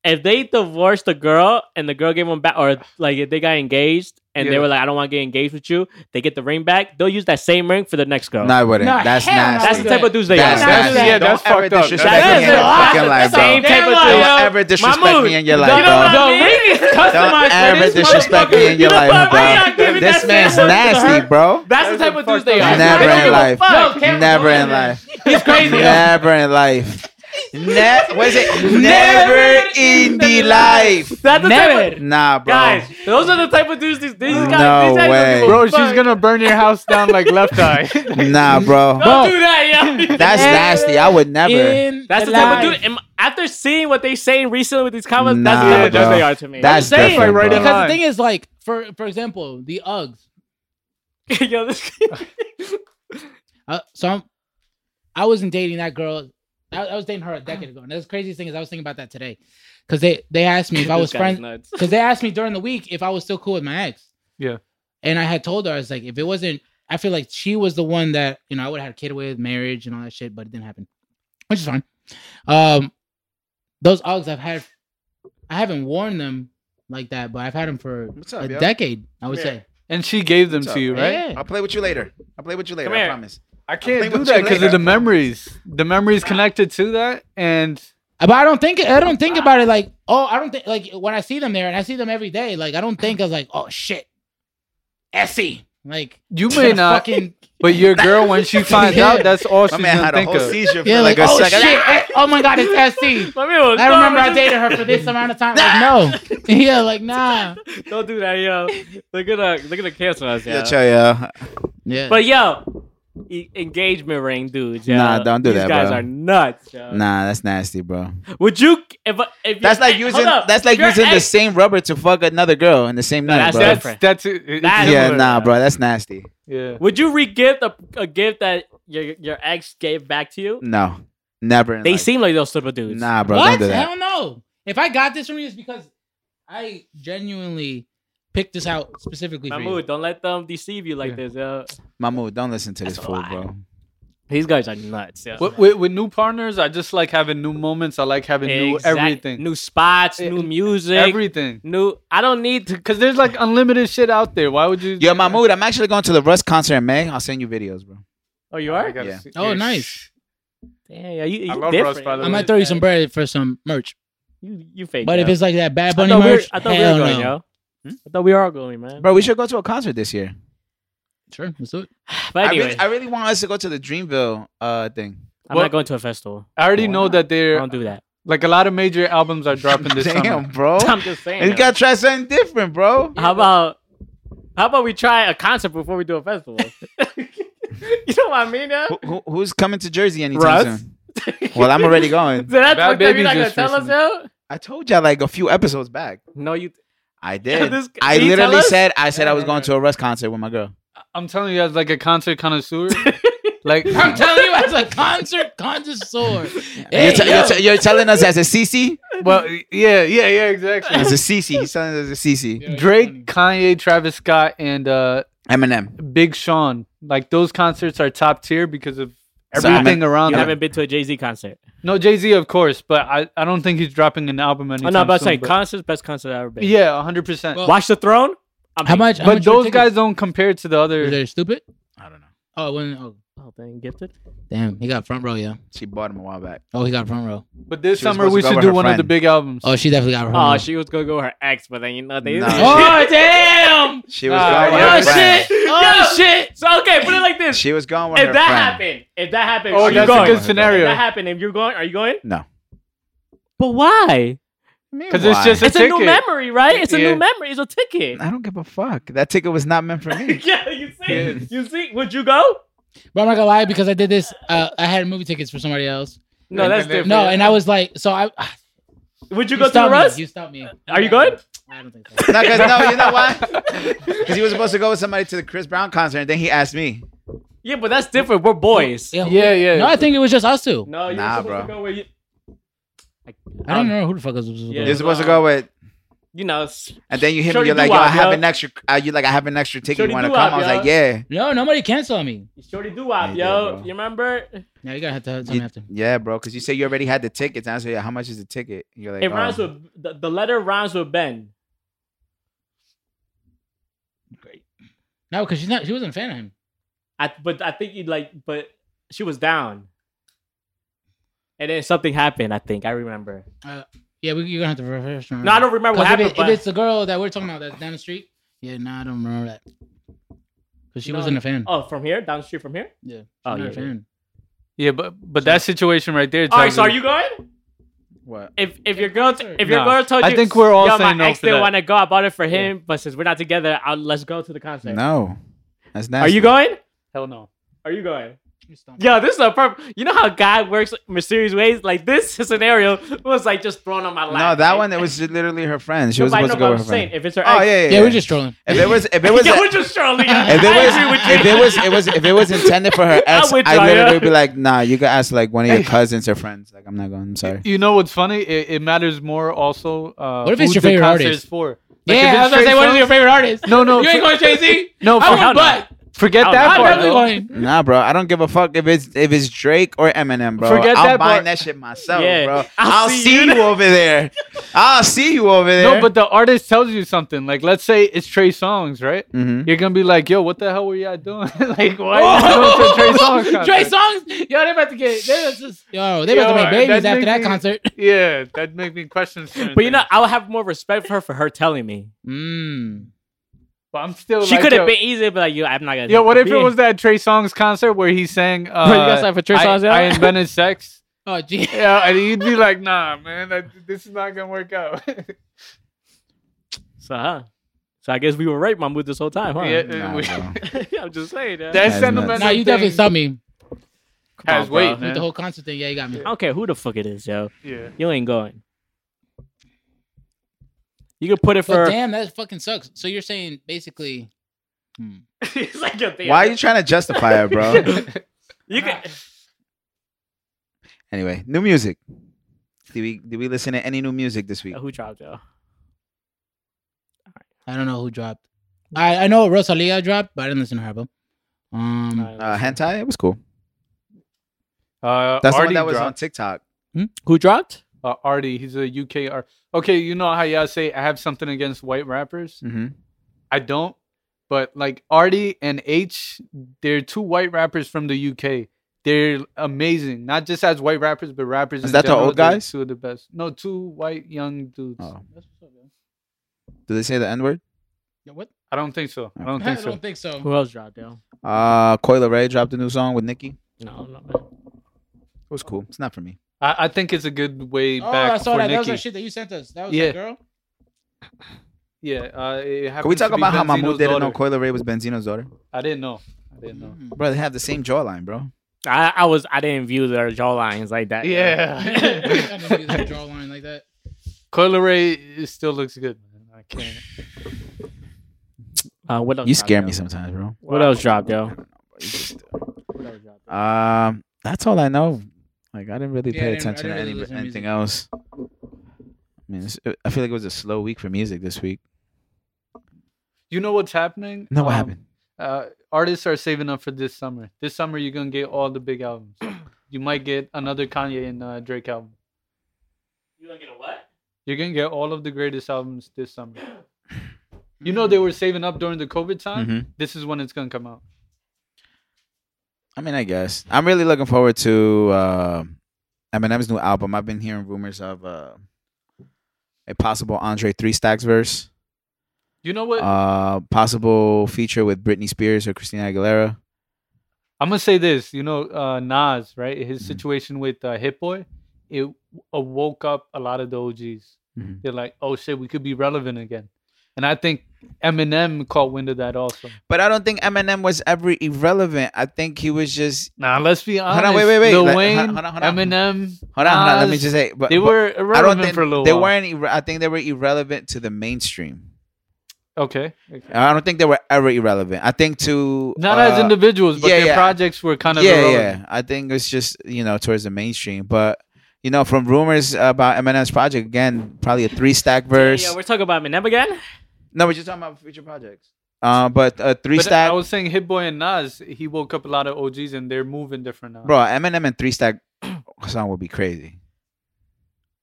Speaker 4: If they divorced the girl and the girl gave them back, or like if they got engaged and they
Speaker 2: Yeah.
Speaker 4: were like, "I don't want to get engaged with you," they get the ring back. They'll use that same ring for the next girl.
Speaker 3: No, I wouldn't.
Speaker 5: Nah,
Speaker 3: that's
Speaker 5: hell no.
Speaker 3: nasty.
Speaker 4: That's the type of dudes they
Speaker 3: That's
Speaker 4: are.
Speaker 3: nasty.
Speaker 2: Yeah,
Speaker 3: Don't
Speaker 2: that's
Speaker 3: ever
Speaker 2: fucked up.
Speaker 3: disrespect
Speaker 2: That's
Speaker 3: me in your
Speaker 4: a lie.
Speaker 3: fucking life,
Speaker 4: That's a
Speaker 3: bro.
Speaker 4: same type of
Speaker 3: Don't
Speaker 4: thing.
Speaker 3: ever disrespect
Speaker 4: Mahmoud,
Speaker 3: me in your
Speaker 4: you
Speaker 3: life,
Speaker 4: know what
Speaker 3: bro.
Speaker 4: I mean?
Speaker 3: Don't ever disrespect me in your life, bro. This man's nasty, bro.
Speaker 4: That's the type of dudes they are.
Speaker 3: Never
Speaker 4: They don't
Speaker 3: in
Speaker 4: give a
Speaker 3: life.
Speaker 4: fuck.
Speaker 3: Never in life.
Speaker 4: He's crazy.
Speaker 3: Never in life. Ne- what is it? Never in the life.
Speaker 4: That's the type
Speaker 5: Never.
Speaker 4: of,
Speaker 3: Nah, bro.
Speaker 4: guys. Those are the type of dudes. These, these guys.
Speaker 3: No
Speaker 4: these guys
Speaker 3: way.
Speaker 4: Don't give a
Speaker 2: Bro,
Speaker 4: fuck.
Speaker 2: she's gonna burn your house down like left eye.
Speaker 3: Nah, bro.
Speaker 4: Don't do that, yo.
Speaker 3: That's nasty. I would never.
Speaker 5: In
Speaker 4: That's the type of dude. and after seeing what they saying recently with these comments, that's the
Speaker 3: Nah,
Speaker 4: type of dudes
Speaker 3: bro.
Speaker 4: they are to me.
Speaker 3: That's
Speaker 5: saying,
Speaker 3: different,
Speaker 2: like, right
Speaker 3: bro.
Speaker 2: in line.
Speaker 5: Because the thing is, like, for for example, the Uggs.
Speaker 4: yo, this,
Speaker 5: Uh, so I'm, I wasn't dating that girl. I, I was dating her a decade ago, and the craziest thing is, I was thinking about that today, because they they asked me if I
Speaker 4: This
Speaker 5: was
Speaker 4: guy's
Speaker 5: friends.
Speaker 4: nuts.
Speaker 5: Because they asked me during the week if I was still cool with my ex.
Speaker 2: Yeah.
Speaker 5: And I had told her I was like, if it wasn't, I feel like she was the one that you know I would have had a kid with, marriage and all that shit, but it didn't happen, which is fine. Um, those Uggs I've had, I haven't worn them like that, but I've had them for
Speaker 3: What's up,
Speaker 5: a
Speaker 3: yo?
Speaker 5: decade, I would
Speaker 4: Yeah.
Speaker 5: say.
Speaker 2: and she gave them
Speaker 3: What's
Speaker 2: to
Speaker 3: up,
Speaker 2: you, right?
Speaker 5: Yeah.
Speaker 3: I'll play with you later. I'll play with you later.
Speaker 4: Come
Speaker 3: I
Speaker 4: here.
Speaker 3: promise.
Speaker 2: I
Speaker 3: play
Speaker 2: can't do
Speaker 3: with
Speaker 2: that
Speaker 3: you
Speaker 2: because of
Speaker 3: later. Ah.
Speaker 2: the memories. The memories connected to that, and
Speaker 5: But I don't think I don't think about it like oh I don't think like when I see them there and I see them every day like I don't think I was like oh shit, Essie Like
Speaker 2: You may not,
Speaker 5: fucking
Speaker 2: but your girl, when she finds
Speaker 5: Yeah.
Speaker 2: out, that's all
Speaker 3: My
Speaker 2: she's
Speaker 3: man
Speaker 2: gonna
Speaker 3: had a
Speaker 2: think
Speaker 3: whole
Speaker 2: of.
Speaker 3: seizure for
Speaker 5: yeah,
Speaker 3: like,
Speaker 5: like,
Speaker 3: a
Speaker 5: oh
Speaker 3: second.
Speaker 5: shit, eh, oh my god, it's SC.
Speaker 4: My man was
Speaker 5: I remember I
Speaker 4: dumb.
Speaker 5: dated her for this amount of time. Like, no, yeah, like nah,
Speaker 4: Don't do that, yo. They're gonna they're gonna cancel us,
Speaker 3: Yeah,
Speaker 4: yeah. Uh,
Speaker 3: chill, yeah.
Speaker 5: yeah.
Speaker 4: But yo, e- engagement ring, dudes. Yo.
Speaker 3: Nah, don't do
Speaker 4: These
Speaker 3: that,
Speaker 4: guys
Speaker 3: bro.
Speaker 4: are nuts. Yo.
Speaker 3: Nah, that's nasty, bro.
Speaker 4: Would you? If, if
Speaker 3: That's
Speaker 4: your-
Speaker 3: like
Speaker 4: eh,
Speaker 3: using
Speaker 4: hold up.
Speaker 3: that's like
Speaker 4: Your
Speaker 3: using the
Speaker 4: ex-
Speaker 3: same rubber to fuck another girl in the same night,
Speaker 4: that's-
Speaker 3: bro.
Speaker 2: That's
Speaker 4: different.
Speaker 2: that's it. it-
Speaker 4: That's-
Speaker 3: yeah,
Speaker 2: similar.
Speaker 3: nah, bro. That's nasty.
Speaker 2: Yeah.
Speaker 4: Would you re-gift a, a gift that your your ex gave back to you?
Speaker 3: No, never. In
Speaker 4: They
Speaker 3: life.
Speaker 4: seem like those type of dudes.
Speaker 3: Nah, bro.
Speaker 5: what?
Speaker 3: Don't do that.
Speaker 5: Hell no. If I got this from you, it's because I genuinely picked this out specifically for you.
Speaker 4: Mahmood, don't let them deceive you like
Speaker 2: Yeah.
Speaker 4: this. Yo.
Speaker 3: Mahmood, don't listen to this
Speaker 4: That's a
Speaker 3: fool,
Speaker 4: lie.
Speaker 3: bro.
Speaker 4: These guys are nuts. Yo.
Speaker 2: With, with, with new partners, I just like having new moments. I like having
Speaker 4: Exact-
Speaker 2: new everything,
Speaker 4: new spots,
Speaker 2: Eh,
Speaker 4: new music,
Speaker 2: everything.
Speaker 4: new. I don't need to.
Speaker 2: Because there's like unlimited shit out there. Why would you?
Speaker 3: Yo, Mahmood, I'm actually going to the Russ concert in May. I'll send you videos, bro.
Speaker 4: Oh, you
Speaker 2: I
Speaker 4: are?
Speaker 2: gotta
Speaker 3: Yeah.
Speaker 2: see-
Speaker 5: Oh,
Speaker 2: yeah,
Speaker 5: nice.
Speaker 2: shh.
Speaker 4: Damn, yeah, you, you
Speaker 2: I love
Speaker 4: different.
Speaker 2: Ross, by the
Speaker 5: I
Speaker 2: way.
Speaker 5: might throw you some bread for some merch.
Speaker 4: You, you fake.
Speaker 5: But if
Speaker 4: yo.
Speaker 5: it's like that Bad
Speaker 4: I
Speaker 5: Bunny
Speaker 4: thought we were-
Speaker 5: merch,
Speaker 4: I thought we
Speaker 5: hell
Speaker 4: were going,
Speaker 5: no.
Speaker 4: yo. I thought we are all going, man.
Speaker 3: Bro, we should go to a concert this year.
Speaker 5: Sure, let's do it.
Speaker 4: But
Speaker 3: I
Speaker 4: anyway,
Speaker 3: really, I really want us to go to the Dreamville uh thing.
Speaker 4: I'm
Speaker 2: Well-
Speaker 4: not going to a festival.
Speaker 2: I already
Speaker 3: Why
Speaker 2: know
Speaker 3: not?
Speaker 2: that
Speaker 4: I
Speaker 2: they're
Speaker 4: don't do that.
Speaker 2: like a lot of major albums are dropping this
Speaker 3: Damn,
Speaker 2: summer.
Speaker 3: bro.
Speaker 4: I'm just saying.
Speaker 3: You
Speaker 4: yo.
Speaker 3: gotta try something different, bro.
Speaker 4: how about how about we try a concert before we do a festival? you know what I mean? Yo?
Speaker 3: Who, who- who's coming to Jersey anytime
Speaker 4: Russ?
Speaker 3: soon? Well, I'm already going.
Speaker 4: So that's
Speaker 2: Bad
Speaker 4: what they're
Speaker 2: Baby
Speaker 4: not gonna
Speaker 2: just
Speaker 4: tell us,
Speaker 2: recently-
Speaker 4: yo.
Speaker 3: I told y'all like a few episodes back.
Speaker 4: No, you.
Speaker 3: I did.
Speaker 4: This-
Speaker 3: I
Speaker 4: did he tell
Speaker 3: literally
Speaker 4: us?
Speaker 3: said I said I was
Speaker 2: Yeah.
Speaker 3: going to a Russ concert with my girl.
Speaker 2: I'm telling you, as like a concert connoisseur, like
Speaker 5: I'm telling you, as a concert connoisseur.
Speaker 3: you're,
Speaker 5: Hey,
Speaker 3: te-
Speaker 5: yo.
Speaker 3: you're, te- you're telling us as a CC,
Speaker 2: well, yeah, yeah, yeah, exactly.
Speaker 3: as a CC. He's telling us as a CC.
Speaker 2: Drake, Kanye, Travis Scott, and uh,
Speaker 3: Eminem.
Speaker 2: Big Sean, like those concerts are top tier because of
Speaker 3: So I
Speaker 2: everything around
Speaker 4: You
Speaker 2: them.
Speaker 4: haven't been to a Jay Z concert.
Speaker 2: No, Jay Z, of course, but I, I don't think he's dropping an album anytime
Speaker 4: Oh, no, I'm about to
Speaker 2: soon.
Speaker 4: say
Speaker 2: but-
Speaker 4: concerts, best concert I've ever been.
Speaker 2: yeah, 100%.
Speaker 5: Well,
Speaker 4: Watch the Throne. I'm
Speaker 5: How
Speaker 4: in.
Speaker 5: much? how
Speaker 2: but
Speaker 5: much were
Speaker 2: those
Speaker 5: tickets?
Speaker 2: guys don't compare to the
Speaker 5: Were
Speaker 2: other.
Speaker 5: they stupid?
Speaker 3: I don't know.
Speaker 5: Oh, it wasn't. Oh,
Speaker 4: Oh, dang, gifted.
Speaker 5: damn. He got front row, yeah.
Speaker 3: She bought him a while back.
Speaker 5: Oh, he got front row.
Speaker 2: But this
Speaker 3: She was
Speaker 2: summer we
Speaker 3: supposed to go
Speaker 2: should
Speaker 3: with
Speaker 2: do
Speaker 3: her
Speaker 2: one of the
Speaker 3: friend.
Speaker 2: big albums.
Speaker 5: Oh, she definitely got front row.
Speaker 4: Oh, she was gonna go with her ex, but then you know they.
Speaker 3: Nah.
Speaker 5: Oh, damn.
Speaker 3: She was
Speaker 2: Ah,
Speaker 3: going with
Speaker 2: yeah,
Speaker 3: her
Speaker 4: oh
Speaker 3: friend.
Speaker 4: shit! Oh shit! So okay, put it like this:
Speaker 3: She was going with
Speaker 4: if
Speaker 3: her
Speaker 4: that
Speaker 3: friend.
Speaker 4: happened, if that happened,
Speaker 2: Oh,
Speaker 4: are you
Speaker 2: that's
Speaker 4: going?
Speaker 2: a good
Speaker 4: If
Speaker 2: scenario.
Speaker 4: that happened, if you're going, are you going?
Speaker 3: No.
Speaker 4: But why?
Speaker 2: Because it's
Speaker 3: Why?
Speaker 2: just a
Speaker 4: It's a
Speaker 2: ticket.
Speaker 4: new memory, right? It's a
Speaker 2: Yeah.
Speaker 4: new memory. It's a ticket.
Speaker 3: I don't give a fuck. That ticket was not meant for me.
Speaker 4: yeah, you see,
Speaker 2: Yes.
Speaker 4: you see. Would you go?
Speaker 5: But I'm not gonna lie because I did this. Uh, I had movie tickets for somebody else.
Speaker 4: No,
Speaker 2: And
Speaker 4: that's
Speaker 2: then they-
Speaker 4: different.
Speaker 5: No, and I was like, so I.
Speaker 4: would you go to the
Speaker 5: stopped
Speaker 4: Russ?
Speaker 5: Me. You stopped me.
Speaker 4: Are you good?
Speaker 5: I don't think so.
Speaker 3: no, because no, you know why? Because he was supposed to go with somebody to the Chris Brown concert, and then he asked me.
Speaker 4: Yeah, but that's different. We're boys.
Speaker 2: Yeah, yeah.
Speaker 5: No, I think it was just us two.
Speaker 4: No, you're
Speaker 3: Nah,
Speaker 4: supposed
Speaker 3: bro.
Speaker 4: to go where you. I,
Speaker 5: I
Speaker 2: Um,
Speaker 5: don't know who the fuck was. was
Speaker 4: Yeah.
Speaker 3: You're
Speaker 5: was-
Speaker 3: supposed to go with,
Speaker 4: You know, s-
Speaker 3: and then you hit me.
Speaker 4: Shorty
Speaker 3: You're like, yo,
Speaker 4: Doo-Wop,
Speaker 3: I have
Speaker 4: yo.
Speaker 3: an extra. Uh, you like, I have an extra ticket.
Speaker 4: Shorty
Speaker 3: You want to
Speaker 4: Doo-Wop,
Speaker 3: come? I was
Speaker 4: yo.
Speaker 3: like, yeah,
Speaker 5: No, nobody canceled on me.
Speaker 4: Shorty Duwop,
Speaker 3: Yeah,
Speaker 4: yo.
Speaker 3: bro.
Speaker 4: You remember?
Speaker 5: No, you gotta have to tell me
Speaker 3: You-
Speaker 5: after.
Speaker 3: yeah, bro. Because you said you already had the tickets. And I said, yeah, how much is the ticket? And You're like,
Speaker 4: it rhymes
Speaker 3: oh.
Speaker 4: with the, the letter rhymes with Ben.
Speaker 5: No, because she's not. She wasn't a fan of him.
Speaker 4: I but I think you like but she was down. And then something happened, I think. I remember.
Speaker 5: Yeah, we, you're gonna have to reverse. remember.
Speaker 4: No, I don't remember what
Speaker 5: 'Cause
Speaker 4: happened,
Speaker 5: If, it,
Speaker 4: but
Speaker 5: if it's the girl that we're talking about that's down the street, yeah, no, I don't remember that. Because she
Speaker 4: No,
Speaker 5: wasn't a fan.
Speaker 4: oh from here? Down the street from here?
Speaker 5: Yeah. She's
Speaker 4: Oh,
Speaker 5: not
Speaker 4: yeah,
Speaker 5: a fan.
Speaker 2: yeah, but but that situation right there.
Speaker 4: Alright,
Speaker 2: tells
Speaker 4: so are
Speaker 2: you-
Speaker 4: you going?
Speaker 3: What?
Speaker 4: If if your girl
Speaker 5: concert.
Speaker 4: if your
Speaker 2: Nah.
Speaker 4: girl told
Speaker 2: I
Speaker 4: you
Speaker 2: think we're all
Speaker 4: Yo,
Speaker 2: saying no
Speaker 4: my ex
Speaker 2: for that."
Speaker 4: didn't want to go, I bought it for him, but since we're not together, I'll, let's go to the concert.
Speaker 3: No, that's not.
Speaker 4: Are you going?
Speaker 2: Hell no.
Speaker 4: Are you going?
Speaker 5: She's stumped.
Speaker 4: Yo, this is a perfect. You know how God works mysterious ways? Like this scenario was like just thrown on my lap.
Speaker 3: No, that one. It was literally her friend. She was
Speaker 4: Nobody
Speaker 3: supposed to
Speaker 4: know,
Speaker 3: go
Speaker 4: but
Speaker 3: with
Speaker 4: I'm
Speaker 3: her
Speaker 4: saying
Speaker 3: friend.
Speaker 4: if it's her
Speaker 3: Oh yeah,
Speaker 4: ex,
Speaker 3: yeah.
Speaker 5: Yeah,
Speaker 3: yeah.
Speaker 5: we're just trolling.
Speaker 3: If it was, if it was,
Speaker 4: yeah, we're just trolling.
Speaker 3: if it was,
Speaker 4: I agree with you.
Speaker 3: if it was, it was, if it was intended for her ex,
Speaker 4: with
Speaker 3: I,
Speaker 4: you, I
Speaker 3: literally
Speaker 4: know.
Speaker 3: would be like, nah, you can ask like one of your cousins or friends. Like, I'm not going. I'm sorry.
Speaker 2: You know what's funny? It, it matters more also. Uh,
Speaker 5: What if it's
Speaker 2: who
Speaker 5: your
Speaker 2: the
Speaker 5: favorite
Speaker 2: concert
Speaker 5: artist?
Speaker 2: is for? if
Speaker 5: yeah,
Speaker 2: it's
Speaker 5: I was gonna say,
Speaker 2: straight
Speaker 5: what is
Speaker 2: songs-
Speaker 5: your favorite artist?
Speaker 2: No, no.
Speaker 5: you ain't
Speaker 2: for-
Speaker 5: going Jay Z.
Speaker 2: No,
Speaker 5: I
Speaker 2: for-
Speaker 5: would, but
Speaker 2: forget
Speaker 4: Oh,
Speaker 2: that
Speaker 5: I'm
Speaker 4: no.
Speaker 2: part.
Speaker 5: definitely
Speaker 2: though.
Speaker 5: going.
Speaker 3: Nah, bro. I don't give a fuck if it's if it's Drake or Eminem, bro.
Speaker 2: Forget
Speaker 3: I'm
Speaker 2: that
Speaker 3: buying
Speaker 2: part.
Speaker 3: that shit myself,
Speaker 4: Yeah.
Speaker 3: bro. I'll,
Speaker 4: I'll
Speaker 3: see,
Speaker 4: see
Speaker 3: you,
Speaker 4: you
Speaker 3: over there. I'll see you over there.
Speaker 2: No, but the artist tells you something. Like, let's say it's Trey Songz, right?
Speaker 3: Mhm.
Speaker 2: You're gonna be like, "Yo, what the hell were y'all doing? like, why are you going to a Trey Songz?"
Speaker 5: Oh! Trey
Speaker 2: concert?
Speaker 5: Songs, yo, they about to get, they about to, yo, they about
Speaker 2: Yo,
Speaker 5: to make babies
Speaker 2: that's
Speaker 5: after that
Speaker 2: making-
Speaker 5: concert.
Speaker 2: Yeah, that make me question. certain
Speaker 4: But you know,
Speaker 2: things.
Speaker 4: I would have more respect for her for her telling me.
Speaker 5: Mm.
Speaker 2: But I'm still.
Speaker 4: She
Speaker 2: like,
Speaker 4: could
Speaker 2: yo-
Speaker 4: have been easy, but like, yo, I'm not gonna.
Speaker 2: Yo,
Speaker 4: take
Speaker 2: what
Speaker 4: the
Speaker 2: if it
Speaker 4: beat.
Speaker 2: was that Trey Songz concert where he sang? Uh,
Speaker 4: you got signed for Trey
Speaker 2: I-
Speaker 4: Songz, yeah?
Speaker 2: I, invented sex.
Speaker 5: Oh, gee.
Speaker 2: Yeah, and you'd be like, nah, man, that, this is not gonna work out.
Speaker 4: So, huh? So I guess we were right, my mood, this whole time, huh?
Speaker 2: Yeah,
Speaker 3: Nah,
Speaker 2: we-
Speaker 3: bro.
Speaker 4: I'm just saying that.
Speaker 2: that
Speaker 3: nuts.
Speaker 2: sentimental
Speaker 5: Nah, you
Speaker 2: thing
Speaker 5: definitely saw me
Speaker 4: Come
Speaker 2: has
Speaker 4: on, bro.
Speaker 2: weight,
Speaker 5: with
Speaker 2: man.
Speaker 5: the whole concert thing. Yeah, you got me.
Speaker 4: I don't care who the fuck it is, yo.
Speaker 2: yeah.
Speaker 4: You ain't going. You could put it
Speaker 5: But
Speaker 4: for.
Speaker 5: damn, that fucking sucks. So you're saying basically, hmm.
Speaker 4: it's like your thing.
Speaker 3: Why are you trying to justify it, bro?
Speaker 4: You could.
Speaker 3: anyway, new music. Did we did we listen to any new music this week?
Speaker 4: Who dropped yo?
Speaker 5: I don't know who dropped. I I know Rosalia dropped, but I didn't listen to her album. Um,
Speaker 3: Uh, hentai. It was cool.
Speaker 2: Uh,
Speaker 3: That's the
Speaker 2: Artie
Speaker 3: one that was on
Speaker 2: dropped.
Speaker 3: TikTok.
Speaker 4: Who dropped?
Speaker 2: Uh, Artie, he's a UK art. Okay, you know how y'all say I have something against white rappers.
Speaker 3: Mm-hmm.
Speaker 2: I don't, but like Artie and H, they're two white rappers from the UK. They're amazing, not just as white rappers, but rappers.
Speaker 3: Is
Speaker 2: in
Speaker 3: that the
Speaker 2: general.
Speaker 3: old
Speaker 2: They're
Speaker 3: guys?
Speaker 2: Two of the best. No, two white young dudes.
Speaker 3: Oh. Did they say the N word?
Speaker 5: Yeah, what?
Speaker 2: I don't think so. I don't
Speaker 5: I
Speaker 2: think so.
Speaker 5: don't think so.
Speaker 4: Who else dropped yo?
Speaker 3: Uh, Coil Ray dropped a new song with Nicki. It
Speaker 4: No, no.
Speaker 3: was cool. It's not for me.
Speaker 2: I, I think it's a good way
Speaker 5: Oh,
Speaker 2: back
Speaker 5: I saw
Speaker 2: for
Speaker 5: that. That was
Speaker 2: Nicki.
Speaker 5: that shit that you sent us. That was
Speaker 2: Yeah.
Speaker 5: that girl.
Speaker 2: yeah, uh, it
Speaker 3: Can we
Speaker 2: happens
Speaker 3: talk
Speaker 2: to be
Speaker 3: about how Mahmoud
Speaker 2: Benzino's
Speaker 3: didn't know
Speaker 2: daughter.
Speaker 3: Coil Ray was Benzino's daughter?
Speaker 2: I didn't know. I didn't know.
Speaker 5: Mm.
Speaker 3: Bro, they have the same jawline, bro.
Speaker 4: I, I was. I didn't view their jawlines like that. yo.
Speaker 5: I didn't know you could
Speaker 2: Yeah,
Speaker 5: draw a line like that.
Speaker 2: Coil Ray it still looks good. Man. I can't.
Speaker 4: Uh, what else?
Speaker 3: You
Speaker 4: dropped,
Speaker 3: scare
Speaker 4: yo?
Speaker 3: me sometimes, bro.
Speaker 4: What else dropped yo?
Speaker 3: uh,
Speaker 4: What else dropped?
Speaker 3: Um, that's all I know. Like I didn't really
Speaker 5: Yeah, I
Speaker 3: pay
Speaker 5: didn't- I
Speaker 3: attention
Speaker 5: didn't
Speaker 3: to
Speaker 5: really
Speaker 3: any,
Speaker 5: listen to
Speaker 3: anything
Speaker 5: music.
Speaker 3: else. I mean, it's, I feel like it was a slow week for music this week.
Speaker 2: You know what's happening?
Speaker 3: No, what
Speaker 2: Um,
Speaker 3: happened?
Speaker 2: Uh, artists are saving up for this summer. This summer, you're gonna get all the big albums. you might get another Kanye and uh, Drake album.
Speaker 4: You gonna get a what?
Speaker 2: You're gonna get all of the greatest albums this summer. You know they were saving up during the COVID time.
Speaker 3: Mhm.
Speaker 2: This is when it's gonna come out.
Speaker 3: I mean, I guess I'm really looking forward to uh, Eminem's new album. I've been hearing rumors of uh, a possible Andre Three Stacks verse,
Speaker 2: You know what?
Speaker 3: uh, possible feature with Britney Spears or Christina Aguilera.
Speaker 2: I'm gonna say this. You know, uh, Nas, right? His
Speaker 3: Mhm.
Speaker 2: situation with uh, Hit Boy, it awoke up a lot of the OGs.
Speaker 3: Mhm.
Speaker 2: They're like, "Oh shit, we could be relevant again." And I think Eminem caught wind of that also.
Speaker 3: But I don't think Eminem was ever irrelevant. I think he was just
Speaker 2: Nah, let's be honest.
Speaker 3: on, wait, wait, wait.
Speaker 2: Lil
Speaker 3: Let-
Speaker 2: Wayne,
Speaker 3: hold on, hold on.
Speaker 2: Eminem.
Speaker 3: hold on, hold on. Let me
Speaker 2: Nas,
Speaker 3: just say, but,
Speaker 2: They
Speaker 3: but
Speaker 2: were
Speaker 3: I don't
Speaker 2: irrelevant
Speaker 3: think
Speaker 2: for a little
Speaker 3: they
Speaker 2: while.
Speaker 3: weren't. irre- I think they were irrelevant to the mainstream.
Speaker 2: Okay.
Speaker 3: I don't think they were ever irrelevant. I think to
Speaker 2: Not
Speaker 3: uh,
Speaker 2: as individuals, but
Speaker 3: yeah,
Speaker 2: their
Speaker 3: yeah.
Speaker 2: projects were kind of
Speaker 3: yeah,
Speaker 2: irrelevant.
Speaker 3: yeah. I think it's just you know towards the mainstream, but you know from rumors about Eminem's project again, probably a three stack verse.
Speaker 4: Yeah, we're talking about Eminem again.
Speaker 3: no, we're just talking about future projects. Uh, but a three
Speaker 2: But
Speaker 3: stack,
Speaker 2: I was saying Hit Boy and Nas, he woke up a lot of OGs and they're moving different now.
Speaker 3: bro, Eminem and three stack song would be crazy.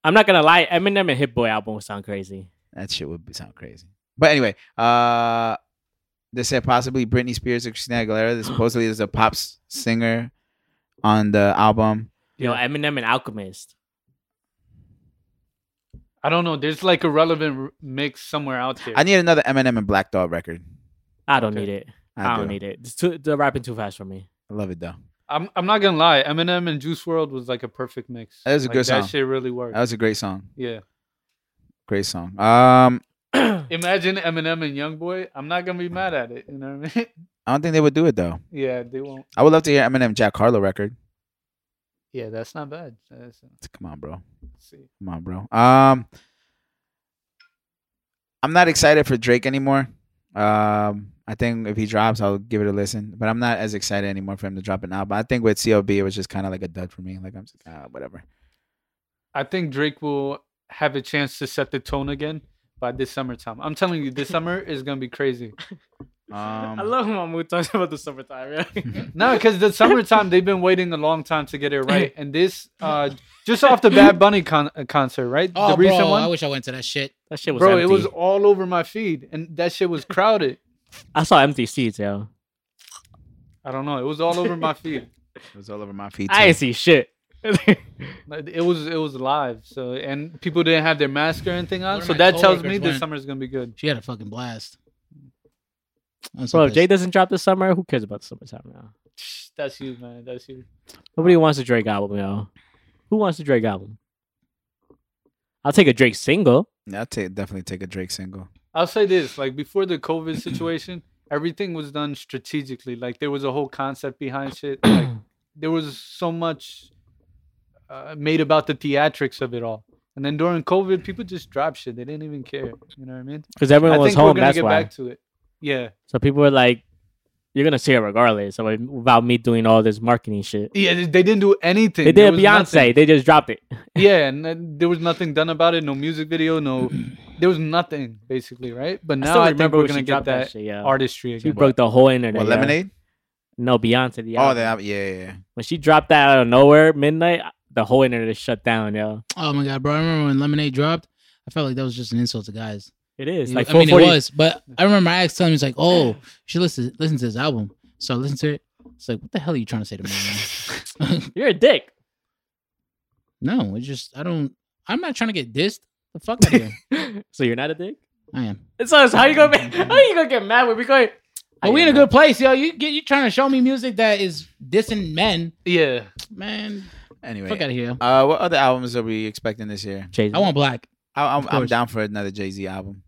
Speaker 4: I'm not gonna lie. Eminem and Hit Boy album would sound crazy.
Speaker 3: That shit would be, sound crazy. But anyway, uh, they said possibly Britney Spears or Christina Aguilera. Supposedly there's a pop s- singer on the album.
Speaker 4: Yo, Eminem and Alchemist.
Speaker 2: I don't know. There's like a relevant r- mix somewhere out there.
Speaker 3: I need another Eminem and Black Dog record.
Speaker 4: I don't
Speaker 2: Okay.
Speaker 4: need it.
Speaker 3: I,
Speaker 4: I, don't
Speaker 3: do.
Speaker 4: need it. It's too, they're rapping too fast for me.
Speaker 3: I love it though.
Speaker 2: I'm I'm not gonna lie. Eminem and Juice World was like a perfect mix.
Speaker 3: That was a
Speaker 2: Like,
Speaker 3: good
Speaker 2: that
Speaker 3: song.
Speaker 2: shit really worked.
Speaker 3: That was a great song.
Speaker 2: yeah.
Speaker 3: Great song. Um,
Speaker 2: Imagine Eminem and YoungBoy. I'm not gonna be mad at it. You know what I mean?
Speaker 3: I don't think they would do it though.
Speaker 2: yeah, they won't.
Speaker 3: I would love to hear Eminem Jack Harlow record.
Speaker 2: Yeah, that's not bad. That's, uh,
Speaker 3: Come on, bro.
Speaker 2: let's see.
Speaker 3: Come on, bro. Um, I'm not excited for Drake anymore. Um, I think if he drops, I'll give it a listen. But I'm not as excited anymore for him to drop an album. I think with CLB, it was just kind of like a dud for me. Like I'm just ah, whatever.
Speaker 2: I think Drake will have a chance to set the tone again by this summertime. I'm telling you, this summer is gonna be crazy.
Speaker 3: Um,
Speaker 4: I love when Mahmood talks about the summertime. Yeah.
Speaker 2: No, because the summertime they've been waiting a long time to get it right, and this uh just off the Bad Bunny con- uh, concert, right?
Speaker 5: Oh,
Speaker 2: the
Speaker 5: bro,
Speaker 2: recent
Speaker 5: I
Speaker 2: one,
Speaker 5: wish I went to that shit.
Speaker 4: that shit was
Speaker 2: bro.
Speaker 4: empty.
Speaker 2: It was all over my feed, and that shit was crowded.
Speaker 4: I saw empty seats, yo.
Speaker 2: I don't know. It was all over my feed.
Speaker 3: it was all over my feet.
Speaker 4: I
Speaker 3: too.
Speaker 4: ain't see shit.
Speaker 2: Like, It was it was live. So and people didn't have their mask or anything on.
Speaker 5: One of
Speaker 2: So
Speaker 5: my
Speaker 2: that tells me
Speaker 5: coworkers
Speaker 2: this
Speaker 5: went.
Speaker 2: summer's gonna be good.
Speaker 5: She had a fucking blast. I'm so
Speaker 4: Bro, if Jay
Speaker 5: pissed.
Speaker 4: doesn't drop this summer, who cares about the summertime now?
Speaker 2: That's you, man. That's you.
Speaker 4: Nobody wants a Drake album, yo. Who wants a Drake album? I'll take a Drake single.
Speaker 3: I'll take definitely take a Drake single.
Speaker 2: I'll say this: like before the COVID situation, everything was done strategically. Like there was a whole concept behind shit. Like there was so much uh, made about the theatrics of it all. And then during COVID, people just dropped shit. They didn't even care. You know what I mean?
Speaker 4: Because everyone
Speaker 2: I
Speaker 4: was
Speaker 2: think we're
Speaker 4: home,
Speaker 2: gonna
Speaker 4: that's
Speaker 2: get
Speaker 4: why.
Speaker 2: back to it. Yeah,
Speaker 4: So people were like, you're going to see it regardless so like, without me doing all this marketing shit.
Speaker 2: yeah. They they didn't do anything.
Speaker 4: They
Speaker 2: There
Speaker 4: did a
Speaker 2: was
Speaker 4: Beyonce.
Speaker 2: nothing.
Speaker 4: They just dropped it.
Speaker 2: Yeah, and then there was nothing done about it. No music video. No, there was nothing basically, right? But now
Speaker 4: still
Speaker 2: I, think we're
Speaker 4: when
Speaker 2: gonna
Speaker 4: she
Speaker 2: get
Speaker 4: dropped
Speaker 2: that,
Speaker 4: shit, yeah.
Speaker 2: artistry
Speaker 4: She
Speaker 2: again.
Speaker 4: broke the whole internet.
Speaker 3: What
Speaker 4: yeah.
Speaker 3: lemonade?
Speaker 4: No, Beyonce. The
Speaker 3: Oh,
Speaker 4: album.
Speaker 3: the album. Yeah, yeah, yeah.
Speaker 4: When she dropped that out of nowhere, midnight, the whole internet is shut down, yo.
Speaker 5: Oh my god, bro! I remember when Lemonade dropped. I felt like that was just an insult to guys.
Speaker 4: It is.
Speaker 5: You-
Speaker 4: Like,
Speaker 5: I mean, it
Speaker 4: 440
Speaker 5: was, but I remember my ex telling me, "It's like, oh, you should listen listen to this album." So I listened to it. It's like, what the hell are you trying to say to me? man?
Speaker 4: You're a dick.
Speaker 5: no, it's just I don't. I'm not trying to get dissed. The fuck out of here.
Speaker 4: so you're not a dick?
Speaker 5: I am.
Speaker 4: So, so how you gonna be, how you gonna get mad when we going?
Speaker 5: But we in a good place, yo. You get you trying to show me music that is dissing men,
Speaker 2: yeah,
Speaker 5: man.
Speaker 3: Anyway,
Speaker 5: Fuck out of here. yo.
Speaker 3: uh, what other albums are we expecting this year?
Speaker 4: Jay-Z.
Speaker 5: I want black.
Speaker 3: I, I'm,
Speaker 5: Of
Speaker 3: I'm
Speaker 5: course.
Speaker 3: down for another Jay Z album.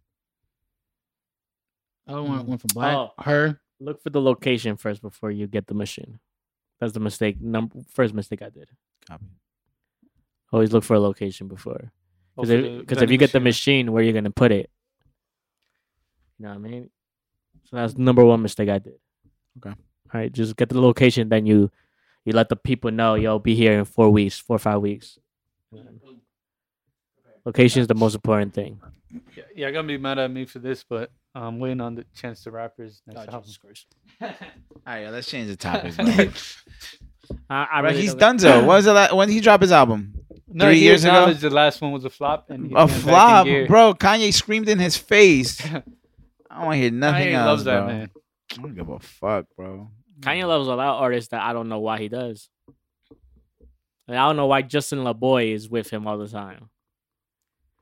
Speaker 5: I don't want one from black.
Speaker 4: Oh.
Speaker 5: Her.
Speaker 4: look for the location first before you get the machine. That's the mistake. Number first mistake I did.
Speaker 3: Copy.
Speaker 4: Always look for a location before,
Speaker 2: Oh,
Speaker 4: because
Speaker 2: for
Speaker 4: if,
Speaker 2: the
Speaker 4: 'cause if
Speaker 2: vending
Speaker 4: you get the
Speaker 2: machine.
Speaker 4: machine, where you gonna put it? You know what I mean. So that's number one mistake I did.
Speaker 3: Okay.
Speaker 4: All right, just get the location, then you you let the people know, yo, be here in four weeks, four or five weeks. Location is the most important thing.
Speaker 2: yeah, you're gonna be mad at me for this, but I'm waiting on the Chance the Rapper's next album.
Speaker 3: All right, let's change the topic. Bro.
Speaker 4: I, I
Speaker 3: Bro,
Speaker 4: really
Speaker 3: he's
Speaker 4: don't-
Speaker 3: done though. When was the la- when did he drop his album?
Speaker 2: No,
Speaker 3: Three
Speaker 2: he
Speaker 3: years ago?
Speaker 2: acknowledged the last one was a flop, and he came
Speaker 3: A
Speaker 2: back in
Speaker 3: flop,
Speaker 2: gear.
Speaker 3: bro. Kanye screamed in his face. I don't want to hear
Speaker 2: Kanye
Speaker 3: nothing else,
Speaker 2: loves that
Speaker 3: bro.
Speaker 2: man.
Speaker 3: I don't give a fuck, bro.
Speaker 4: Kanye loves a lot of artists that I don't know why he does. And I don't know why Justin LaBoy is with him all the time.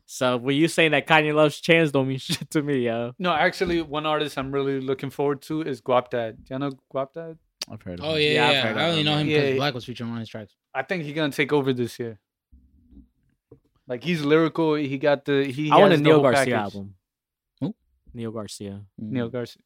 Speaker 4: So when you saying that Kanye loves Chance don't mean shit to me, yo.
Speaker 2: No, actually, one artist I'm really looking forward to is Guap Dad. Do you know Guap Dad?
Speaker 3: I've heard. Of
Speaker 5: Oh
Speaker 3: him.
Speaker 5: yeah,
Speaker 4: Yeah, I've
Speaker 5: yeah.
Speaker 4: heard
Speaker 5: I
Speaker 4: of
Speaker 5: only
Speaker 4: him,
Speaker 5: know him
Speaker 2: yeah.
Speaker 5: because
Speaker 2: Yeah.
Speaker 5: Black was featured on his tracks.
Speaker 2: I think he's gonna take over this year. Like he's lyrical. He got the he.
Speaker 4: I want a
Speaker 2: has the
Speaker 4: Neil
Speaker 2: whole
Speaker 4: Garcia
Speaker 2: package.
Speaker 4: album.
Speaker 5: Who?
Speaker 4: Neil Garcia
Speaker 5: Mm.
Speaker 2: Neil Garcia.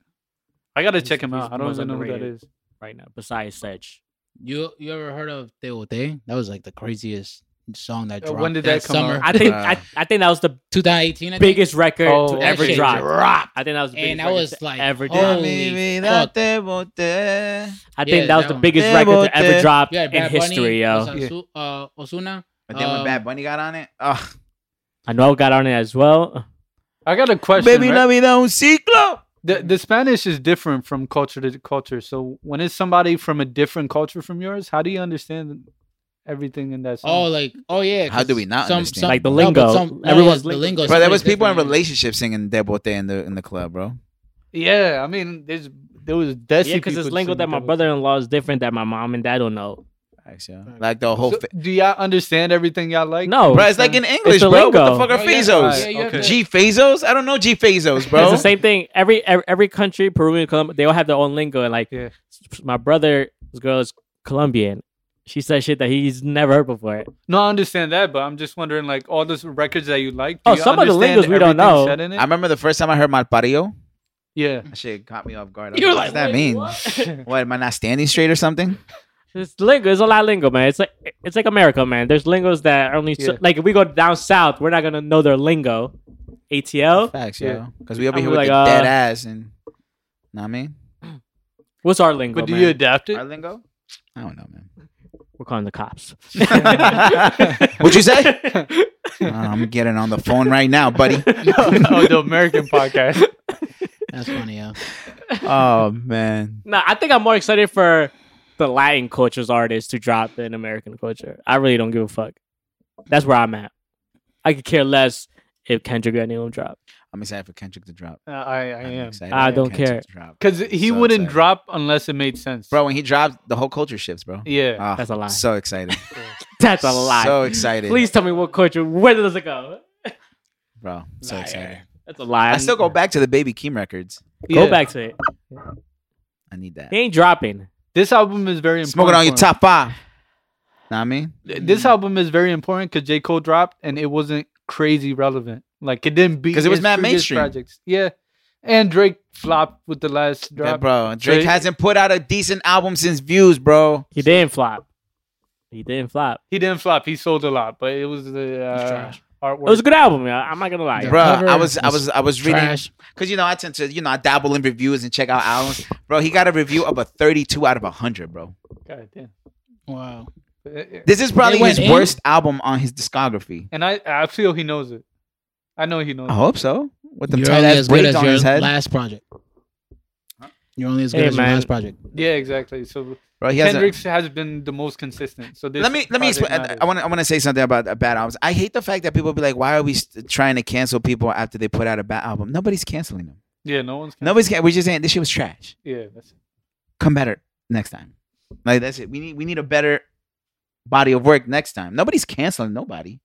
Speaker 2: I gotta
Speaker 4: He's-
Speaker 2: check him
Speaker 4: he's
Speaker 2: out.
Speaker 4: the
Speaker 2: I don't
Speaker 4: most
Speaker 2: even know who that
Speaker 4: underrated.
Speaker 2: is.
Speaker 4: right now, besides
Speaker 2: Oh.
Speaker 4: Sedge.
Speaker 5: You you ever heard of Te O Te? That was like the craziest song that
Speaker 2: Uh,
Speaker 5: dropped.
Speaker 2: when did that come
Speaker 5: summer?
Speaker 2: out?
Speaker 4: I think
Speaker 3: Wow.
Speaker 4: I, I think that was the
Speaker 5: 2018. I think.
Speaker 4: biggest record
Speaker 2: Oh,
Speaker 4: to
Speaker 2: that
Speaker 4: ever
Speaker 2: shit
Speaker 4: drop.
Speaker 5: dropped.
Speaker 4: I think that was the biggest
Speaker 5: And that
Speaker 4: record
Speaker 5: was
Speaker 4: to
Speaker 5: like,
Speaker 4: ever
Speaker 5: holy
Speaker 4: drop.
Speaker 5: fuck.
Speaker 4: I think
Speaker 5: yeah,
Speaker 4: that was
Speaker 5: that
Speaker 4: the
Speaker 5: one.
Speaker 4: biggest
Speaker 3: Yeah,
Speaker 4: record
Speaker 3: but,
Speaker 4: to ever
Speaker 3: uh,
Speaker 4: drop
Speaker 5: Yeah,
Speaker 4: in
Speaker 5: Bad
Speaker 4: history, yo.
Speaker 5: Bunny, Osu- uh, Osuna.
Speaker 3: But then when
Speaker 5: Um,
Speaker 3: Bad Bunny got on it, ah. ugh.
Speaker 4: I know I got on it as well.
Speaker 2: I got a question.
Speaker 3: Baby,
Speaker 2: right?
Speaker 3: let me down, ciclo.
Speaker 2: the the Spanish is different from culture to culture. So when it's somebody from a different culture from yours, how do you understand everything in that
Speaker 5: Oh,
Speaker 2: song?
Speaker 5: like oh yeah.
Speaker 3: How do we not
Speaker 5: 'cause
Speaker 3: understand?
Speaker 4: Like the
Speaker 5: no, but
Speaker 4: lingo.
Speaker 5: some- no,
Speaker 4: Everyone's
Speaker 5: yeah, the
Speaker 4: lingo.
Speaker 5: lingo.
Speaker 3: Bro, there was
Speaker 5: somebody's
Speaker 3: people in
Speaker 5: different, yeah.
Speaker 3: relationships singing Debote in the in the club, bro.
Speaker 2: yeah, I mean, there's there was Desi
Speaker 4: Yeah, because it's
Speaker 2: people
Speaker 4: lingo
Speaker 2: singing
Speaker 4: that my
Speaker 2: double-
Speaker 4: brother-in-law is different that my mom and dad don't know.
Speaker 3: Facts, yeah. Like the whole.
Speaker 2: So,
Speaker 3: Fa-
Speaker 2: do y'all understand everything y'all like?
Speaker 4: No,
Speaker 3: bro, it's like in English,
Speaker 4: Oh, the
Speaker 3: bro. What
Speaker 4: lingo.
Speaker 3: the fuck are
Speaker 5: Oh, yeah,
Speaker 3: Fezos?
Speaker 5: yeah, you have
Speaker 2: Okay.
Speaker 5: to-
Speaker 3: G Fezos? I don't know G Fezos, bro.
Speaker 4: It's the same thing. Every every, every country, Peruvian, Colomb- they all have their own lingo. And like,
Speaker 2: Yeah.
Speaker 4: my brother's girl is Colombian. She says shit that he's never heard before.
Speaker 2: No, I understand that, but I'm just wondering, like all those records that you like.
Speaker 4: Oh, some of the lingos we don't know.
Speaker 3: I remember the first time I heard Malpario.
Speaker 2: yeah,
Speaker 3: That shit caught me off guard. I was
Speaker 5: You were
Speaker 3: what's that mean? What? am I not standing straight or something?
Speaker 4: It's lingo. It's a lot of lingo, man. It's like it's like America, man. There's lingos that only so-
Speaker 2: Yeah.
Speaker 4: like if we go down south, we're not gonna know their lingo. ATL.
Speaker 3: Facts,
Speaker 2: Yeah.
Speaker 3: yo. Because we over
Speaker 4: I'm
Speaker 3: here with
Speaker 4: like,
Speaker 3: the dead
Speaker 4: uh,
Speaker 3: ass and. Know what I mean?
Speaker 4: What's our lingo?
Speaker 2: but do
Speaker 4: man?
Speaker 2: you adapt it?
Speaker 3: Our lingo? I don't know, man.
Speaker 4: we're calling the cops.
Speaker 3: What'd you say? Uh, I'm getting on the phone right now, buddy.
Speaker 2: oh, the American podcast.
Speaker 5: That's funny, yeah.
Speaker 3: Oh man.
Speaker 4: No, I think I'm more excited for the Latin culture's artists to drop than American culture. I really don't give a fuck. That's where I'm at. I could care less if Kendrick or Eminem drop.
Speaker 3: I'm excited for Kendrick to drop.
Speaker 2: Uh, I, I
Speaker 3: I'm
Speaker 2: am
Speaker 3: excited
Speaker 4: I
Speaker 3: for
Speaker 4: don't
Speaker 3: Kendrick
Speaker 4: care.
Speaker 3: to drop.
Speaker 2: because he
Speaker 3: So
Speaker 2: wouldn't
Speaker 3: excited.
Speaker 2: drop unless it made sense,
Speaker 3: Bro, when he dropped, the whole culture shifts, bro.
Speaker 2: Yeah,
Speaker 3: Ah,
Speaker 4: That's a lie.
Speaker 3: So excited.
Speaker 4: That's a lie.
Speaker 3: So excited.
Speaker 4: Please tell me what culture. Where does it go?
Speaker 3: Bro, so
Speaker 5: Liar.
Speaker 3: excited.
Speaker 4: That's a lie.
Speaker 3: I still go back to the Baby Keem records.
Speaker 4: Go
Speaker 2: Yeah.
Speaker 4: back to it.
Speaker 3: I need that.
Speaker 4: He ain't dropping.
Speaker 2: This album is very important.
Speaker 3: Smoking on your
Speaker 2: for him.
Speaker 3: top five. Know what I mean?
Speaker 2: This album is very important because J. Cole dropped and it wasn't crazy relevant. Like it didn't beat
Speaker 3: 'Cause it was
Speaker 2: his
Speaker 3: mad
Speaker 2: previous
Speaker 3: mainstream.
Speaker 2: projects. Yeah, and Drake flopped with the last
Speaker 3: Yeah,
Speaker 2: drop.
Speaker 3: bro. Drake
Speaker 2: Drake-
Speaker 3: hasn't put out a decent album since Views, bro.
Speaker 4: He didn't flop. He didn't flop.
Speaker 2: He didn't flop. He sold a lot, but it was the uh,
Speaker 5: trash.
Speaker 2: artwork.
Speaker 4: It was a good album. yeah, I'm not gonna lie.
Speaker 5: Yeah.
Speaker 3: Bro,
Speaker 5: cover
Speaker 3: I was I
Speaker 5: was
Speaker 3: was I was reading
Speaker 5: Trash.
Speaker 3: because you know I tend to you know I dabble in reviews and check out albums. Bro, he got a review of a 32 out of 100, bro.
Speaker 2: God damn. Uh,
Speaker 5: Wow.
Speaker 3: This is probably
Speaker 5: It went
Speaker 3: his
Speaker 5: in?
Speaker 3: worst album on his discography.
Speaker 2: And I, I feel he knows it. I know he knows.
Speaker 3: I
Speaker 2: it.
Speaker 3: hope so. With the
Speaker 5: You're
Speaker 3: tight
Speaker 5: only
Speaker 3: ass
Speaker 5: as good
Speaker 3: braids
Speaker 5: as
Speaker 3: on
Speaker 5: your
Speaker 3: his head,
Speaker 5: last project. You're only as good
Speaker 4: Hey,
Speaker 5: as
Speaker 4: man.
Speaker 5: your last project.
Speaker 2: Yeah, exactly. So
Speaker 3: bro. He has a,
Speaker 2: Kendrick's has been the most consistent. So this
Speaker 3: let me let me
Speaker 2: project
Speaker 3: explain.
Speaker 2: matters.
Speaker 3: I want I want to say something about uh, bad albums. I hate the fact that people be like, why are we st- trying to cancel people after they put out a bad album? Nobody's canceling them.
Speaker 2: Yeah, no one's.
Speaker 3: Nobody's can- we're just saying this shit was trash.
Speaker 2: Yeah, that's
Speaker 3: Come better next time. Like that's it. We need we need a better body of work next time. Nobody's canceling nobody.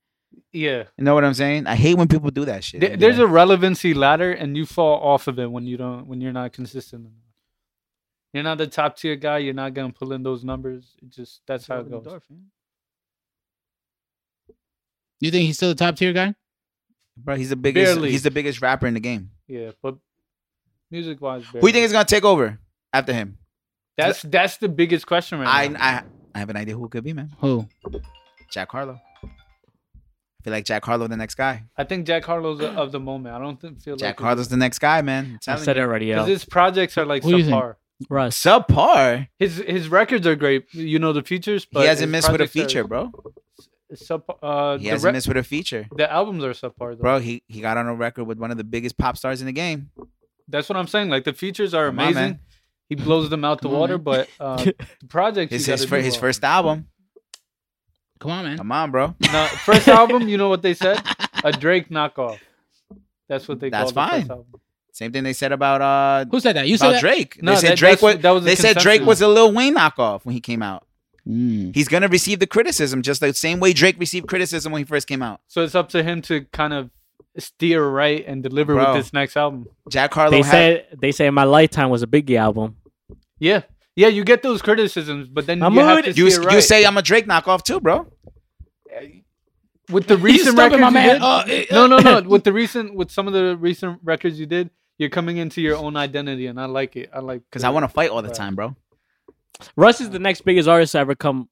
Speaker 2: yeah.
Speaker 3: You know what I'm saying? I hate when people do that shit.
Speaker 2: There- There's a relevancy ladder, and you fall off of it when you don't when you're not consistent. enough. You're not the top tier guy. You're not gonna pull in those numbers. It just that's how it goes.
Speaker 5: You think he's still the top tier guy?
Speaker 3: Bro, he's the biggest.
Speaker 2: Barely.
Speaker 3: He's the biggest rapper in the game.
Speaker 2: Yeah, but music wise,
Speaker 3: Who you think is gonna take over after him?
Speaker 2: that's that's the biggest question right
Speaker 3: I
Speaker 2: now.
Speaker 3: I I have an idea who it could be, man.
Speaker 5: Who?
Speaker 3: Jack Harlow. I feel like Jack Harlow the next guy.
Speaker 2: I think Jack Harlow's a- of the moment. I don't think, feel
Speaker 3: Jack
Speaker 2: like
Speaker 3: Harlow's the next guy, man.
Speaker 4: I
Speaker 3: I'm
Speaker 4: said it
Speaker 3: telling
Speaker 4: already.
Speaker 2: because
Speaker 4: Yo.
Speaker 2: his projects are like
Speaker 5: Who do you think?
Speaker 2: subpar.
Speaker 3: you.
Speaker 4: Russ.
Speaker 3: subpar.
Speaker 2: His his records are great. You know the features, but
Speaker 3: he hasn't
Speaker 2: his
Speaker 3: missed with a
Speaker 2: projects
Speaker 3: feature,
Speaker 2: are
Speaker 3: bro.
Speaker 2: Sub, uh,
Speaker 3: He
Speaker 2: the,
Speaker 3: hasn't
Speaker 2: re-
Speaker 3: missed with a feature,
Speaker 2: the albums are subpar, though.
Speaker 3: bro. He he got on a record with one of the biggest pop stars in the game.
Speaker 2: That's what I'm saying. Like the features are
Speaker 3: Come on,
Speaker 2: amazing.
Speaker 3: man.
Speaker 2: he blows them out the
Speaker 5: Come on,
Speaker 2: water,
Speaker 5: man.
Speaker 2: but uh, the project
Speaker 3: His his, fir- his
Speaker 2: uh,
Speaker 3: first album.
Speaker 5: Come on, man.
Speaker 3: Come on, bro.
Speaker 2: no, first album. You know what they said? A Drake knockoff. That's what they.
Speaker 3: That's
Speaker 2: called The
Speaker 3: fine.
Speaker 2: first album.
Speaker 3: Same thing they said about uh
Speaker 5: Who said that? You said
Speaker 3: about
Speaker 5: that?
Speaker 3: Drake.
Speaker 2: No,
Speaker 3: they said
Speaker 2: that-
Speaker 3: Drake
Speaker 2: that's-
Speaker 3: was.
Speaker 2: that was the
Speaker 3: They said Drake
Speaker 2: consensus.
Speaker 3: was a Lil Wayne knockoff when he came out.
Speaker 5: Mm.
Speaker 3: He's gonna receive the criticism just the same way Drake received criticism when he first came out.
Speaker 2: So it's up to him to kind of steer right and deliver
Speaker 3: Bro.
Speaker 2: with this next album.
Speaker 3: Jack Harlow
Speaker 4: They
Speaker 3: had
Speaker 4: said they said my lifetime was a Biggie album.
Speaker 2: Yeah, yeah. You get those criticisms, but then you have
Speaker 4: Mahmood,
Speaker 2: to
Speaker 3: you,
Speaker 2: steer right.
Speaker 3: you say I'm a Drake knockoff too, bro.
Speaker 2: with the
Speaker 5: He's
Speaker 2: recent records,
Speaker 5: stopping my
Speaker 2: you
Speaker 5: man.
Speaker 2: did-
Speaker 5: Uh, eh,
Speaker 2: no, no, no. With the recent, with some of the recent records you did, you're coming into your own identity, and I like it. I like
Speaker 3: Because I want to fight all the
Speaker 2: Right.
Speaker 3: time, bro.
Speaker 4: Russ is the next biggest artist to ever come.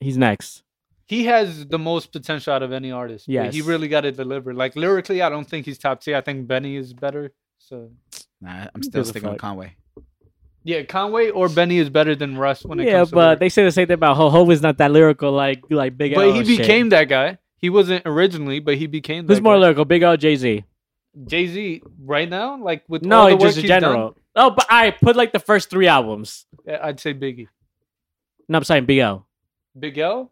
Speaker 4: He's next.
Speaker 2: he has the most potential out of any artist. Yeah, he
Speaker 4: Yes.
Speaker 2: really got to deliver. Like lyrically, I don't think he's top tier. I think Benny is better. So
Speaker 3: Nah, I'm still
Speaker 4: gives a
Speaker 3: sticking with
Speaker 4: fuck?
Speaker 3: Conway.
Speaker 2: yeah, Conway or Benny is better than Russ when it
Speaker 4: Yeah,
Speaker 2: comes. to
Speaker 4: but
Speaker 2: lyrics.
Speaker 4: they say the same thing about Ho. Ho is not that lyrical like like Big L.
Speaker 2: but he
Speaker 4: and shit.
Speaker 2: became that guy. He wasn't originally, but he became.
Speaker 4: who's
Speaker 2: that
Speaker 4: more
Speaker 2: guy.
Speaker 4: lyrical, Big L, or Jay Z?
Speaker 2: Jay Z right now? Like with all
Speaker 4: No,
Speaker 2: the
Speaker 4: just
Speaker 2: work
Speaker 4: in
Speaker 2: he's done,
Speaker 4: general. Oh, but I put like the first three albums.
Speaker 2: I- I'd say Biggie,
Speaker 4: No, I'm saying Big L.
Speaker 2: Big L.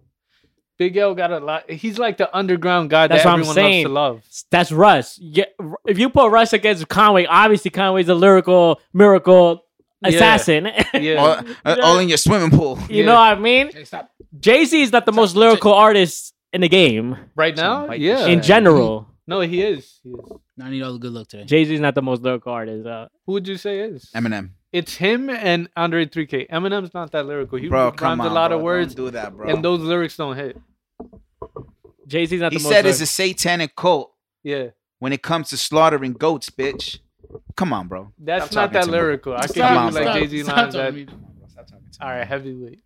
Speaker 2: Big L got a lot. He's like the underground guy
Speaker 4: That's
Speaker 2: that
Speaker 4: what I'm
Speaker 2: everyone
Speaker 4: saying.
Speaker 2: loves to love.
Speaker 4: That's Russ. Yeah, if you put Russ against Conway, obviously Conway's a lyrical miracle
Speaker 2: Yeah.
Speaker 4: assassin.
Speaker 2: Yeah,
Speaker 3: All, uh, all in your swimming pool.
Speaker 4: you know what I mean?
Speaker 5: Hey, stop.
Speaker 4: Jay Z is not the most lyrical artist in the game
Speaker 2: right
Speaker 3: Someone
Speaker 2: now,
Speaker 3: bite the
Speaker 2: yeah.
Speaker 3: shit
Speaker 4: in general.
Speaker 2: no, he is. He is.
Speaker 5: I need all the good luck today.
Speaker 4: Jay Z is not the most lyrical artist. Uh,
Speaker 2: Who would you say is?
Speaker 3: Eminem,
Speaker 2: It's him and Andre 3K. Eminem's not that lyrical. He
Speaker 3: bro,
Speaker 2: rhymes
Speaker 3: come on,
Speaker 2: a lot
Speaker 3: bro.
Speaker 2: of words,
Speaker 3: Don't do that, bro.
Speaker 2: and those lyrics don't hit.
Speaker 4: Jay Z is not
Speaker 3: he
Speaker 4: the most.
Speaker 3: said it's
Speaker 4: lyrical.
Speaker 3: a satanic cult
Speaker 2: Yeah,
Speaker 3: when it comes to slaughtering goats, bitch. Come on, bro.
Speaker 2: that's
Speaker 3: Stop
Speaker 2: not
Speaker 3: talking
Speaker 2: that
Speaker 3: to me.
Speaker 2: lyrical. I
Speaker 3: Come
Speaker 2: can
Speaker 3: on,
Speaker 2: do like
Speaker 3: bro.
Speaker 2: Jay Z
Speaker 5: Stop
Speaker 2: lines that.
Speaker 5: talking to me.
Speaker 2: All right, heavyweight.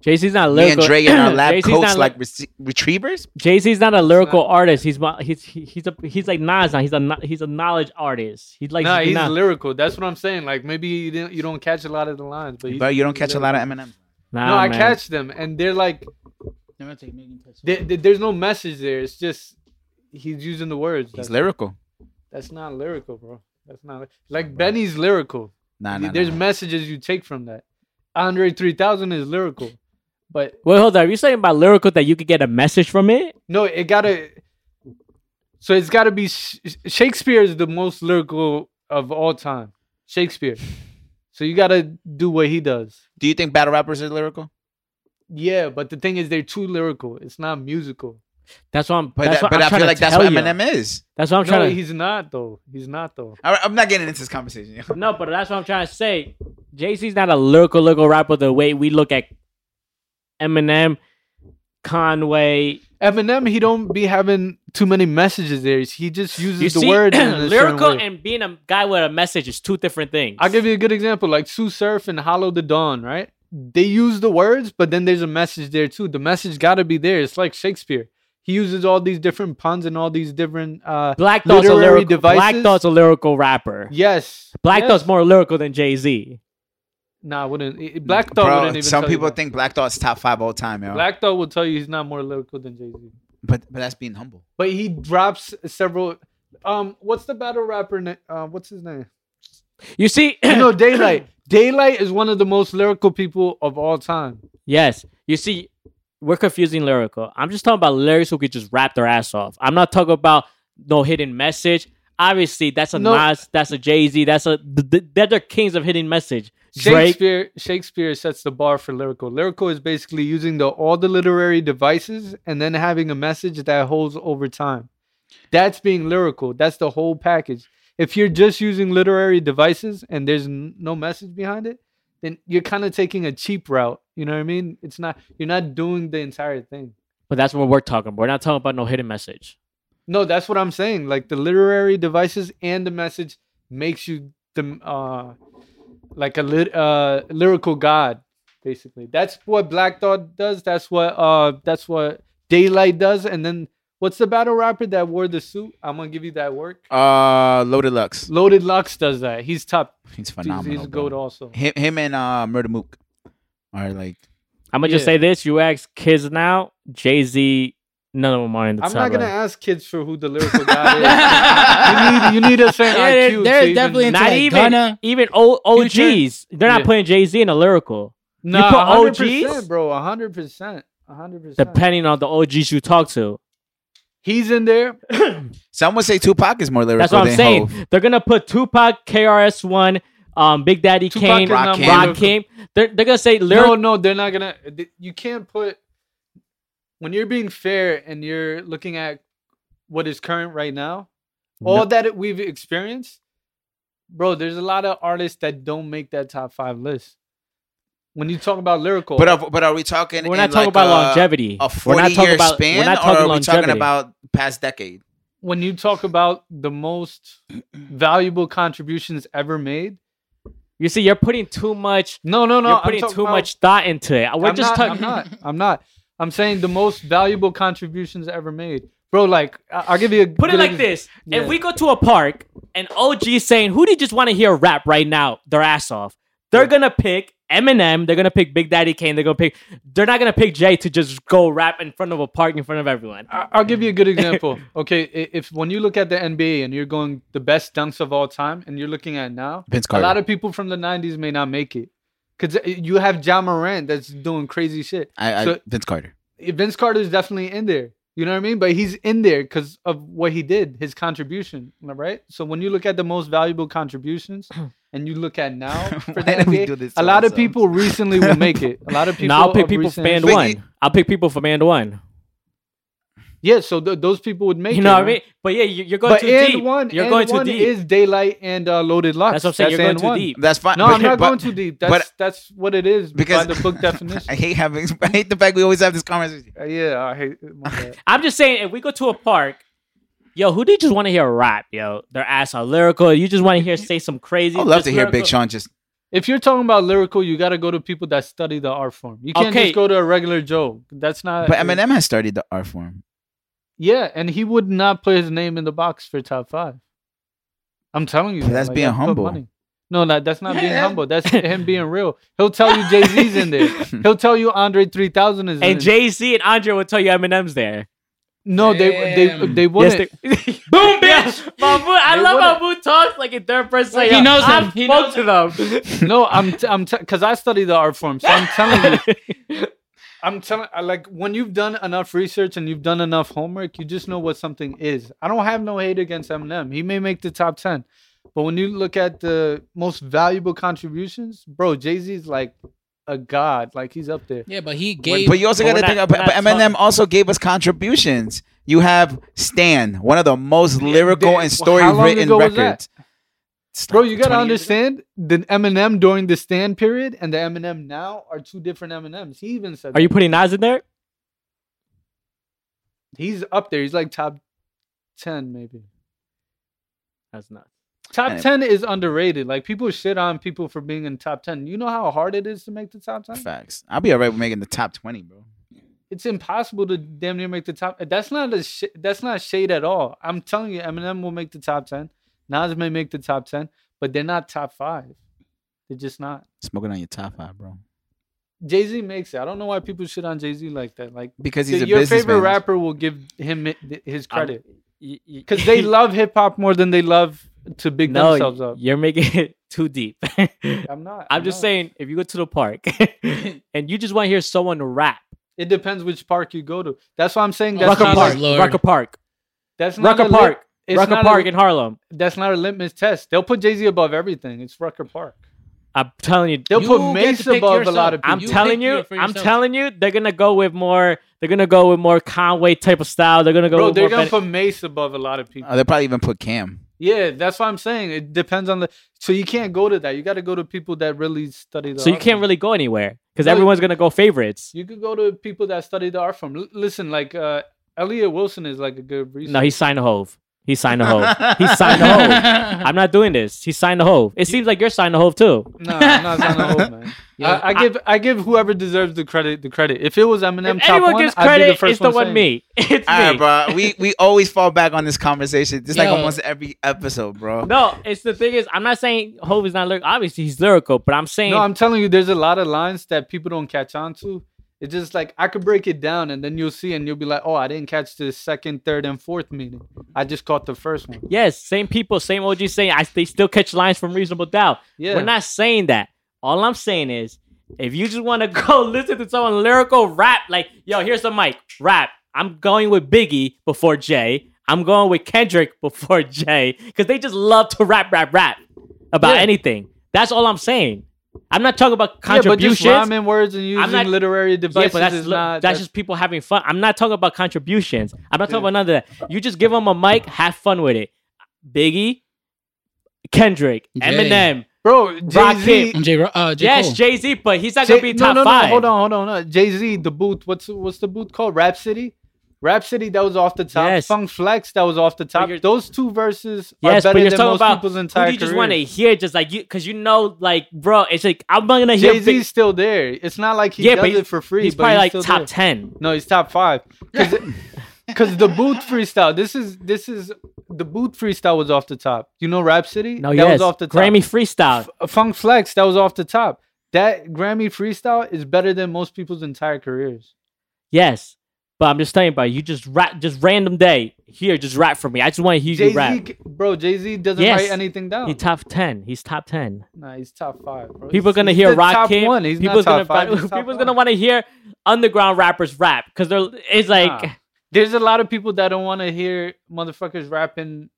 Speaker 4: Jay Z's not
Speaker 3: Me
Speaker 4: lyrical.
Speaker 3: and Dre in our lab
Speaker 4: Jay-Z's
Speaker 3: coats
Speaker 4: not,
Speaker 3: like rece- retrievers.
Speaker 4: Jay Z's not a lyrical
Speaker 2: not-
Speaker 4: artist. He's mo- he's he- he's a he's like Nas now. He's a no- he's a knowledge artist. He's like
Speaker 2: nah, he's
Speaker 4: not-
Speaker 2: lyrical. That's what I'm saying. Like maybe you didn't, you don't catch a lot of the lines, but he's,
Speaker 3: Bro, you don't catch a lot of Eminem.
Speaker 4: nah,
Speaker 2: No, I
Speaker 4: man.
Speaker 2: catch them, and they're like,
Speaker 5: I'm gonna take Megan Tess.
Speaker 2: they, they- there's no message there. It's just he's using the words.
Speaker 3: He's
Speaker 2: That's,
Speaker 3: lyrical.
Speaker 2: that's not lyrical, bro. That's not like Benny's lyrical.
Speaker 3: Nah,
Speaker 2: Y-
Speaker 3: nah,
Speaker 2: there's
Speaker 3: nah.
Speaker 2: messages you take from that. Andre 3000 is lyrical, but
Speaker 4: Wait, hold on. Are you saying about lyrical that you could get a message from it?
Speaker 2: no, it gotta. So it's gotta be Sh- Shakespeare is the most lyrical of all time. Shakespeare. So you gotta do what he does.
Speaker 3: Do you think battle rappers are lyrical?
Speaker 2: Yeah, but the thing is, they're too lyrical. It's not musical.
Speaker 4: That's what I'm.
Speaker 3: But
Speaker 4: that's
Speaker 3: that,
Speaker 4: what
Speaker 3: but
Speaker 4: I'm
Speaker 3: i
Speaker 4: trying
Speaker 3: feel
Speaker 4: to
Speaker 3: like that's
Speaker 4: tell
Speaker 3: what
Speaker 4: you.
Speaker 3: Eminem is.
Speaker 4: That's what I'm
Speaker 2: no,
Speaker 4: trying to.
Speaker 2: he's not though. He's not though.
Speaker 3: All right, I'm not getting into this conversation. yo.
Speaker 4: No, but that's what I'm trying to say. JC's not a lyrical lyrical rapper the way we look at Eminem, Conway.
Speaker 2: Eminem, he don't be having too many messages there. He just uses
Speaker 4: You
Speaker 2: the
Speaker 4: see,
Speaker 2: words in a certain
Speaker 4: lyrical
Speaker 2: way.
Speaker 4: and being a guy with a message is two different things.
Speaker 2: I'll give you a good example, like Sue Surf and Hollow the Dawn, right? They use the words, but then there's a message there too. The message gotta be there. It's like Shakespeare. He uses all these different puns and all these different uh
Speaker 4: Black Thought's a
Speaker 2: literary
Speaker 4: lyrical. Black
Speaker 2: devices?
Speaker 4: Thought's a lyrical rapper.
Speaker 2: yes.
Speaker 4: Black
Speaker 2: yes.
Speaker 4: Thought's more lyrical than Jay Z.
Speaker 2: Nah, I wouldn't i- Black Thought
Speaker 3: Bro,
Speaker 2: wouldn't even
Speaker 3: some
Speaker 2: tell you
Speaker 3: people
Speaker 2: that.
Speaker 3: think Black Thought's top five all time, yo.
Speaker 2: Black Thought will tell you he's not more lyrical than Jay-Z.
Speaker 3: but but that's being humble.
Speaker 2: But he drops several um what's the battle rapper na- uh, what's his name?
Speaker 4: You see,
Speaker 2: you know Daylight. Daylight is one of the most lyrical people of all time.
Speaker 4: yes, you see, we're confusing lyrical. I'm just talking about lyrics who could just rap their ass off. I'm not talking about no hidden message. Obviously, that's a
Speaker 2: No.
Speaker 4: Nas, that's a Jay Z, that's a th- th- they're the kings of hidden message. Drake,
Speaker 2: Shakespeare Shakespeare sets the bar for lyrical. Lyrical is basically using the all the literary devices and then having a message that holds over time. That's being lyrical. That's the whole package. If you're just using literary devices and there's n- no message behind it, then you're kind of taking a cheap route. You know what I mean? It's not you're not doing the entire thing.
Speaker 4: but that's what we're talking about. We're not talking about no hidden message.
Speaker 2: No, that's what I'm saying. Like the literary devices and the message makes you the uh like a lit, uh lyrical god basically. That's what Black Thought does. That's what uh that's what Daylight does and then what's the battle rapper that wore the suit? I'm going to give you that work.
Speaker 3: Uh, Loaded Lux.
Speaker 2: Loaded Lux does that. He's top.
Speaker 3: He's
Speaker 2: He's-
Speaker 3: phenomenal.
Speaker 2: He's,
Speaker 3: bro.
Speaker 2: goat also.
Speaker 3: Him, him and uh, Murder Mook are like
Speaker 4: I'm gonna just
Speaker 2: Yeah.
Speaker 4: say this: you ask kids now, Jay Z, none of them are in the
Speaker 2: I'm
Speaker 4: top.
Speaker 2: not going to
Speaker 4: right.
Speaker 2: ask kids for who the lyrical god is. You need, you need a certain
Speaker 5: Yeah,
Speaker 2: IQ.
Speaker 5: there-
Speaker 2: to
Speaker 5: there's
Speaker 2: even-
Speaker 5: definitely
Speaker 4: Not
Speaker 5: like
Speaker 4: even
Speaker 5: Gunna,
Speaker 4: even o- OGs.
Speaker 2: Future.
Speaker 4: They're not
Speaker 2: Yeah.
Speaker 4: putting Jay Z in a lyrical.
Speaker 2: Nah,
Speaker 4: put
Speaker 2: 100%,
Speaker 4: OGs?
Speaker 2: bro. 100%. 100%.
Speaker 4: Depending on the OGs you talk to,
Speaker 2: He's in there.
Speaker 3: some would say Tupac is more lyrical.
Speaker 4: that's what I'm
Speaker 3: than
Speaker 4: saying.
Speaker 3: Hov.
Speaker 4: They're gonna put Tupac, KRS One, um, Big Daddy
Speaker 2: Tupac
Speaker 4: Kane,
Speaker 2: is
Speaker 3: Rock
Speaker 2: not
Speaker 3: Kane.
Speaker 2: more
Speaker 4: Rock
Speaker 2: lyrical.
Speaker 4: Kane. They're they're gonna say
Speaker 2: No,
Speaker 4: lyrical.
Speaker 2: no, they're not gonna. th- You can't put when you're being fair and you're looking at what is current right now. All that we've experienced, bro. There's a lot of artists that don't make that top five list. When you talk about lyrical,
Speaker 4: uh,
Speaker 3: But are, but are we talking?
Speaker 4: we're
Speaker 3: in
Speaker 4: not talking
Speaker 3: like
Speaker 4: about
Speaker 3: a,
Speaker 4: longevity.
Speaker 3: A
Speaker 4: we're not talking
Speaker 3: forty-year
Speaker 4: about.
Speaker 3: span,
Speaker 4: we're not
Speaker 3: or
Speaker 4: talking
Speaker 3: are we talking
Speaker 4: longevity.
Speaker 3: about past decade?
Speaker 2: when you talk about the most valuable contributions ever made,
Speaker 4: you see, you're putting too much.
Speaker 2: no, no, no.
Speaker 4: you're
Speaker 2: I'm
Speaker 4: putting
Speaker 2: talking
Speaker 4: too
Speaker 2: about-
Speaker 4: much thought into it. We're
Speaker 2: I'm
Speaker 4: just
Speaker 2: not,
Speaker 4: talking.
Speaker 2: I'm not. I'm not. I'm saying the most valuable contributions ever made, bro. Like I- I'll give you a
Speaker 4: Put it
Speaker 2: good
Speaker 4: like
Speaker 2: ex-
Speaker 4: this:
Speaker 2: Yeah.
Speaker 4: If we go to a park and OG saying, "Who do you just want to hear rap right now?" Their ass off. They're gonna pick Eminem. They're gonna pick Big Daddy Kane. They're gonna pick. They're not gonna pick Jay to just go rap in front of a park in front of everyone.
Speaker 2: I- I'll give you a good example. Okay, i- if when you look at the NBA and you're going the best dunks of all time, and you're looking at now,
Speaker 3: Vince
Speaker 2: a
Speaker 3: Carter.
Speaker 2: lot of people from the '90s may not make it because you have John Morant that's doing crazy shit.
Speaker 3: I, I,
Speaker 2: so-
Speaker 3: Vince Carter.
Speaker 2: Vince Carter is definitely in there. You know what I mean? But he's in there because of what he did, his contribution, am I right? So when you look at the most valuable contributions, and you look at now for the
Speaker 3: Why do we
Speaker 2: NBA,
Speaker 3: do this
Speaker 2: a
Speaker 3: to
Speaker 2: lot of
Speaker 3: ourselves?
Speaker 2: people recently will make it. A lot of people.
Speaker 4: Now I'll pick
Speaker 2: of
Speaker 4: people from
Speaker 2: recent-
Speaker 4: band
Speaker 3: Wait,
Speaker 4: one.
Speaker 3: you-
Speaker 4: I'll pick people from band one.
Speaker 2: Yeah, so th- those people would make
Speaker 4: you
Speaker 2: it.
Speaker 4: know what I
Speaker 2: right?
Speaker 4: mean? But yeah, you- you're going
Speaker 2: But
Speaker 4: too
Speaker 2: and
Speaker 4: deep.
Speaker 2: one,
Speaker 4: you're
Speaker 2: and
Speaker 4: going
Speaker 2: one
Speaker 4: too deep.
Speaker 2: is daylight and uh, loaded lux.
Speaker 4: That's what I'm saying. you're
Speaker 2: and
Speaker 4: going too
Speaker 2: one.
Speaker 4: deep.
Speaker 3: That's fine.
Speaker 2: No,
Speaker 3: but-
Speaker 2: I'm not
Speaker 3: but-
Speaker 2: going too deep. That's that's what it is
Speaker 3: because
Speaker 2: by the book definition.
Speaker 3: I hate having. I hate the fact we always have this conversation.
Speaker 2: Uh, yeah, I hate. my bad.
Speaker 4: I'm just saying, if we go to a park. Yo, who do you just want to hear rap? Yo, their ass are lyrical. You just want to hear say some crazy.
Speaker 3: I'd love
Speaker 4: just
Speaker 3: to hear Big
Speaker 4: lyrical-
Speaker 3: Sean just.
Speaker 2: If you're talking about lyrical, you got to go to people that study the art form. You can't
Speaker 4: Okay.
Speaker 2: just go to a regular Joe. That's
Speaker 4: Uh,
Speaker 2: not.
Speaker 3: But Eminem has started the art form.
Speaker 2: Yeah, and he would not put his name in the box for top five. I'm telling you,
Speaker 3: But
Speaker 2: that,
Speaker 3: that's being
Speaker 2: I put
Speaker 3: humble.
Speaker 2: money. No, no, that's not being
Speaker 3: Yeah.
Speaker 2: humble. That's him being real. He'll tell you Jay Z's in there. He'll tell you Andre 3000 is in
Speaker 4: And
Speaker 2: there.
Speaker 4: Jay Z and Andre will tell you Eminem's there.
Speaker 2: No, they they
Speaker 5: Damn.
Speaker 2: they wouldn't.
Speaker 4: Boom, bitch! Mamu, I
Speaker 2: They
Speaker 4: love
Speaker 2: wouldn't.
Speaker 4: how Mamu talks like in third person.
Speaker 5: Like, he
Speaker 4: Yo,
Speaker 5: knows
Speaker 4: I
Speaker 5: him. He
Speaker 4: spoke to them.
Speaker 2: no, I'm t- I'm because I study the art form, so I'm telling you, I'm telling I like when you've done enough research and you've done enough homework, you just know what something is. I don't have no hate against Eminem. He may make the top ten, but when you look at the most valuable contributions, bro, Jay Z's like a god. Like he's up there.
Speaker 5: Yeah, but he gave.
Speaker 3: But you also
Speaker 4: But
Speaker 3: got to
Speaker 4: we're
Speaker 3: think
Speaker 4: not-
Speaker 3: about
Speaker 4: we're
Speaker 3: but
Speaker 4: not
Speaker 3: Eminem also gave us contributions. You have Stan, one of the most lyrical
Speaker 2: they-
Speaker 3: and
Speaker 2: well, how long
Speaker 3: story-written
Speaker 2: ago was that?
Speaker 3: records. It's
Speaker 2: Bro,
Speaker 3: like
Speaker 2: you gotta
Speaker 3: 20 years ago.
Speaker 2: understand the Eminem during the stand period and the Eminem now are two different Eminems. He even said
Speaker 4: Are you
Speaker 2: that.
Speaker 4: putting Nas in there?
Speaker 2: he's up there. He's like top ten, maybe.
Speaker 4: That's not.
Speaker 2: Top
Speaker 3: And it-
Speaker 2: ten is underrated. Like people shit on people for being in top ten. You know how hard it is to make the top ten?
Speaker 3: Facts. I'll be alright with making the top twenty, bro.
Speaker 2: It's impossible to damn near make the top. That's not a sh- that's not shade at all. I'm telling you, Eminem will make the top ten. Nas may make the top ten, but they're not top five. They're just not.
Speaker 3: Smoking on your top five, bro.
Speaker 2: Jay Z makes it. I don't know why people shit on Jay Z like that. Like
Speaker 3: Because he's a
Speaker 2: your
Speaker 3: businessman.
Speaker 2: favorite rapper will give him i- th- his
Speaker 4: I'm-
Speaker 2: credit
Speaker 4: y- y-
Speaker 2: because they love hip hop more than they love to big
Speaker 4: no,
Speaker 2: themselves up.
Speaker 4: you're making it too deep.
Speaker 2: I'm not.
Speaker 4: I'm just
Speaker 2: not.
Speaker 4: saying, if you go to the park and you just want to hear someone rap,
Speaker 2: It depends which park you go to. That's why I'm saying that's
Speaker 4: Rucker
Speaker 2: not.
Speaker 4: Oh, Park,
Speaker 2: Park.
Speaker 5: Lord.
Speaker 4: Rucker Park,
Speaker 2: that's not
Speaker 4: Rucker
Speaker 2: a lit-
Speaker 4: Park,
Speaker 2: it's
Speaker 4: Rucker
Speaker 2: not a-
Speaker 4: Park in Harlem.
Speaker 2: that's not a litmus test. They'll put Jay Z above everything. It's Rucker Park.
Speaker 4: I'm telling you,
Speaker 2: They'll
Speaker 5: You
Speaker 2: put
Speaker 5: get to
Speaker 2: Mace
Speaker 5: pick
Speaker 2: above a
Speaker 5: yourself.
Speaker 2: lot of people.
Speaker 4: I'm
Speaker 5: You
Speaker 4: telling
Speaker 5: pick
Speaker 4: you,
Speaker 5: it for
Speaker 4: I'm
Speaker 5: yourself.
Speaker 4: telling you, they're gonna go with more. They're gonna go with more Conway type of style. They're gonna go.
Speaker 2: Bro,
Speaker 4: with
Speaker 2: they're
Speaker 4: more
Speaker 2: gonna
Speaker 4: Ben-
Speaker 2: put Mace above a lot of people.
Speaker 3: Oh, they probably even put Cam.
Speaker 2: yeah, that's what I'm saying. It depends on the. So you can't go to that. You got to go to people that really study. The
Speaker 4: so you
Speaker 2: art
Speaker 4: can't
Speaker 2: form.
Speaker 4: really go anywhere because
Speaker 2: No,
Speaker 4: everyone's gonna go favorites.
Speaker 2: You could go to people that study the art form. L- listen, like uh, Elliot Wilson is like a good reason.
Speaker 4: No, he signed a hove. He signed a hove. He signed a hove. I'm not doing this. He signed a hove. It seems like you're signed a hove too.
Speaker 2: Nah, I'm not signing old man.
Speaker 5: Yeah.
Speaker 2: I, I give I give whoever deserves the credit the credit. If it was Eminem
Speaker 4: If
Speaker 2: top
Speaker 4: anyone
Speaker 2: one,
Speaker 4: gives
Speaker 2: I'd be
Speaker 4: credit,
Speaker 2: the first
Speaker 4: it's the one
Speaker 2: saying it.
Speaker 4: me. It's
Speaker 3: All
Speaker 2: Ah,
Speaker 4: me.
Speaker 3: right, bro. We we always fall back on this conversation. Just like
Speaker 5: Yo.
Speaker 3: almost every episode, bro.
Speaker 4: No, it's the thing is, I'm not saying Hove is not lyrical. Obviously, he's lyrical, but I'm saying
Speaker 2: No, I'm telling you, there's a lot of lines that people don't catch on to. It's just like I could break it down, and then you'll see, and you'll be like, "Oh, I didn't catch the second, third, and fourth meaning. I just caught the first one."
Speaker 4: yes, same people, same OG saying I they still catch lines from Reasonable Doubt.
Speaker 2: Yeah,
Speaker 4: We're not saying that. All I'm saying is, if you just want to go listen to someone lyrical rap, like yo, here's the mic, rap. I'm going with Biggie before Jay. I'm going with Kendrick before Jay because they just love to rap, rap, rap about
Speaker 2: Yeah.
Speaker 4: anything. That's all I'm saying. I'm not talking about
Speaker 2: yeah, but
Speaker 4: contributions.
Speaker 2: just rhyming words and using
Speaker 4: not-
Speaker 2: literary
Speaker 4: Yeah,
Speaker 2: devices
Speaker 4: but that's,
Speaker 2: is
Speaker 4: li-
Speaker 2: not.
Speaker 4: that's, just people having fun. I'm not talking about contributions. I'm not talking
Speaker 2: Yeah.
Speaker 4: about none of that. You just give them a mic, have fun with it. Biggie, Kendrick,
Speaker 5: Jay.
Speaker 4: Eminem,
Speaker 2: bro. Jay Z.
Speaker 4: Rakim.
Speaker 5: J. Ro- Uh, J.
Speaker 4: yes,
Speaker 5: Cole.
Speaker 4: Jay Z, but he's not gonna be top
Speaker 2: no, no,
Speaker 4: five.
Speaker 2: No, hold on, hold on. No. Jay Z, the booth. What's what's the booth called? Rap City. Rap City. That was off the top.
Speaker 4: Yes.
Speaker 2: Funk Flex. That was off the top.
Speaker 4: you're-
Speaker 2: Those two verses are
Speaker 4: Yes,
Speaker 2: better
Speaker 4: but you're
Speaker 2: than
Speaker 4: talking
Speaker 2: most
Speaker 4: about
Speaker 2: people's
Speaker 4: who
Speaker 2: entire
Speaker 4: do you just
Speaker 2: careers.
Speaker 4: want to hear? Just like you, because you know, like bro, it's like I'm not gonna hear.
Speaker 2: Jay Z's still there. It's not like he
Speaker 4: Yeah,
Speaker 2: does
Speaker 4: but he-
Speaker 2: it for free.
Speaker 4: he's
Speaker 2: but
Speaker 4: probably like
Speaker 2: still
Speaker 4: top
Speaker 2: there.
Speaker 4: ten.
Speaker 2: No, he's top five. Because the boot freestyle. This is this is the boot freestyle was off the top. You know, Rap City.
Speaker 4: No,
Speaker 2: that
Speaker 4: yes,
Speaker 2: was off the top.
Speaker 4: Grammy freestyle.
Speaker 2: F- uh, Funk Flex. That was off the top. That Grammy freestyle is better than most people's entire careers.
Speaker 4: Yes, but I'm just telling you, bro. You just rap, just random day here, just rap for me. I just want to hear
Speaker 2: Jay
Speaker 4: you rap.
Speaker 2: Z, bro, Jay Z doesn't
Speaker 4: Yes.
Speaker 2: write anything down.
Speaker 4: He's top ten. He's top ten.
Speaker 2: nah, he's top five, bro.
Speaker 4: People are
Speaker 2: He's-
Speaker 4: gonna
Speaker 2: he's
Speaker 4: hear
Speaker 2: the
Speaker 4: rock
Speaker 2: top
Speaker 4: Kim.
Speaker 2: one. He's
Speaker 4: people's
Speaker 2: not top
Speaker 4: gonna
Speaker 2: five.
Speaker 4: find-
Speaker 2: he's top
Speaker 4: people's
Speaker 2: one.
Speaker 4: gonna want to hear underground rappers rap because they're it's like
Speaker 2: Nah. There's a lot of people that don't want to hear motherfuckers rapping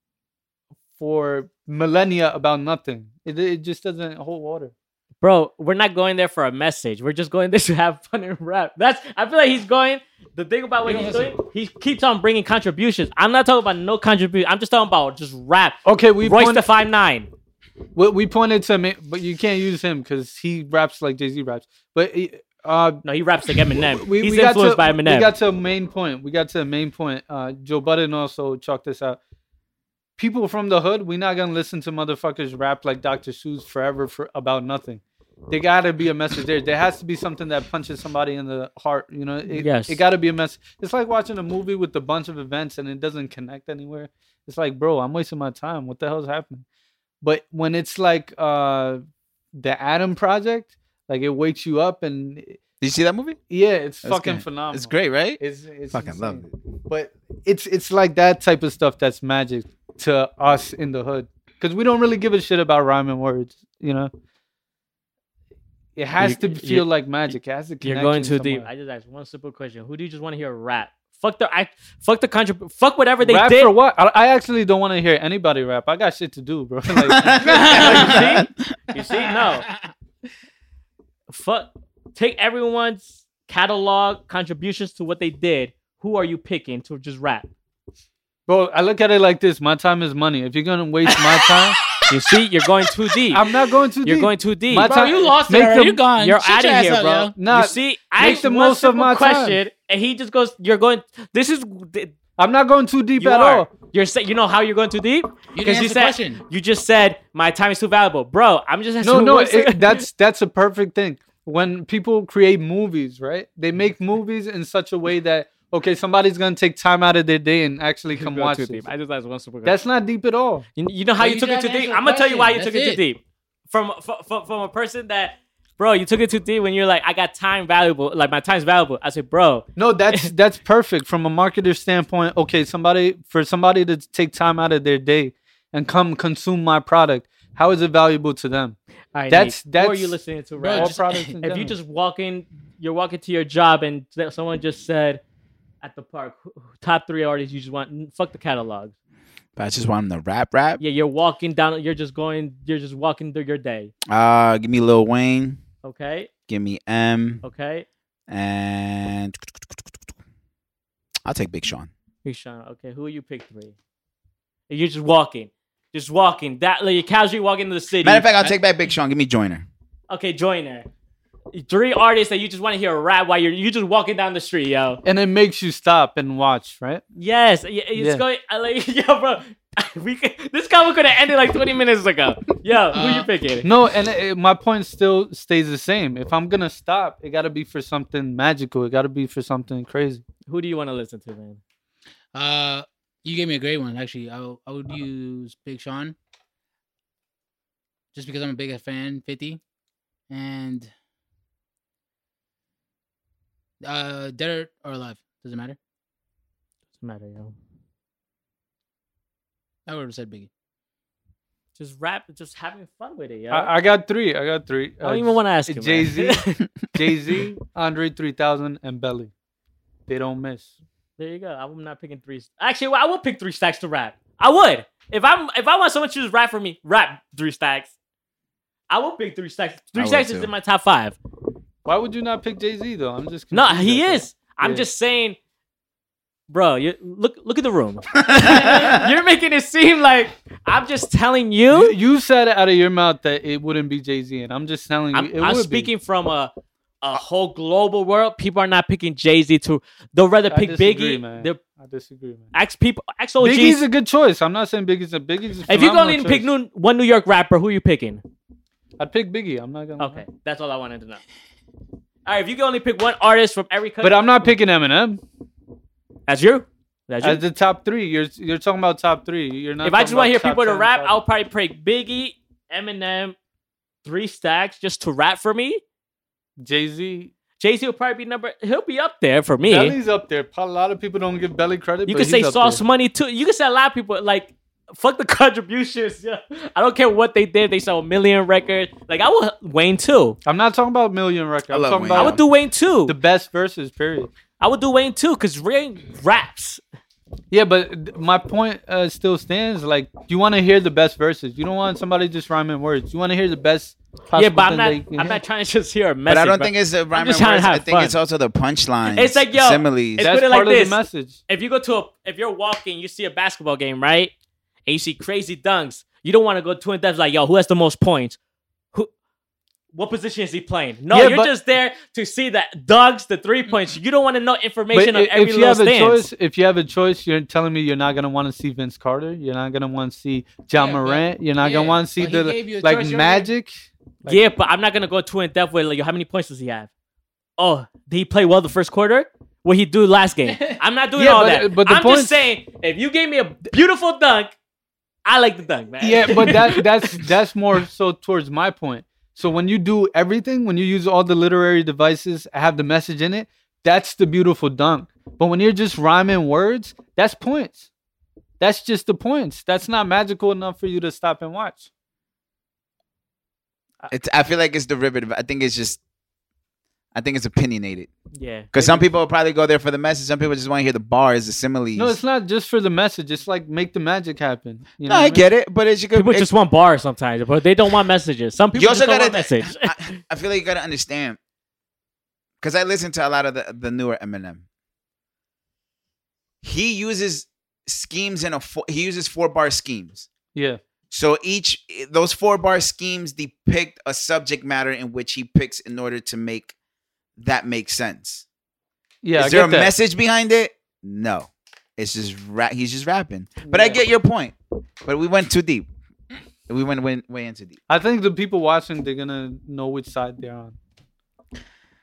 Speaker 2: for millennia about nothing. It, it just doesn't hold water.
Speaker 4: bro, we're not going there for a message. We're just going there to have fun and rap. That's I feel like he's going. The thing about what
Speaker 5: You
Speaker 4: he's
Speaker 5: don't
Speaker 4: doing, he keeps on bringing contributions. I'm not talking about no contribution. I'm just talking about just rap.
Speaker 2: Okay, Oh, we
Speaker 4: Royce
Speaker 2: point-
Speaker 4: the five nine.
Speaker 2: we, we pointed to him, but you can't use him because he raps like Jay Z raps. But uh,
Speaker 4: No, he raps like Eminem.
Speaker 2: we,
Speaker 4: he's
Speaker 2: we got
Speaker 4: influenced
Speaker 2: to,
Speaker 4: by
Speaker 2: We
Speaker 4: Eminem.
Speaker 2: got to a main point. We got to a main point. Uh, Joe Budden also chalked this out. People from the hood, we're not gonna listen to motherfuckers rap like Dr. Seuss forever for about nothing. There gotta be a message there. There has to be something that punches somebody in the heart. You know, it,
Speaker 4: Yes.
Speaker 2: it gotta be a message. It's like watching a movie with a bunch of events and it doesn't connect anywhere. It's like, bro, I'm wasting my time. What the hell's happening? But when it's like uh the Adam Project, like it wakes you up and
Speaker 3: Did you see that movie?
Speaker 2: yeah, it's
Speaker 3: That's
Speaker 2: fucking
Speaker 3: good.
Speaker 2: phenomenal.
Speaker 3: It's great, right?
Speaker 2: It's, it's
Speaker 3: Fucking love
Speaker 2: insane. But it's it's like that type of stuff that's magic to us in the hood because we don't really give a shit about rhyming words. You know, it has
Speaker 4: You-
Speaker 2: to feel
Speaker 4: you-
Speaker 2: like magic. It has to.
Speaker 4: You're
Speaker 2: connect
Speaker 4: going
Speaker 2: you
Speaker 4: too deep.
Speaker 2: somewhere.
Speaker 4: I just asked one simple question: Who do you just want to hear rap? Fuck the I, fuck the contrib- fuck whatever they
Speaker 2: rap
Speaker 4: did.
Speaker 2: for what? I, I actually don't want to hear anybody rap. I got shit to do, bro. Like,
Speaker 4: You see? You see? No. Fuck. take everyone's catalog contributions to what they did. Who are you picking to just rap?
Speaker 2: Bro, I look at it like this: my time is money. If you're gonna waste my time,
Speaker 4: You see, you're going too deep.
Speaker 2: I'm not going to.
Speaker 4: You're going too deep.
Speaker 2: My
Speaker 5: Bro,
Speaker 2: time-
Speaker 5: you lost it.
Speaker 2: make
Speaker 5: already.
Speaker 2: them-
Speaker 5: you're gone.
Speaker 4: You're
Speaker 5: Shut
Speaker 4: out
Speaker 5: your
Speaker 4: of
Speaker 5: ass
Speaker 4: here,
Speaker 5: up,
Speaker 4: bro.
Speaker 5: yo.
Speaker 2: Nah,
Speaker 4: you see, I
Speaker 2: make the
Speaker 4: one
Speaker 2: most of
Speaker 4: simple
Speaker 2: my time.
Speaker 4: question, and he just goes, "You're going. This is
Speaker 2: I'm not going too deep
Speaker 4: you
Speaker 2: at
Speaker 4: are.
Speaker 2: all.
Speaker 4: You're saying you know how you're going too deep
Speaker 5: You didn't
Speaker 4: you
Speaker 5: answer the
Speaker 4: said
Speaker 5: question.
Speaker 4: you just said my time is too valuable, bro. I'm just
Speaker 2: No,
Speaker 4: asking
Speaker 2: no,
Speaker 4: what's-
Speaker 2: it, that's that's a perfect thing. When people create movies, right? They make movies in such a way that okay, somebody's gonna take time out of their day and actually
Speaker 4: You
Speaker 2: come
Speaker 4: go
Speaker 2: watch
Speaker 4: too
Speaker 2: it.
Speaker 4: deep. I just asked one super.
Speaker 2: That's not deep at all.
Speaker 4: You, you know how
Speaker 5: But
Speaker 4: you
Speaker 5: you
Speaker 4: took it
Speaker 5: gotta
Speaker 4: too deep?
Speaker 5: answer the
Speaker 4: I'm gonna tell you why you
Speaker 5: question.
Speaker 4: took it,
Speaker 5: That's
Speaker 4: too deep. From, from from a person that, bro, you took it too deep when you're like, I got time valuable, like my time's valuable. I said, bro,
Speaker 2: No, that's that's perfect from a marketer standpoint. Okay, somebody for somebody to take time out of their day and come consume my product. How is it valuable to them?
Speaker 4: I
Speaker 2: That's-
Speaker 4: need,
Speaker 2: that's-
Speaker 4: who are you listening to,
Speaker 5: Bro,
Speaker 4: right?
Speaker 2: All
Speaker 5: just-
Speaker 2: products in
Speaker 4: if you
Speaker 2: general.
Speaker 4: just walk in, you're walking to your job and th- someone just said at the park, who- who- top three artists you just want, n- fuck the catalog.
Speaker 3: But I just want him to rap, rap.
Speaker 4: Yeah, you're walking down, you're just going, you're just walking through your day.
Speaker 3: Uh, give me Lil Wayne.
Speaker 4: Okay,
Speaker 3: Give me M.
Speaker 4: okay.
Speaker 3: And I'll take Big Sean.
Speaker 4: Big Sean. Okay, who you pick three? And You're just walking, just walking. That like you're casually walking to the city.
Speaker 3: Matter of fact, I'll take back Big Sean. Give me Joyner.
Speaker 4: okay, Joyner. Three artists that you just want to hear a rap while you're you just walking down the street, yo.
Speaker 2: and it makes you stop and watch, right?
Speaker 4: Yes, y- it's
Speaker 2: Yeah.
Speaker 4: going. I like, yo, bro. We could, this comment could have ended like 20 minutes ago. Yo, who you
Speaker 5: Uh,
Speaker 4: picking?
Speaker 2: No, and it, it- my point still stays the same. If I'm gonna stop, it gotta be for something magical. It gotta be for something crazy.
Speaker 4: Who do you want to listen to, man?
Speaker 5: Uh, you gave me a great one actually. I w- I would
Speaker 4: Uh-huh.
Speaker 5: use Big Sean, just because I'm a big fan. Fifty, and uh, dead or or alive doesn't matter.
Speaker 4: Doesn't matter, yo.
Speaker 5: I would have said Biggie.
Speaker 4: Just rap, just having fun with it, yo. I,
Speaker 2: I, uh, I got three. I got three.
Speaker 4: don't even want to ask you, man.
Speaker 2: Jay Z, Jay Z, Andre 3000, and Belly. They don't miss.
Speaker 4: There you go. I'm not picking three. Actually, well, I would pick three stacks to rap. I would. If I'm if I want someone to just rap for me, rap three stacks. I will pick three stacks. Three
Speaker 3: would
Speaker 4: stacks is
Speaker 3: too.
Speaker 4: in my top five.
Speaker 2: Why would you not pick Jay Z though? I'm just
Speaker 4: No,
Speaker 2: confused
Speaker 4: he
Speaker 2: right
Speaker 4: is. I'm
Speaker 2: Yeah.
Speaker 4: just saying, bro. You look look at the room. You're making it seem like I'm just telling
Speaker 2: there. You,
Speaker 4: you.
Speaker 2: you said out of your mouth that it wouldn't be Jay Z, and I'm just telling you, it
Speaker 4: I'm, I'm
Speaker 2: would
Speaker 4: speaking from a a whole global world. People are not picking Jay Z to. They'll rather
Speaker 2: I
Speaker 4: pick
Speaker 2: disagree,
Speaker 4: Biggie.
Speaker 2: man.
Speaker 4: They'll
Speaker 2: Be. I disagree, man.
Speaker 4: ask people. Ask OGs.
Speaker 2: Biggie's a good choice. I'm not saying Biggie's a Biggie's. A
Speaker 4: if you're
Speaker 2: phenomenal
Speaker 4: gonna pick
Speaker 2: choice.
Speaker 4: new, one New York rapper, who are you picking?
Speaker 2: I'd pick Biggie. I'm not gonna.
Speaker 4: Okay, that's all I wanted to know. All right, if you can only pick one artist from every country,
Speaker 2: But um, I'm not picking Eminem.
Speaker 4: That's you. That's you.
Speaker 2: As the top three, you're you're talking about top three. You're not.
Speaker 4: if I
Speaker 2: talking
Speaker 4: just want
Speaker 2: about
Speaker 4: to hear
Speaker 2: top
Speaker 4: people to
Speaker 2: 10,
Speaker 4: rap,
Speaker 2: top-
Speaker 4: I'll probably pick Biggie, Eminem, Three Stacks, just to rap for me.
Speaker 2: Jay Z.
Speaker 4: Jay Z will probably be number. He'll be up there for me.
Speaker 2: Belly's up there. A lot of people don't give Belly credit.
Speaker 4: you
Speaker 2: but
Speaker 4: could say
Speaker 2: he's up
Speaker 4: Sauce
Speaker 2: there.
Speaker 4: Money too. You could say a lot of people like. Fuck the contributions. Yeah. I don't care what they did. They sell a million records. Like I would Wayne too.
Speaker 2: I'm not talking about million record.
Speaker 3: I
Speaker 2: I'm
Speaker 3: love
Speaker 2: talking
Speaker 3: Wayne.
Speaker 2: about
Speaker 4: I would do Wayne too.
Speaker 2: Oh. the best verses. Period.
Speaker 4: I would do Wayne too because Wayne raps.
Speaker 2: Yeah, but th- my point uh, still stands. Like, you want to hear the best verses. You don't want somebody just rhyming words. You want to hear the best. Possible
Speaker 4: yeah, but I'm
Speaker 2: thing
Speaker 4: not.
Speaker 2: they can
Speaker 4: I'm
Speaker 2: hear.
Speaker 4: not trying to just hear a message.
Speaker 3: but I don't
Speaker 4: bro.
Speaker 3: think it's the rhyme and
Speaker 4: just trying to
Speaker 3: words. I
Speaker 4: have
Speaker 3: think
Speaker 4: fun.
Speaker 3: it's also the punchline.
Speaker 4: It's like, yo,
Speaker 3: similes.
Speaker 4: it's-
Speaker 2: That's
Speaker 4: put it like
Speaker 2: part of
Speaker 4: this.
Speaker 2: the message.
Speaker 4: if you go to a if you're walking, you see a basketball game, right? And you see crazy dunks. You don't want to go too in depth like, yo, who has the most points? Who what position is he playing? No,
Speaker 2: Yeah,
Speaker 4: you're
Speaker 2: but-
Speaker 4: just there to see that dunks, the three points. You don't want to know
Speaker 2: But
Speaker 4: information
Speaker 2: i-
Speaker 4: on every
Speaker 2: if you have
Speaker 4: little
Speaker 2: a
Speaker 4: stance.
Speaker 2: choice, if you have a choice, you're telling me you're not gonna want to see Vince Carter. You're not gonna want to see John
Speaker 5: Yeah, but-
Speaker 2: Morant. You're not gonna
Speaker 5: yeah,
Speaker 2: want to see
Speaker 5: but he gave you
Speaker 2: the
Speaker 5: a
Speaker 2: like
Speaker 5: choice, you're gonna-
Speaker 2: Magic. Like-
Speaker 4: yeah, but I'm not gonna go too in depth with like, yo, how many points does he have? Oh, did he play well the first quarter? What he do last game? I'm not doing
Speaker 2: Yeah,
Speaker 4: all
Speaker 2: but-
Speaker 4: that.
Speaker 2: but the
Speaker 4: I'm
Speaker 2: points-
Speaker 4: just saying, if you gave me a beautiful dunk, I like the dunk, man.
Speaker 2: yeah, but that that's that's more so towards my point. So when you do everything, when you use all the literary devices, have the message in it, that's the beautiful dunk. But when you're just rhyming words, that's points. That's just the points. That's not magical enough for you to stop and watch.
Speaker 3: It's- I feel like it's derivative. I think it's just. I think it's opinionated
Speaker 4: yeah.
Speaker 3: because some people will probably go there for the message. Some people just want to hear the bars, the similes.
Speaker 2: No, it's not just for the message. It's like make the magic happen. You
Speaker 3: No,
Speaker 2: know what
Speaker 3: I
Speaker 2: mean?
Speaker 3: get it, but it's you could.
Speaker 4: People
Speaker 3: it-
Speaker 4: just want bars sometimes, but they don't want messages. Some people
Speaker 3: you also
Speaker 4: just
Speaker 3: gotta.
Speaker 4: don't want message.
Speaker 3: I, I feel like you gotta understand. because I listen to a lot of the, the newer Eminem. He uses schemes in a four, he uses four bar schemes.
Speaker 2: Yeah.
Speaker 3: So each those four bar schemes depict a subject matter in which he picks in order to make that make sense.
Speaker 2: Yeah.
Speaker 3: Is
Speaker 2: I
Speaker 3: there
Speaker 2: get
Speaker 3: a
Speaker 2: that.
Speaker 3: message behind it? No. It's just ra- he's just rapping. But I
Speaker 2: Yeah.
Speaker 3: get your point. But we went too deep. We went, went way into deep.
Speaker 2: I think the people watching they're gonna know which side they're on.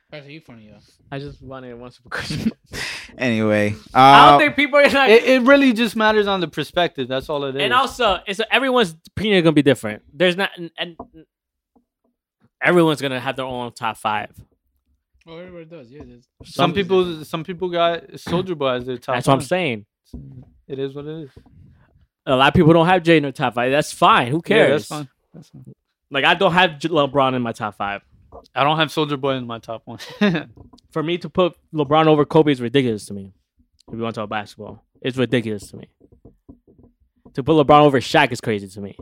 Speaker 5: Press you funny, yo.
Speaker 4: I just wanted one super question.
Speaker 3: Anyway, uh,
Speaker 4: I don't think people are like.
Speaker 2: It, it really just matters on the perspective. That's all it is.
Speaker 4: and also, it's everyone's opinion is gonna be different. There's not, and, and everyone's gonna have their own top five.
Speaker 5: Oh, everybody does. Yeah, there's-
Speaker 2: some people, some people got Soldier Boy as their top.
Speaker 4: That's what I'm
Speaker 2: one.
Speaker 4: saying.
Speaker 2: It is what it is.
Speaker 4: A lot of people don't have Jay in their top five. That's fine. Who cares?
Speaker 2: Yeah, that's fine. That's fine.
Speaker 4: Like I don't have J- LeBron in my top five.
Speaker 2: I don't have Soldier Boy in my top one.
Speaker 4: For me to put LeBron over Kobe is ridiculous to me. If you want to talk basketball, it's ridiculous to me. To put LeBron over Shaq is crazy to me.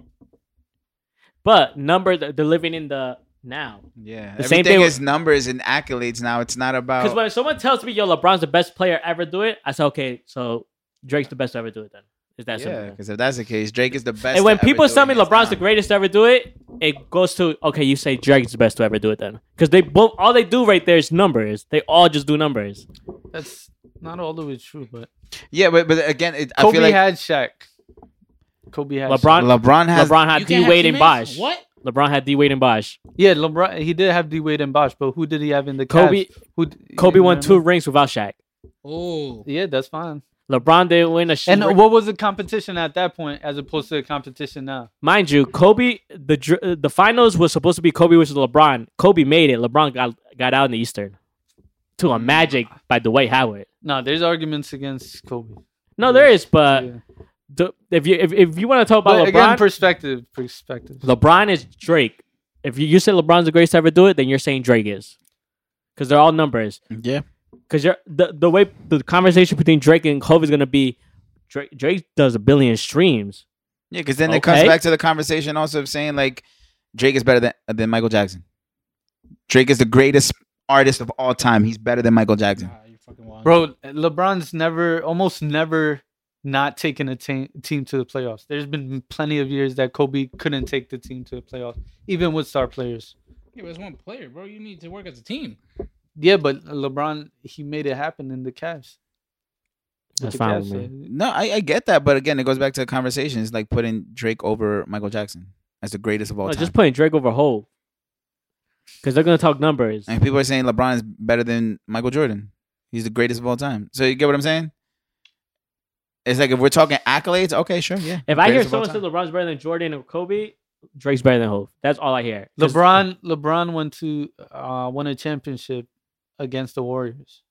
Speaker 4: But number th- they're living in the now.
Speaker 3: yeah,
Speaker 4: The
Speaker 3: everything
Speaker 4: same thing
Speaker 3: is numbers and accolades now. It's not
Speaker 4: Because
Speaker 3: about
Speaker 4: when someone tells me, "Yo, LeBron's the best player ever do it," I say, "Okay, so Drake's the best to ever do it." Then is that simple?
Speaker 3: yeah. Because if that's the case, Drake is the best.
Speaker 4: and when
Speaker 3: to ever
Speaker 4: people
Speaker 3: do
Speaker 4: tell
Speaker 3: it
Speaker 4: me
Speaker 3: hands
Speaker 4: LeBron's the
Speaker 3: down.
Speaker 4: greatest to ever do it, it goes to okay, you say Drake's the best to ever do it then, because they both all they do right there is numbers. They all just do numbers.
Speaker 2: that's not all the way true, but
Speaker 3: yeah, but but again, it, I
Speaker 2: Kobe
Speaker 3: feel like
Speaker 2: had Shaq. Kobe had Shaq.
Speaker 4: LeBron,
Speaker 3: LeBron has
Speaker 4: LeBron had
Speaker 5: You can't
Speaker 4: D
Speaker 5: have
Speaker 4: Wade and
Speaker 5: teammates?
Speaker 4: Bosh.
Speaker 5: What?
Speaker 4: LeBron had D Wade and Bosh.
Speaker 2: Yeah, LeBron. He did have D Wade and Bosh, but who did he have in the
Speaker 4: Kobe-
Speaker 2: Cavs? Who d-
Speaker 4: Kobe
Speaker 2: you know
Speaker 4: won
Speaker 2: what I
Speaker 4: two
Speaker 2: mean?
Speaker 4: rings without Shaq.
Speaker 5: Oh,
Speaker 2: Yeah, that's fine.
Speaker 4: LeBron didn't win a sh-
Speaker 2: And uh,
Speaker 4: ring.
Speaker 2: what was the competition at that point, as opposed to the competition now?
Speaker 4: mind you, Kobe the dr- uh, the finals was supposed to be Kobe versus LeBron. Kobe made it. LeBron got got out in the Eastern to
Speaker 2: Mm.
Speaker 4: a magic by Dwight Howard.
Speaker 2: No, there's arguments against Kobe.
Speaker 4: No, there is, but
Speaker 2: Yeah.
Speaker 4: the, if you if, if you want to talk about
Speaker 2: But
Speaker 4: LeBron,
Speaker 2: again, perspective, perspective.
Speaker 4: LeBron is Drake. If you, you say LeBron's the greatest to ever do it, then you're saying Drake is, because they're all numbers.
Speaker 3: yeah.
Speaker 4: Because you're the the way the conversation between Drake and Kobe is gonna be, Drake, Drake does a billion streams.
Speaker 3: Yeah, because then it comes
Speaker 4: Okay.
Speaker 3: back to the conversation also of saying like Drake is better than than Michael Jackson. Drake is the greatest artist of all time. He's better than Michael Jackson.
Speaker 5: Nah, you're fucking wild.
Speaker 2: Bro, LeBron's never, almost never, not taken a te- team to the playoffs. There's been plenty of years that Kobe couldn't take the team to the playoffs, even with star players.
Speaker 5: Yeah, but it's one player, bro. You need to work as a team.
Speaker 2: Yeah, but LeBron, he made it happen in the Cavs.
Speaker 4: That's
Speaker 2: The
Speaker 4: fine
Speaker 2: Cavs,
Speaker 4: with me.
Speaker 2: uh,
Speaker 3: No, I, I get that, but again, it goes back to the conversation. It's like putting Drake over Michael Jackson as the greatest of all
Speaker 4: No,
Speaker 3: time.
Speaker 4: just putting Drake over Hove, because they're gonna talk numbers.
Speaker 3: and people are saying LeBron is better than Michael Jordan. He's the greatest of all time. So you get what I'm saying? It's like if we're talking accolades, okay, sure, yeah.
Speaker 4: If I hear
Speaker 3: Greatest of all
Speaker 4: someone say
Speaker 3: time.
Speaker 4: LeBron's better than Jordan or Kobe, Drake's better than Hove. That's all I hear. 'Cause-
Speaker 2: LeBron, LeBron went to uh, won a championship against the Warriors,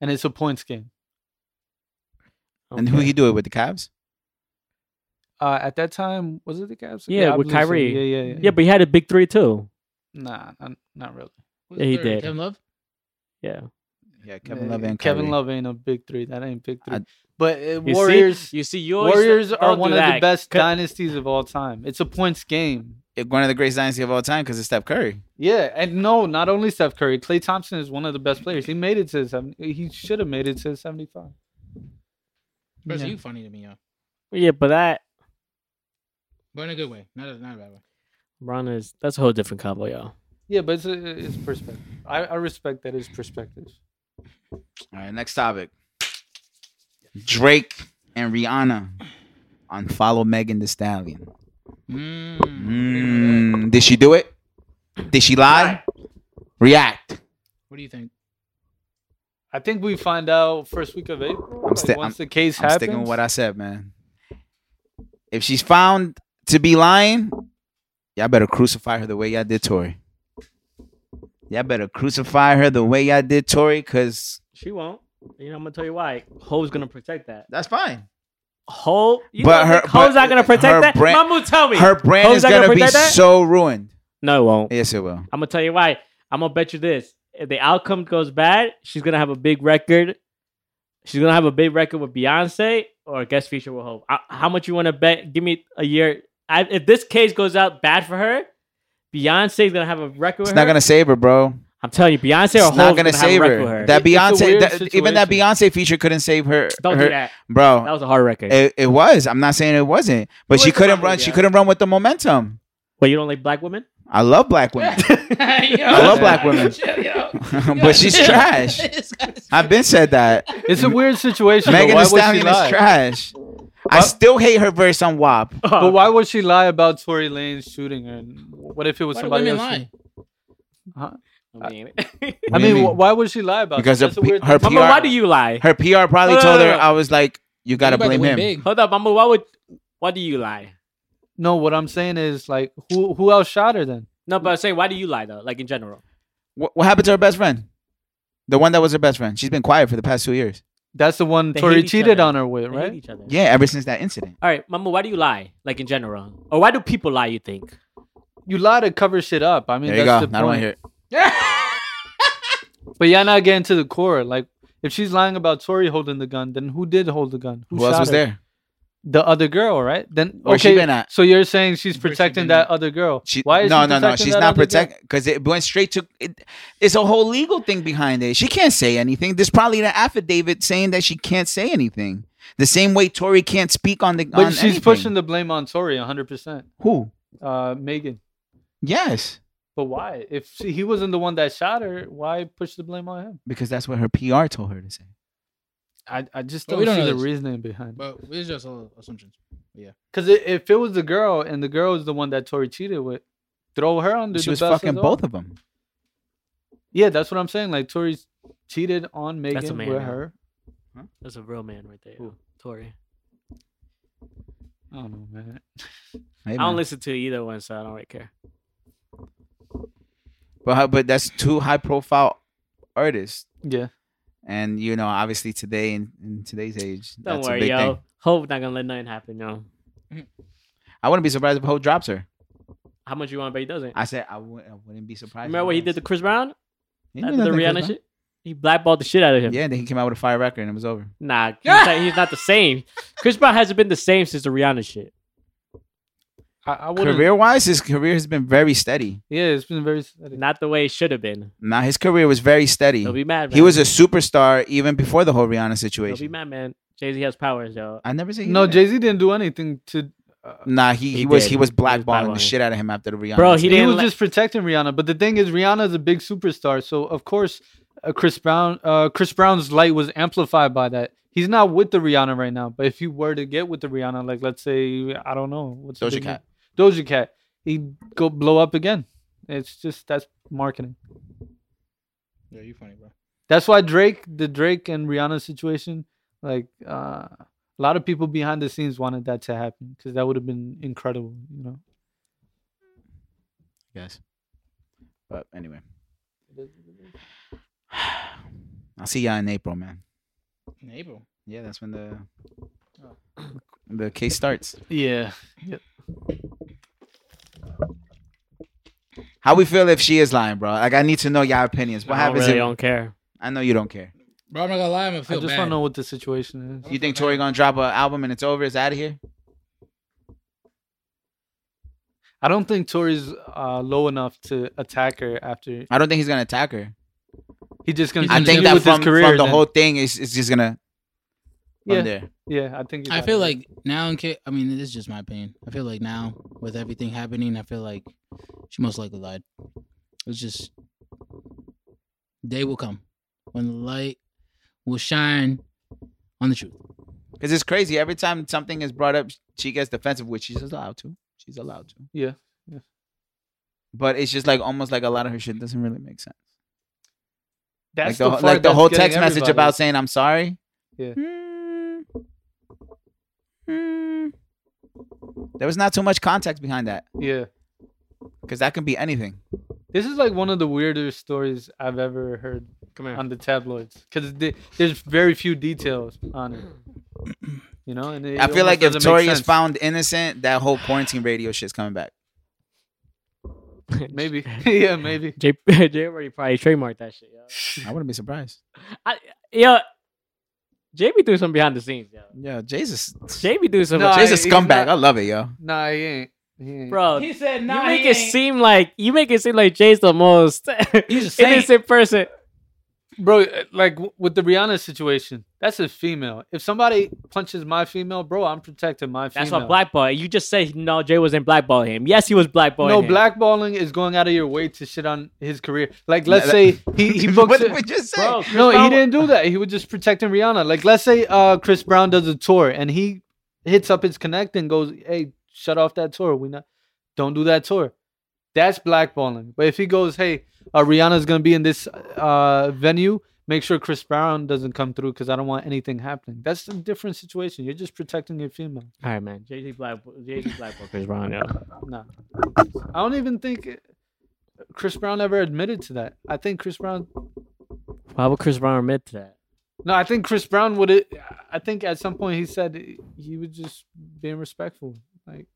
Speaker 2: and it's a points game.
Speaker 3: and who
Speaker 4: Okay.
Speaker 3: he do it with the Cavs?
Speaker 2: Uh, at that time, was it the Cavs?
Speaker 4: Yeah,
Speaker 2: I
Speaker 4: with
Speaker 2: believe so.
Speaker 4: Kyrie.
Speaker 2: Yeah, yeah, yeah.
Speaker 4: Yeah, but he had a big three too.
Speaker 2: Nah, not, not really.
Speaker 5: Who's
Speaker 4: Yeah, he
Speaker 5: third?
Speaker 4: did.
Speaker 5: Kevin Love.
Speaker 4: Yeah,
Speaker 3: Yeah, Kevin
Speaker 2: Uh,
Speaker 3: Love and
Speaker 2: Kevin
Speaker 3: Kyrie.
Speaker 2: Love ain't a big three. That ain't big three.
Speaker 3: I-
Speaker 2: but uh,
Speaker 4: You see?
Speaker 2: Warriors,
Speaker 4: You see, you always
Speaker 2: Warriors are
Speaker 4: don't do
Speaker 2: one of the
Speaker 4: that.
Speaker 2: best
Speaker 4: Cut-
Speaker 2: dynasties of all time. It's a points game.
Speaker 3: One of the greatest dynasty of all time because it's Steph Curry.
Speaker 2: Yeah, and no, not only Steph Curry, Clay Thompson is one of the best players. He made it to 70, he should have made it to 75.
Speaker 5: Bro, so
Speaker 2: Yeah.
Speaker 5: you funny to me, yo.
Speaker 4: Yeah, but that
Speaker 5: But in a good way, not a, not a bad way.
Speaker 4: LeBron is that's a whole different combo, y'all.
Speaker 2: Yeah, but it's, a, it's perspective. I, I respect that it's perspective.
Speaker 3: All right, next topic. Drake and Rihanna on follow Megan the Stallion.
Speaker 5: Mm.
Speaker 3: Mm, did she do it? Did she lie? React.
Speaker 5: What do you think?
Speaker 2: I think we find out first week of April.
Speaker 3: I'm sti-
Speaker 2: like, once the case
Speaker 3: I'm
Speaker 2: happens.
Speaker 3: sticking with what I said, man. If she's found to be lying, y'all better crucify her the way y'all did Tori. Y'all better crucify her the way y'all did Tori, cause
Speaker 4: She won't. You know, I'm gonna tell you why. Ho's gonna protect that.
Speaker 3: that's fine.
Speaker 4: Ho, you
Speaker 3: But
Speaker 4: but
Speaker 3: her-
Speaker 4: her,
Speaker 3: but
Speaker 4: Ho's not gonna protect
Speaker 3: her
Speaker 4: that.
Speaker 3: brand-
Speaker 4: Mamu, tell me.
Speaker 3: Her brand
Speaker 4: Hoes
Speaker 3: is
Speaker 4: not gonna
Speaker 3: gonna, be
Speaker 4: protect that?
Speaker 3: so ruined.
Speaker 4: no, it won't.
Speaker 3: Yes, it will.
Speaker 4: I'm gonna tell you why. I'm gonna bet you this: if the outcome goes bad, she's gonna have a big record. She's gonna have a big record with Beyonce or a guest feature with Hope. How much you want to bet? Give me a year. I, if this case goes out bad for her, Beyonce's gonna have a record. With
Speaker 3: It's not
Speaker 4: her.
Speaker 3: gonna save her, bro.
Speaker 4: I'm telling you, Beyonce or
Speaker 3: It's not
Speaker 4: Hov
Speaker 3: gonna
Speaker 4: have a
Speaker 3: save
Speaker 4: record
Speaker 3: her.
Speaker 4: with her.
Speaker 3: That
Speaker 2: It's a
Speaker 3: Beyonce,
Speaker 2: weird
Speaker 3: that, even that
Speaker 2: situation.
Speaker 3: Beyonce feature couldn't save her.
Speaker 4: Don't
Speaker 3: her-
Speaker 4: do that.
Speaker 3: bro.
Speaker 4: That was a hard record.
Speaker 3: It, it was. I'm not saying it wasn't, but
Speaker 4: It
Speaker 3: she
Speaker 4: was
Speaker 3: couldn't
Speaker 4: probably,
Speaker 3: run. She
Speaker 4: yeah.
Speaker 3: couldn't run with the momentum.
Speaker 4: but you don't like black women?
Speaker 3: I love black women,
Speaker 5: I
Speaker 3: love black women. but she's trash. I've been said that.
Speaker 2: It's a weird situation.
Speaker 3: Megan
Speaker 2: Megan
Speaker 3: Thee
Speaker 2: why would she
Speaker 3: Stallion
Speaker 2: lie?
Speaker 3: is trash. I
Speaker 2: Why-
Speaker 3: still hate her verse on WAP.
Speaker 2: But why would she lie about Tory Lanez shooting her? And what if it was
Speaker 5: Why do
Speaker 2: somebody
Speaker 5: women
Speaker 2: else?
Speaker 5: lie?
Speaker 4: I mean,
Speaker 3: What
Speaker 2: I
Speaker 3: do you
Speaker 2: mean, wh- why would she lie about?
Speaker 3: Because
Speaker 2: that?
Speaker 3: her
Speaker 2: That's a
Speaker 3: pe-
Speaker 2: weird
Speaker 3: her
Speaker 2: thing.
Speaker 3: PR
Speaker 4: Mama, why do you lie?
Speaker 3: her PR probably
Speaker 4: No, no,
Speaker 3: told
Speaker 4: no,
Speaker 3: her
Speaker 4: no.
Speaker 3: I was like, you
Speaker 5: You
Speaker 3: gotta
Speaker 5: about to
Speaker 3: blame
Speaker 5: win
Speaker 3: him.
Speaker 5: big.
Speaker 4: Hold up, Mama, why would why do you lie?
Speaker 2: No, what I'm saying is like, who who else shot her then?
Speaker 4: No, but I'm saying why do you lie though? Like in general.
Speaker 3: What, what happened to her best friend? The one that was her best friend. She's been quiet for the past two years.
Speaker 2: That's the one
Speaker 4: They
Speaker 2: Tory
Speaker 4: hate each
Speaker 2: cheated
Speaker 4: other.
Speaker 2: on her with,
Speaker 4: They hate
Speaker 2: right?
Speaker 4: each other.
Speaker 3: Yeah, ever since that incident.
Speaker 4: All right, Mama, why do you lie? Like in general, or why do people lie? You think?
Speaker 2: You lie to cover shit up. I mean,
Speaker 3: There you go.
Speaker 2: that's
Speaker 3: I
Speaker 2: the
Speaker 3: don't
Speaker 2: point.
Speaker 3: want to hear it.
Speaker 2: But y'all not getting to the core. Like, if she's lying about Tory holding the gun, then who did hold the gun?
Speaker 3: Who else
Speaker 2: shot
Speaker 3: was
Speaker 2: her?
Speaker 3: there?
Speaker 2: The other girl, right? Then
Speaker 3: Where's she
Speaker 2: okay.
Speaker 3: been at?
Speaker 2: So you're saying she's
Speaker 5: Where's she
Speaker 2: protecting
Speaker 5: been
Speaker 2: that
Speaker 5: at?
Speaker 2: other girl?
Speaker 3: She,
Speaker 2: Why is
Speaker 3: no,
Speaker 2: she
Speaker 3: no, no.
Speaker 2: protecting
Speaker 3: She's
Speaker 2: that
Speaker 3: not
Speaker 2: other girl?
Speaker 3: protecting because it went straight to. It, it's a whole legal thing behind it. She can't say anything. There's probably an affidavit saying that she can't say anything. The same way Tori can't speak on the.
Speaker 2: But
Speaker 3: on
Speaker 2: she's
Speaker 3: anything.
Speaker 2: pushing the blame on Tory 100. percent
Speaker 3: who?
Speaker 2: Uh, Megan.
Speaker 3: Yes,
Speaker 2: But why? If she, he wasn't the one that shot her, why push the blame on him?
Speaker 3: because that's what her PR told her to say.
Speaker 2: I, I just
Speaker 5: But
Speaker 2: don't,
Speaker 5: we don't
Speaker 2: see
Speaker 5: know
Speaker 2: the
Speaker 5: this.
Speaker 2: reasoning behind it.
Speaker 5: But it's just all assumptions.
Speaker 2: Because if it was the girl and the girl is the one that Tori cheated with, throw her under
Speaker 3: she
Speaker 2: the
Speaker 3: was
Speaker 2: bus as
Speaker 3: fucking
Speaker 2: well.
Speaker 3: both of them.
Speaker 2: Yeah, that's what I'm saying. Like Tori cheated on Megan
Speaker 4: That's a man,
Speaker 2: with
Speaker 4: yeah.
Speaker 2: her.
Speaker 4: That's a real man right there,
Speaker 2: Who?
Speaker 4: Tori.
Speaker 2: I don't know, man.
Speaker 3: Hey,
Speaker 4: I
Speaker 3: man.
Speaker 4: don't listen to either one, so I don't really care.
Speaker 3: But how- but that's two high profile artists,
Speaker 2: Yeah.
Speaker 3: and you know, obviously today in, in today's age,
Speaker 4: Don't
Speaker 3: that's a
Speaker 4: worry,
Speaker 3: big
Speaker 4: yo.
Speaker 3: thing.
Speaker 4: Hope not gonna let nothing happen, yo.
Speaker 3: I wouldn't be surprised if Ho drops her.
Speaker 4: How much you want, but he doesn't.
Speaker 3: I said I w- I wouldn't be surprised.
Speaker 4: Remember what he did to Chris Brown?
Speaker 3: He
Speaker 4: After
Speaker 3: did
Speaker 4: the
Speaker 3: nothing
Speaker 4: Rihanna
Speaker 3: crazy.
Speaker 4: shit? He blackballed the shit out of him.
Speaker 3: Yeah, then he came out with a fire record and it was over.
Speaker 4: Nah, he's not, he's not the same. Chris Brown hasn't been the same since the Rihanna shit.
Speaker 2: I, I wouldn't.
Speaker 3: Career wise, his career has been very steady.
Speaker 2: Yeah, it's been very. steady.
Speaker 4: Not the way it should have been.
Speaker 3: Now his career was very steady.
Speaker 4: Don't be mad, man.
Speaker 3: He was a superstar even before the whole Rihanna
Speaker 4: Don't be
Speaker 3: situation.
Speaker 4: mad, man. Jay Z has powers, yo.
Speaker 3: I never said he
Speaker 2: No,
Speaker 3: did.
Speaker 2: Jay Z didn't do anything to. Uh,
Speaker 3: Nah, he, he,
Speaker 4: He
Speaker 3: was
Speaker 4: did.
Speaker 3: he was
Speaker 4: He was
Speaker 3: blackballing the
Speaker 4: blackballing.
Speaker 3: shit out of him after the Rihanna.
Speaker 4: Bro, he
Speaker 3: situation.
Speaker 2: he
Speaker 4: didn't
Speaker 2: was
Speaker 4: let-
Speaker 2: just protecting Rihanna. But the thing is, Rihanna's a big superstar, so of course, uh, Chris Brown, uh, Chris Brown's light was amplified by that. He's not with the Rihanna right now, but if he were to get with the Rihanna, like let's say I don't know what's the
Speaker 3: Doja
Speaker 2: big
Speaker 3: Cat.
Speaker 2: name? Doja Cat, he'd go blow up again. It's just that's marketing.
Speaker 5: Yeah, you funny, bro.
Speaker 2: That's why Drake, the Drake and Rihanna situation, like uh, a lot of people behind the scenes wanted that to happen because that would have been incredible, you know.
Speaker 3: Yes. But anyway. I'll see y'all in April, man.
Speaker 5: In April.
Speaker 3: Yeah, that's when the
Speaker 2: Oh.
Speaker 3: the case starts.
Speaker 2: Yeah,
Speaker 3: How we feel if she is lying, bro? Like I need to know y'all opinions. What
Speaker 4: I don't
Speaker 3: happens
Speaker 4: really
Speaker 3: if
Speaker 4: don't care.
Speaker 3: I know you don't care.
Speaker 5: Bro, I'm not gonna lie, I'm gonna
Speaker 2: I
Speaker 5: feel
Speaker 2: just
Speaker 5: bad.
Speaker 2: want to know what the situation is.
Speaker 3: You think Tori gonna drop an album and it's over? It's out of here.
Speaker 2: I don't think Tori's uh, low enough to attack her after
Speaker 3: I don't think he's gonna attack her.
Speaker 2: he just continues
Speaker 3: I
Speaker 5: I
Speaker 3: think
Speaker 5: continue
Speaker 3: that
Speaker 2: with
Speaker 3: from,
Speaker 2: his career.
Speaker 3: from the
Speaker 2: then-
Speaker 3: whole thing is it's just gonna from
Speaker 2: yeah,
Speaker 3: there.
Speaker 2: yeah, I think. he's
Speaker 5: I
Speaker 2: out
Speaker 5: feel
Speaker 2: of it.
Speaker 5: like now, in ca- I mean, this is just my opinion. I feel like now, with everything happening, I feel like she most likely lied. It's just day will come when the light will shine on the truth.
Speaker 3: Cause it's crazy. Every time something is brought up, she gets defensive, which she's allowed to. She's allowed to.
Speaker 2: Yeah, yeah.
Speaker 3: But it's just like almost like a lot of her shit doesn't really make sense.
Speaker 2: that's
Speaker 3: like the,
Speaker 2: part
Speaker 3: whole like the
Speaker 2: that's
Speaker 3: whole
Speaker 2: getting
Speaker 3: text message
Speaker 2: everybody.
Speaker 3: about saying I'm sorry.
Speaker 2: Yeah.
Speaker 3: Mm. Mm. There was not too much context behind that
Speaker 2: Yeah,
Speaker 3: because that can be anything.
Speaker 2: this is like one of the weirdest stories I've ever heard
Speaker 4: Come here.
Speaker 2: on the tabloids because there's very few details on it. You know, and it
Speaker 3: I feel
Speaker 2: almost
Speaker 3: like if
Speaker 2: doesn't make
Speaker 3: Tori is
Speaker 2: sense.
Speaker 3: found innocent, that whole quarantine radio shit's coming back.
Speaker 2: maybe, yeah, maybe.
Speaker 4: Jay, Jay already probably trademarked that shit, yo.
Speaker 3: I wouldn't be surprised.
Speaker 4: I, yo, Jay be doing some behind the scenes, yo.
Speaker 3: Yeah, Jesus.
Speaker 4: Jay be doing some.
Speaker 2: No,
Speaker 3: Jay's a
Speaker 2: he's
Speaker 3: scumbag.
Speaker 2: not-
Speaker 3: I love it, yo.
Speaker 2: Nah, he ain't.
Speaker 4: bro.
Speaker 5: He said, "Nah,
Speaker 4: you make
Speaker 5: he
Speaker 4: it
Speaker 5: ain't."
Speaker 4: seem like you make it seem like Jay's the most
Speaker 5: He's a saint.
Speaker 4: innocent person.
Speaker 2: bro eh, like w- with the rihanna situation that's a female if somebody punches my female bro i'm protecting my female
Speaker 4: That's what blackball. You just said no. Jay wasn't blackballing him. Yes, he was blackballing.
Speaker 2: no
Speaker 4: him.
Speaker 2: blackballing is going out of your way to shit on his career like let's
Speaker 3: that-
Speaker 2: say he, he books
Speaker 3: what
Speaker 2: it-
Speaker 3: did we just say?
Speaker 4: Bro,
Speaker 2: no
Speaker 4: Chris Brown-
Speaker 2: he didn't do that he was just protecting rihanna like let's say uh chris brown does a tour and he hits up his connect and goes hey shut off that tour we not don't do that tour that's blackballing but if he goes hey uh, rihanna's gonna be in this uh venue make sure chris brown doesn't come through because i don't want anything happening that's a different situation you're just protecting your female
Speaker 4: All right, man. Jay Z blackball. Jay Z blackball. Chris Brown. Yeah.
Speaker 2: no i don't even think chris brown ever admitted to that i think chris brown
Speaker 4: Why would Chris Brown admit to that?
Speaker 2: No, I think Chris Brown would. it- I think at some point he said he was just being respectful. Like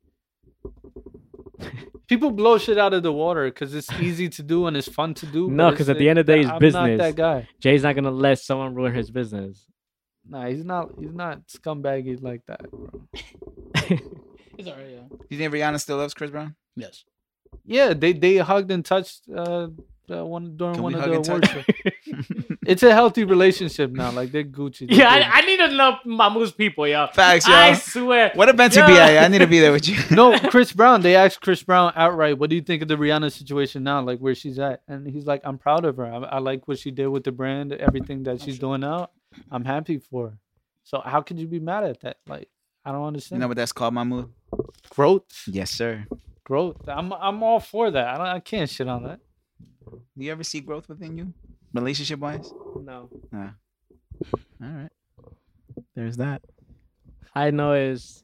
Speaker 2: people blow shit out of the water because it's easy to do and it's fun to do.
Speaker 4: No,
Speaker 2: but
Speaker 4: 'cause
Speaker 2: it's
Speaker 4: at the end of the day, it's
Speaker 2: I'm
Speaker 4: business.
Speaker 2: Not that guy.
Speaker 4: Jay's not gonna let someone ruin his business.
Speaker 2: Nah, he's not. He's not scumbaggy like that, bro.
Speaker 5: It's alright, yeah.
Speaker 3: Do you think Rihanna still loves Chris Brown?
Speaker 5: Yes.
Speaker 2: Yeah, they they hugged and touched uh, uh one during
Speaker 3: Can
Speaker 2: one
Speaker 3: we
Speaker 2: of
Speaker 3: hug
Speaker 2: the
Speaker 3: and
Speaker 2: awards.
Speaker 3: touch?
Speaker 2: it's a healthy relationship now. Like they're Gucci. They're
Speaker 4: Yeah,
Speaker 2: good.
Speaker 4: I, I need to know Mamu's people, yo.
Speaker 3: Facts,
Speaker 4: I
Speaker 3: yo.
Speaker 4: swear.
Speaker 3: What about to
Speaker 4: Yo.
Speaker 3: be? I I need to be there with you.
Speaker 2: no, Chris Brown. They asked Chris Brown outright, "What do you think of the Rihanna situation now? Like where she's at?" And he's like, "I'm proud of her. I, I like what she did with the brand, everything that she's doing now. I'm happy for her. So how could you be mad at that? Like I don't
Speaker 3: You
Speaker 2: understand
Speaker 3: know what that's called, Mahmoud?
Speaker 2: growth,
Speaker 3: Yes, sir.
Speaker 2: growth. I'm I'm all for that. I don't, I can't shit on that.
Speaker 3: Do you ever see growth within you, relationship wise?
Speaker 4: No.
Speaker 3: All right. There's that.
Speaker 4: I know is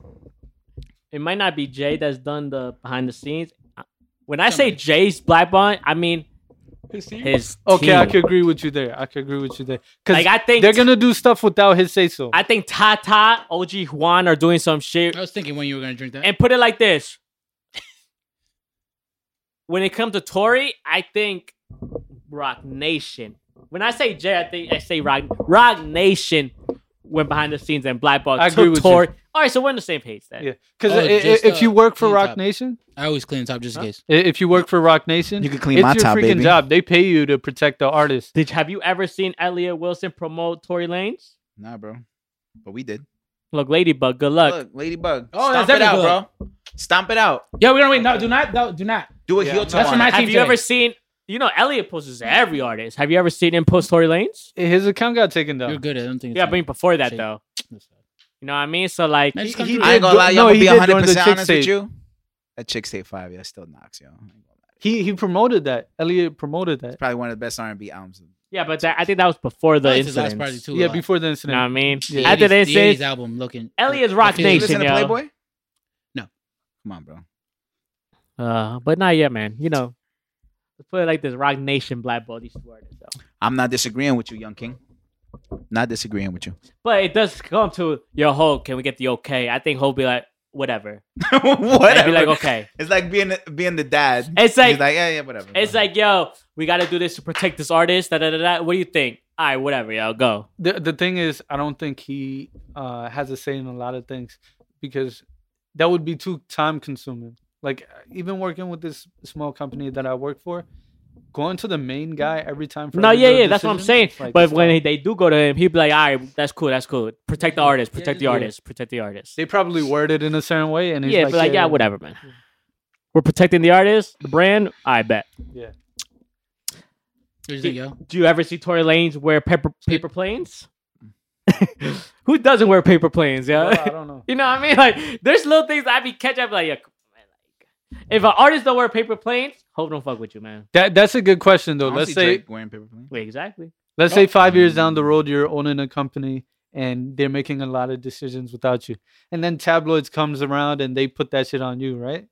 Speaker 4: it might not be Jay that's done the behind the scenes. When I say
Speaker 5: Somebody.
Speaker 4: Jay's black bond, I mean his
Speaker 2: Okay, I
Speaker 4: team.
Speaker 2: could agree with you there. I could agree with you there. Cause
Speaker 4: Like I think
Speaker 2: they're gonna do stuff without his say so.
Speaker 4: I think Tata, OG Juan are doing some shit.
Speaker 5: I was thinking when you were gonna drink that.
Speaker 4: And put it like this. When it comes to Tory, I think Rock Nation. When I say Jay, I think I say Rock Rock Nation went behind the scenes and blackballed
Speaker 2: I agree
Speaker 4: took
Speaker 2: with
Speaker 4: Tory. All right, so we're on the same page then.
Speaker 2: yeah, because
Speaker 5: Oh, just,
Speaker 2: if
Speaker 5: uh,
Speaker 2: you work for
Speaker 5: clean
Speaker 2: Rock
Speaker 5: top.
Speaker 2: Nation,
Speaker 5: I always clean top just in
Speaker 2: Huh?
Speaker 5: case.
Speaker 2: i- if you work for Rock Nation,
Speaker 3: You can clean
Speaker 2: it's
Speaker 3: my
Speaker 2: your
Speaker 3: top,
Speaker 2: freaking
Speaker 3: baby.
Speaker 2: job. They pay you to protect the artist.
Speaker 4: Did have you ever seen Elliot Wilson promote Tory Lanez?
Speaker 3: Nah, bro. But we did.
Speaker 4: Look, Ladybug, good luck.
Speaker 3: Look, Ladybug.
Speaker 5: Oh,
Speaker 3: Stomp
Speaker 5: that's
Speaker 3: it out,
Speaker 5: every good.
Speaker 3: bro. Stomp it out.
Speaker 5: Yeah, we're gonna wait. No, do not. No, do not.
Speaker 3: Do a
Speaker 2: Yeah.
Speaker 3: heel toe
Speaker 5: That's
Speaker 3: on
Speaker 5: what
Speaker 3: it.
Speaker 5: my-
Speaker 4: have
Speaker 5: team
Speaker 4: you ever
Speaker 5: today.
Speaker 4: seen? You know, Elliot posts to every artist. Have you ever seen him post Tory Lanez?
Speaker 2: His account got taken down.
Speaker 5: You're good. I don't think.
Speaker 4: Yeah, but even before that
Speaker 5: Shit.
Speaker 4: though,
Speaker 5: but
Speaker 4: you know what I mean. So like,
Speaker 5: Man,
Speaker 4: he-
Speaker 5: just come
Speaker 2: he
Speaker 5: through.
Speaker 3: I ain't gonna lie,
Speaker 2: No,
Speaker 3: y'all gonna
Speaker 2: he
Speaker 3: be
Speaker 2: did during
Speaker 3: 100% honest
Speaker 2: the Chicks tape.
Speaker 3: with you. That Chicks Tape 5, yeah, still knocks, yo.
Speaker 2: He he promoted that. Elliot promoted that.
Speaker 3: Probably one of the best R&B albums.
Speaker 4: yeah, but that, I think that was before the
Speaker 5: That's his last
Speaker 4: incident.
Speaker 5: party
Speaker 4: You
Speaker 5: too.
Speaker 2: yeah,
Speaker 5: uh,
Speaker 2: before the
Speaker 4: know what I
Speaker 2: incident.
Speaker 4: mean?
Speaker 2: Yeah.
Speaker 4: After the
Speaker 5: 80s the 80s
Speaker 4: incident,
Speaker 5: album looking.
Speaker 4: Elliot's Rock
Speaker 5: I feel you.
Speaker 3: You
Speaker 4: Nation.
Speaker 3: listen to
Speaker 4: yo.
Speaker 3: Playboy?
Speaker 5: No.
Speaker 3: Come on, bro.
Speaker 4: uh, but not yet, man. You know, let's put it like this: Rock Nation blackballed these two artists. Though.
Speaker 3: I'm not disagreeing with you, Young King. Not disagreeing with you.
Speaker 4: But it does come to yo, Hope. Can we get the okay? I think Hope be like, whatever. I'd
Speaker 3: whatever.
Speaker 4: be like, okay.
Speaker 3: It's like being being the dad.
Speaker 4: It's
Speaker 3: He's
Speaker 4: like
Speaker 3: yeah, yeah, whatever.
Speaker 4: It's like, yo, we got to do this to protect this artist. Da, da, da, da. What do you think? All right, whatever, yo, go.
Speaker 2: The the thing is, I don't think he uh, has a say in a lot of things because that would be too time consuming. Like even working with this small company that I work for, going to the main guy every time. For
Speaker 4: No,
Speaker 2: every
Speaker 4: yeah,
Speaker 2: little
Speaker 4: yeah, that's what I'm
Speaker 2: decision,
Speaker 4: saying.
Speaker 2: like,
Speaker 4: but
Speaker 2: it's
Speaker 4: when
Speaker 2: not-
Speaker 4: they do go to him, he'd be like, all right, that's cool, that's cool. Protect the artist,
Speaker 5: Yeah,
Speaker 4: protect the
Speaker 5: yeah.
Speaker 4: artist, protect the artist.
Speaker 2: they probably word it in a certain way, and he's
Speaker 4: Yeah,
Speaker 2: like,
Speaker 4: but like, yeah, whatever, man. We're protecting the artist, the brand. I bet.
Speaker 2: Yeah,
Speaker 5: What do you think, yo?
Speaker 4: Do you ever see Tory Lanez wear paper paper planes? Who doesn't wear paper planes?
Speaker 2: Well,
Speaker 4: Yeah,
Speaker 2: I don't know.
Speaker 4: You know what I mean? Like, there's little things I be catch up. Like, yeah, come on, man, like, if an artist don't wear paper planes, hope don't fuck with you, man.
Speaker 2: That that's a good question though.
Speaker 3: I don't
Speaker 2: Let's
Speaker 3: see
Speaker 2: say
Speaker 3: Drake wearing paper plane.
Speaker 4: Wait, exactly.
Speaker 2: Let's say
Speaker 5: Oh.
Speaker 2: five years
Speaker 4: Um,
Speaker 2: down the road, you're owning a company and they're making a lot of decisions without you, and then tabloids comes around and they put that shit on you, right?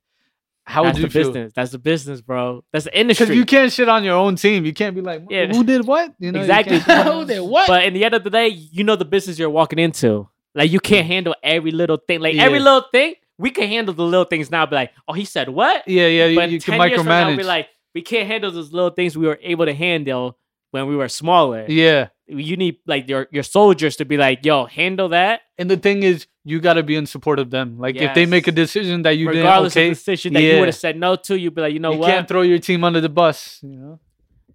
Speaker 2: How
Speaker 4: That's
Speaker 2: would you
Speaker 4: the
Speaker 2: feel?
Speaker 4: business. That's the business, bro. That's the
Speaker 2: Because
Speaker 4: industry.
Speaker 2: you can't shit on your own team. You can't be like,
Speaker 4: Yeah.
Speaker 2: who did what? You you
Speaker 4: Exactly.
Speaker 2: can't-
Speaker 5: Who did what?
Speaker 4: But in the end of the day, you know the business you're walking into. Like you can't handle every little thing. Like
Speaker 2: Mm.
Speaker 4: every
Speaker 2: Yeah.
Speaker 4: little thing, we can handle the little things now. Be like, oh, he said what?
Speaker 2: yeah, yeah. You,
Speaker 4: But
Speaker 2: you can
Speaker 4: 10 years from now,
Speaker 2: micromanage.
Speaker 4: we're like, we can't handle those little things we were able to handle when we were smaller.
Speaker 2: yeah,
Speaker 4: you need like your your soldiers to be like, yo, handle that.
Speaker 2: And the thing is, you got to be in support of them. Like if they make a
Speaker 4: Yes.
Speaker 2: decision that you
Speaker 4: Regardless
Speaker 2: didn't okay,
Speaker 4: of the decision that
Speaker 2: Yeah.
Speaker 4: you would have said no to, you'd be like, you know
Speaker 2: you
Speaker 4: what?
Speaker 2: can't throw your team under the bus. You know,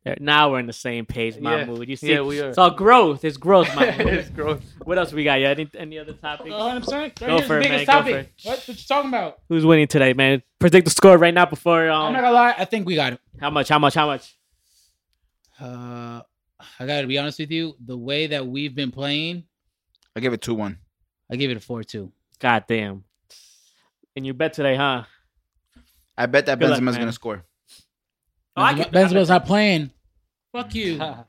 Speaker 4: There- Now we're on the same page, my
Speaker 2: Yeah.
Speaker 4: mood. You see,
Speaker 2: Yeah, we are.
Speaker 4: it's all growth. It's growth, my mood.
Speaker 2: it's gross.
Speaker 4: What else we got? Yeah, any, any other topics?
Speaker 5: I'm sorry.
Speaker 4: Go here's for the it, biggest man, go topic.
Speaker 5: What, what you talking about?
Speaker 4: Who's winning today, man? Predict the score right now before
Speaker 5: I'm
Speaker 4: um,
Speaker 5: not gonna lie. I think we got it.
Speaker 4: how much? How much? How much?
Speaker 5: Uh, I gotta be honest with you. The way that we've been playing,
Speaker 3: I give it two one.
Speaker 5: I give it a four-two.
Speaker 4: God damn! And you bet today, huh?
Speaker 3: I bet that
Speaker 4: Good luck,
Speaker 3: Benzema's
Speaker 4: man.
Speaker 3: gonna score.
Speaker 4: Oh, I
Speaker 5: Benzema-
Speaker 4: can-
Speaker 5: Benzema's not playing. Fuck you.
Speaker 3: I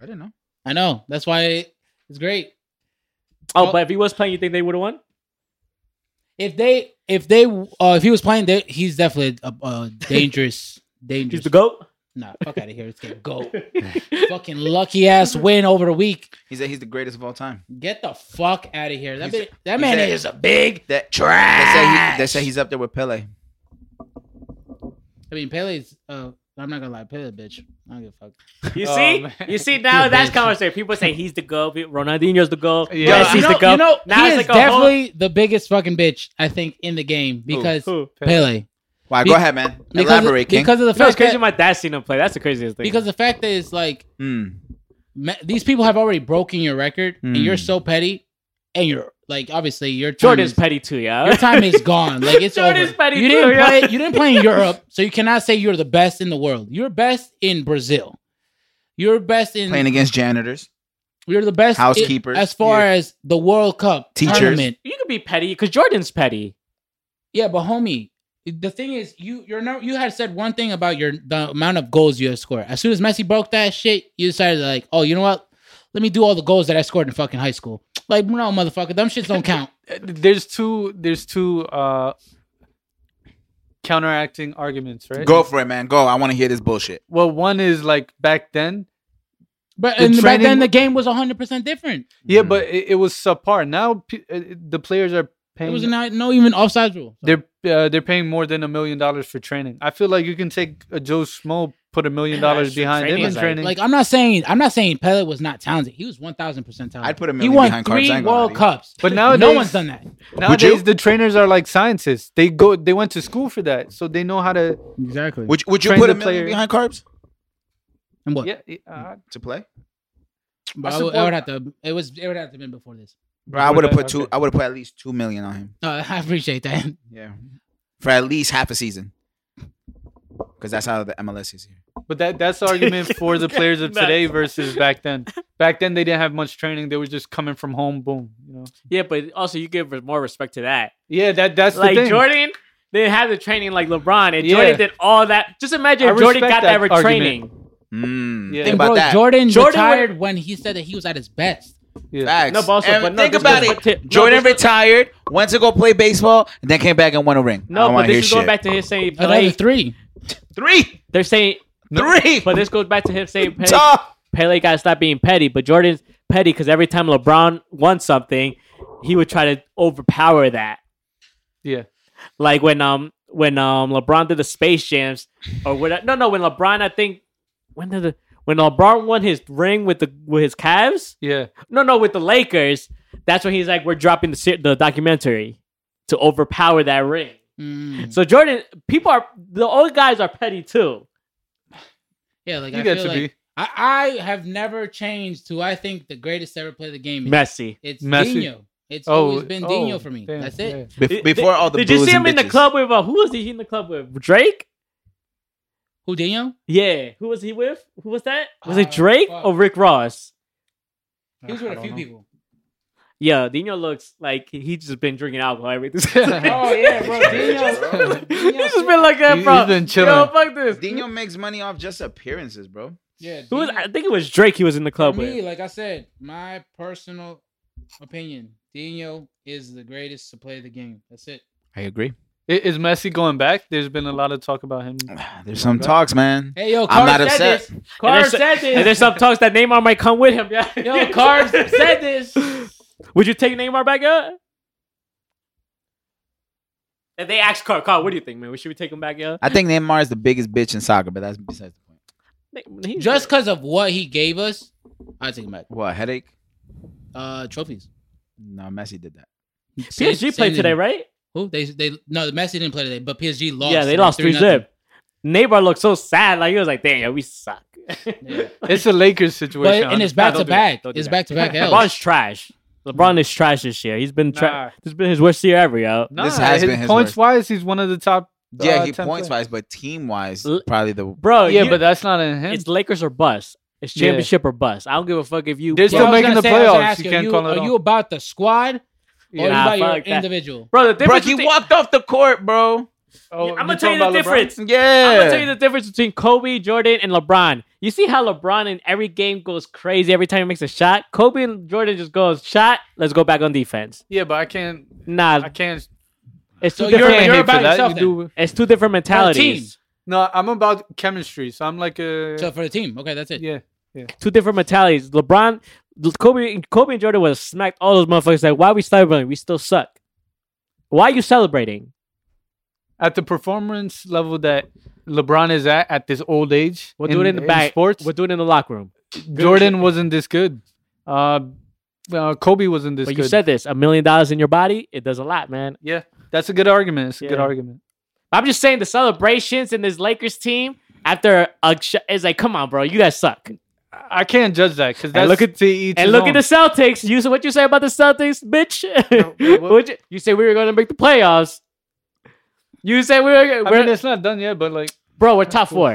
Speaker 3: didn't know.
Speaker 5: I know. That's why it's great.
Speaker 4: Oh, but if he was playing, you think they would have won?
Speaker 5: If they, if they, uh, if he was playing, they, he's definitely a, a dangerous, dangerous.
Speaker 4: He's the goat.
Speaker 5: Nah, fuck out of here. Let's get go. Fucking lucky ass win over the week.
Speaker 3: He said he's the greatest of all time.
Speaker 5: Get the fuck out of here. That,
Speaker 3: He's-
Speaker 5: bit, that
Speaker 3: he
Speaker 5: man
Speaker 3: said-
Speaker 5: is a big.
Speaker 3: That trash. They say, he, they say he's up there with Pele.
Speaker 5: I mean, Pele's. Uh, I'm not gonna lie, Pele, a bitch. I don't give a fuck.
Speaker 4: You
Speaker 2: Oh,
Speaker 4: see,
Speaker 2: man.
Speaker 4: you see now
Speaker 5: Yeah,
Speaker 4: that's
Speaker 5: bitch.
Speaker 4: conversation. People say he's the goat. pe- Ronaldinho's the goat.
Speaker 2: Yeah.
Speaker 4: Yeah, Messi's
Speaker 5: you know,
Speaker 4: the goat.
Speaker 5: you know,
Speaker 4: now
Speaker 5: he
Speaker 4: it's
Speaker 5: is
Speaker 4: like a
Speaker 5: definitely the biggest fucking bitch I think in the game because
Speaker 4: whole. Who?
Speaker 5: Pele.
Speaker 3: Why?
Speaker 5: Be-
Speaker 3: go ahead, man.
Speaker 5: Because
Speaker 3: Elaborate,
Speaker 5: of,
Speaker 3: King.
Speaker 5: because of the
Speaker 4: You know, it's
Speaker 5: fact
Speaker 4: crazy.
Speaker 5: that,
Speaker 4: My dad's seen him play. That's the craziest thing.
Speaker 5: because the fact that it's like
Speaker 3: Mm.
Speaker 5: me- these people have already broken your record and you're
Speaker 3: Hmm.
Speaker 5: so petty and you're like obviously your time
Speaker 4: Jordan's
Speaker 5: is,
Speaker 4: petty too, yeah.
Speaker 5: your time is gone like it's
Speaker 4: Jordan's
Speaker 5: over.
Speaker 4: petty
Speaker 5: you
Speaker 4: too,
Speaker 5: didn't
Speaker 4: yeah.
Speaker 5: play you didn't play in Europe so you cannot say you're the best in the world you're best in Brazil you're best in
Speaker 3: Playing against janitors.
Speaker 5: you're the best in-
Speaker 3: Housekeepers.
Speaker 5: as far
Speaker 2: Yeah.
Speaker 5: as the World Cup
Speaker 3: Teachers.
Speaker 5: tournament
Speaker 4: you can be petty because Jordan's petty.
Speaker 5: Yeah, but homie, the thing is, you you're not you had said one thing about your the amount of goals you have scored. As soon as Messi broke that shit, you decided like, oh, you know what? Let me do all the goals that I scored in fucking high school. Like, no, motherfucker, them shits don't count.
Speaker 2: There's two. There's two uh, counteracting arguments, right?
Speaker 3: Go for it, man. Go. I want to hear this bullshit.
Speaker 2: Well, one is like back then.
Speaker 5: But
Speaker 2: The
Speaker 5: and back
Speaker 2: training-
Speaker 5: then, the game was hundred percent different.
Speaker 2: Yeah,
Speaker 3: Mm.
Speaker 2: but it, it was subpar. Now p- uh, the players are
Speaker 5: There
Speaker 2: paying.
Speaker 5: was not no even offside rule.
Speaker 2: they're uh, they're paying more than a million dollars for training. I feel like you can take a Joe Schmo, put a million dollars
Speaker 4: Extra
Speaker 2: behind him
Speaker 4: training
Speaker 2: in
Speaker 4: is like-
Speaker 2: training.
Speaker 5: Like I'm not saying I'm not saying Pele was not talented. He was one thousand percent talented.
Speaker 3: I'd put a
Speaker 5: He
Speaker 3: million
Speaker 5: won
Speaker 3: behind Carbs.
Speaker 5: three World Cups.
Speaker 2: but
Speaker 5: no
Speaker 2: nowadays-
Speaker 5: one's done that.
Speaker 3: Would you?
Speaker 2: Nowadays, the trainers are like scientists. They go, they went to school for that, so they know how to.
Speaker 5: Exactly.
Speaker 3: Would, would you
Speaker 2: Train
Speaker 3: put
Speaker 2: the
Speaker 3: a million
Speaker 2: player.
Speaker 3: behind Carbs
Speaker 5: and what?
Speaker 2: Yeah, uh,
Speaker 3: to play?
Speaker 5: But I,
Speaker 2: I
Speaker 5: would, I
Speaker 2: support-
Speaker 5: would have to. It was. It would have to have been before this.
Speaker 3: Bro, I would have put two.
Speaker 2: Okay.
Speaker 3: I would have put at least two million on him.
Speaker 5: Uh, I appreciate that.
Speaker 3: Yeah, for at least half a season. Because that's how the MLS is here.
Speaker 2: But that that's the argument for the players of
Speaker 4: Nuts.
Speaker 2: today versus back then. Back then, they didn't have much training. They were just coming from home. Boom. You know.
Speaker 4: Yeah, but also you give more respect to that.
Speaker 2: Yeah, that that's
Speaker 4: like
Speaker 2: the thing.
Speaker 4: Jordan didn't have the training like LeBron, and
Speaker 2: Yeah.
Speaker 4: Jordan did all that. Just imagine
Speaker 2: I
Speaker 4: if Jordan
Speaker 2: respect
Speaker 4: got that,
Speaker 2: that
Speaker 4: re-
Speaker 2: argument.
Speaker 4: training.
Speaker 3: Mm,
Speaker 2: Yeah.
Speaker 3: Think
Speaker 5: And
Speaker 3: about
Speaker 5: bro,
Speaker 3: that.
Speaker 5: Jordan,
Speaker 4: Jordan
Speaker 5: retired when he said that he was at his best.
Speaker 2: Yeah.
Speaker 3: Facts.
Speaker 4: No, but also-
Speaker 3: And
Speaker 4: but no,
Speaker 3: think
Speaker 4: this
Speaker 3: about
Speaker 4: goes-
Speaker 3: it.
Speaker 4: but ti- no,
Speaker 3: Jordan
Speaker 4: this goes-
Speaker 3: retired, went to go play baseball, and then came back and won a ring. I
Speaker 4: No,
Speaker 3: don't
Speaker 4: but
Speaker 3: wanna hear
Speaker 4: this is going
Speaker 3: shit.
Speaker 4: back to him saying
Speaker 5: Another
Speaker 4: Pele.
Speaker 5: three.
Speaker 3: three,
Speaker 4: They're saying,
Speaker 3: three.
Speaker 4: but this goes back to him saying Pele.
Speaker 3: Tough.
Speaker 4: Pele got to stop being petty. But Jordan's petty because every time LeBron won something, he would try to overpower that.
Speaker 2: Yeah.
Speaker 4: Like when um when um LeBron did the Space Jams or what? No, no. When LeBron, I think when did the when LeBron won his ring with the with his Cavs.
Speaker 2: Yeah.
Speaker 4: No, no, with the Lakers. That's when he's like, we're dropping the ser- the documentary to overpower that ring.
Speaker 5: Mm.
Speaker 4: So Jordan, people are the old guys are petty too.
Speaker 5: Yeah, like
Speaker 2: You
Speaker 5: I
Speaker 2: got
Speaker 5: feel
Speaker 2: to
Speaker 5: like
Speaker 2: be.
Speaker 5: I, I have never changed to I think the greatest to ever play the game. Is.
Speaker 4: Messy.
Speaker 5: It's
Speaker 2: Messi.
Speaker 5: Dino. It's
Speaker 2: Oh,
Speaker 5: always been
Speaker 2: oh,
Speaker 5: Dino for me.
Speaker 2: damn,
Speaker 5: That's it.
Speaker 2: yeah.
Speaker 3: Bef-
Speaker 4: Did-
Speaker 3: before all the
Speaker 4: Did you
Speaker 3: booze
Speaker 4: see him
Speaker 3: and
Speaker 4: in the
Speaker 3: bitches.
Speaker 4: club with? Uh, who was he in the club with? Drake.
Speaker 5: Who Dino?
Speaker 4: Yeah, who was he with? Who was that? Was it
Speaker 5: Uh,
Speaker 4: Drake
Speaker 5: fuck.
Speaker 4: or Rick Ross?
Speaker 5: He was with
Speaker 2: I
Speaker 5: a few
Speaker 2: don't know.
Speaker 5: people.
Speaker 4: Yeah, Dino looks like he- he's just been drinking alcohol every Oh
Speaker 5: yeah, bro,
Speaker 3: Dino-
Speaker 4: he's just been like that,
Speaker 2: He-
Speaker 4: bro.
Speaker 2: he's been chilling.
Speaker 4: Yo, fuck this.
Speaker 3: Dino makes money off just appearances, bro.
Speaker 5: Yeah.
Speaker 4: Who was?
Speaker 5: Dino-
Speaker 4: I think it was Drake. He was in the
Speaker 5: for
Speaker 4: club
Speaker 5: me,
Speaker 4: with.
Speaker 5: like I said, my personal opinion, Dino is the greatest to play the game. That's it.
Speaker 3: I agree.
Speaker 2: I- Is Messi going back? There's been a lot of talk about him.
Speaker 3: There's some talks, man.
Speaker 5: Hey yo,
Speaker 3: I'm
Speaker 5: Carl
Speaker 3: not
Speaker 5: said
Speaker 3: upset.
Speaker 5: this. Carl
Speaker 4: there's-
Speaker 5: said
Speaker 4: And
Speaker 5: this.
Speaker 4: there's some talks that Neymar might come with him. Yeah.
Speaker 5: Yo, Carl said this.
Speaker 4: Would you take Neymar back out? And they asked Carl, Carl, what do you think, man? Should we take him back out?
Speaker 3: I think Neymar is the biggest bitch in soccer, but that's besides the point.
Speaker 5: Just because of what he gave us, I take it back.
Speaker 3: What headache?
Speaker 5: Uh, trophies.
Speaker 3: No, Messi did that.
Speaker 4: PSG played today, right?
Speaker 5: Who they they no Messi didn't play today, but PSG lost.
Speaker 4: yeah, they
Speaker 5: like,
Speaker 4: lost three
Speaker 5: 3-0.
Speaker 4: zip. Neymar looked so sad. Like he was like, "Damn, yeah, we suck."
Speaker 2: It's a Lakers situation.
Speaker 5: But and it's
Speaker 2: honestly.
Speaker 5: back
Speaker 4: don't
Speaker 5: to
Speaker 4: do that.
Speaker 5: back.
Speaker 4: Don't do
Speaker 5: It's
Speaker 4: that.
Speaker 5: back to back.
Speaker 4: LeBron's trash. LeBron is trash this year. He's been trash.
Speaker 2: Nah.
Speaker 4: This has been his worst year ever, yo.
Speaker 2: Nah,
Speaker 3: This has
Speaker 2: his
Speaker 3: been his
Speaker 2: points
Speaker 3: worst.
Speaker 2: wise, he's one of the top.
Speaker 3: Yeah,
Speaker 2: uh,
Speaker 3: he
Speaker 2: 10
Speaker 3: points
Speaker 2: players.
Speaker 3: wise, but team wise,
Speaker 4: L-
Speaker 3: probably the
Speaker 4: Bro,
Speaker 2: Yeah,
Speaker 4: you-
Speaker 2: but that's not in him.
Speaker 4: it's Lakers or bust. It's
Speaker 2: Yeah.
Speaker 4: championship or bust. I don't give a fuck if you.
Speaker 2: There's
Speaker 5: Yeah,
Speaker 2: still
Speaker 5: I was
Speaker 2: making
Speaker 5: gonna
Speaker 2: the
Speaker 5: say- I was gonna
Speaker 2: playoffs.
Speaker 5: ask
Speaker 2: You
Speaker 5: you,
Speaker 2: can't
Speaker 5: you-
Speaker 2: call it
Speaker 5: Are
Speaker 2: off.
Speaker 5: you about the squad or
Speaker 2: Yeah.
Speaker 5: you
Speaker 4: Nah,
Speaker 5: about your
Speaker 4: fuck that.
Speaker 5: individual?
Speaker 4: bro. The difference.
Speaker 3: Bro, he
Speaker 4: between-
Speaker 3: walked off the court, bro.
Speaker 2: Oh,
Speaker 4: I'm gonna
Speaker 2: you
Speaker 4: tell
Speaker 2: talking
Speaker 4: you the
Speaker 2: about LeBron?
Speaker 4: difference.
Speaker 3: Yeah.
Speaker 4: I'm gonna tell you the difference between Kobe, Jordan, and LeBron. You see how LeBron in every game goes crazy every time he makes a shot. Kobe and Jordan just goes shot. Let's go back on defense.
Speaker 2: Yeah, but I can't. I
Speaker 4: Nah,
Speaker 2: can't.
Speaker 4: it's two
Speaker 5: So
Speaker 2: You
Speaker 5: you're-
Speaker 4: different.
Speaker 2: can't
Speaker 5: you're
Speaker 2: hate
Speaker 5: about
Speaker 2: for that.
Speaker 5: yourself
Speaker 2: You
Speaker 5: then.
Speaker 2: do-
Speaker 4: it's two different mentalities.
Speaker 2: No, I'm about chemistry, so I'm like a.
Speaker 5: So for the team, okay, that's it.
Speaker 2: yeah,
Speaker 4: two different mentalities. LeBron, Kobe, Kobe and Jordan was smacked all those motherfuckers. Like, why are we celebrating? We still suck. Why are you celebrating?
Speaker 2: at the performance level that LeBron is at at this old age.
Speaker 4: We'll do it in the back.
Speaker 2: Sports.
Speaker 4: We're doing it in the locker room.
Speaker 2: Jordan wasn't this good. Uh, uh, Kobe wasn't this
Speaker 4: but
Speaker 2: good.
Speaker 4: you said this: a million dollars in your body, it does a lot, man.
Speaker 2: yeah, that's a good argument. It's a good
Speaker 4: Yeah.
Speaker 2: argument.
Speaker 4: I'm just saying the celebrations in this Lakers team after a sh- is like, come on, bro, you guys suck.
Speaker 2: I I can't judge that because that's
Speaker 4: look at-
Speaker 2: to each
Speaker 4: And
Speaker 2: his
Speaker 4: look
Speaker 2: own.
Speaker 4: at the E Celtics. You what you say about the Celtics, bitch?
Speaker 2: wait, what-
Speaker 4: What'd you, you say we were going to make the playoffs. You say we were,
Speaker 2: I
Speaker 4: we're-
Speaker 2: mean, it's not done yet, but like
Speaker 4: bro, we're top four.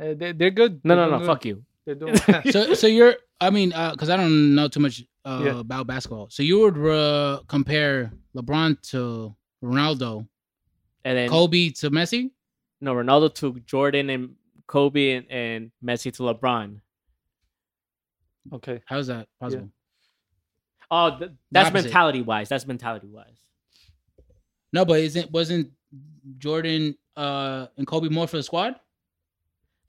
Speaker 2: uh, they, they're good.
Speaker 4: No,
Speaker 2: They're
Speaker 4: no, no,
Speaker 2: doing
Speaker 4: fuck you.
Speaker 2: good. They're doing.
Speaker 5: So so you're. I mean, because I don't know too much uh,
Speaker 2: Yeah.
Speaker 5: about basketball. So you would uh, compare LeBron to Ronaldo,
Speaker 4: And then
Speaker 5: Kobe to Messi.
Speaker 4: No, Ronaldo to Jordan and Kobe and, and Messi to LeBron.
Speaker 2: okay.
Speaker 5: How is that possible?
Speaker 4: Oh, th- that's
Speaker 5: opposite.
Speaker 4: mentality wise. That's mentality wise.
Speaker 5: No, but isn't wasn't Jordan uh, and Kobe more for the squad? Oh,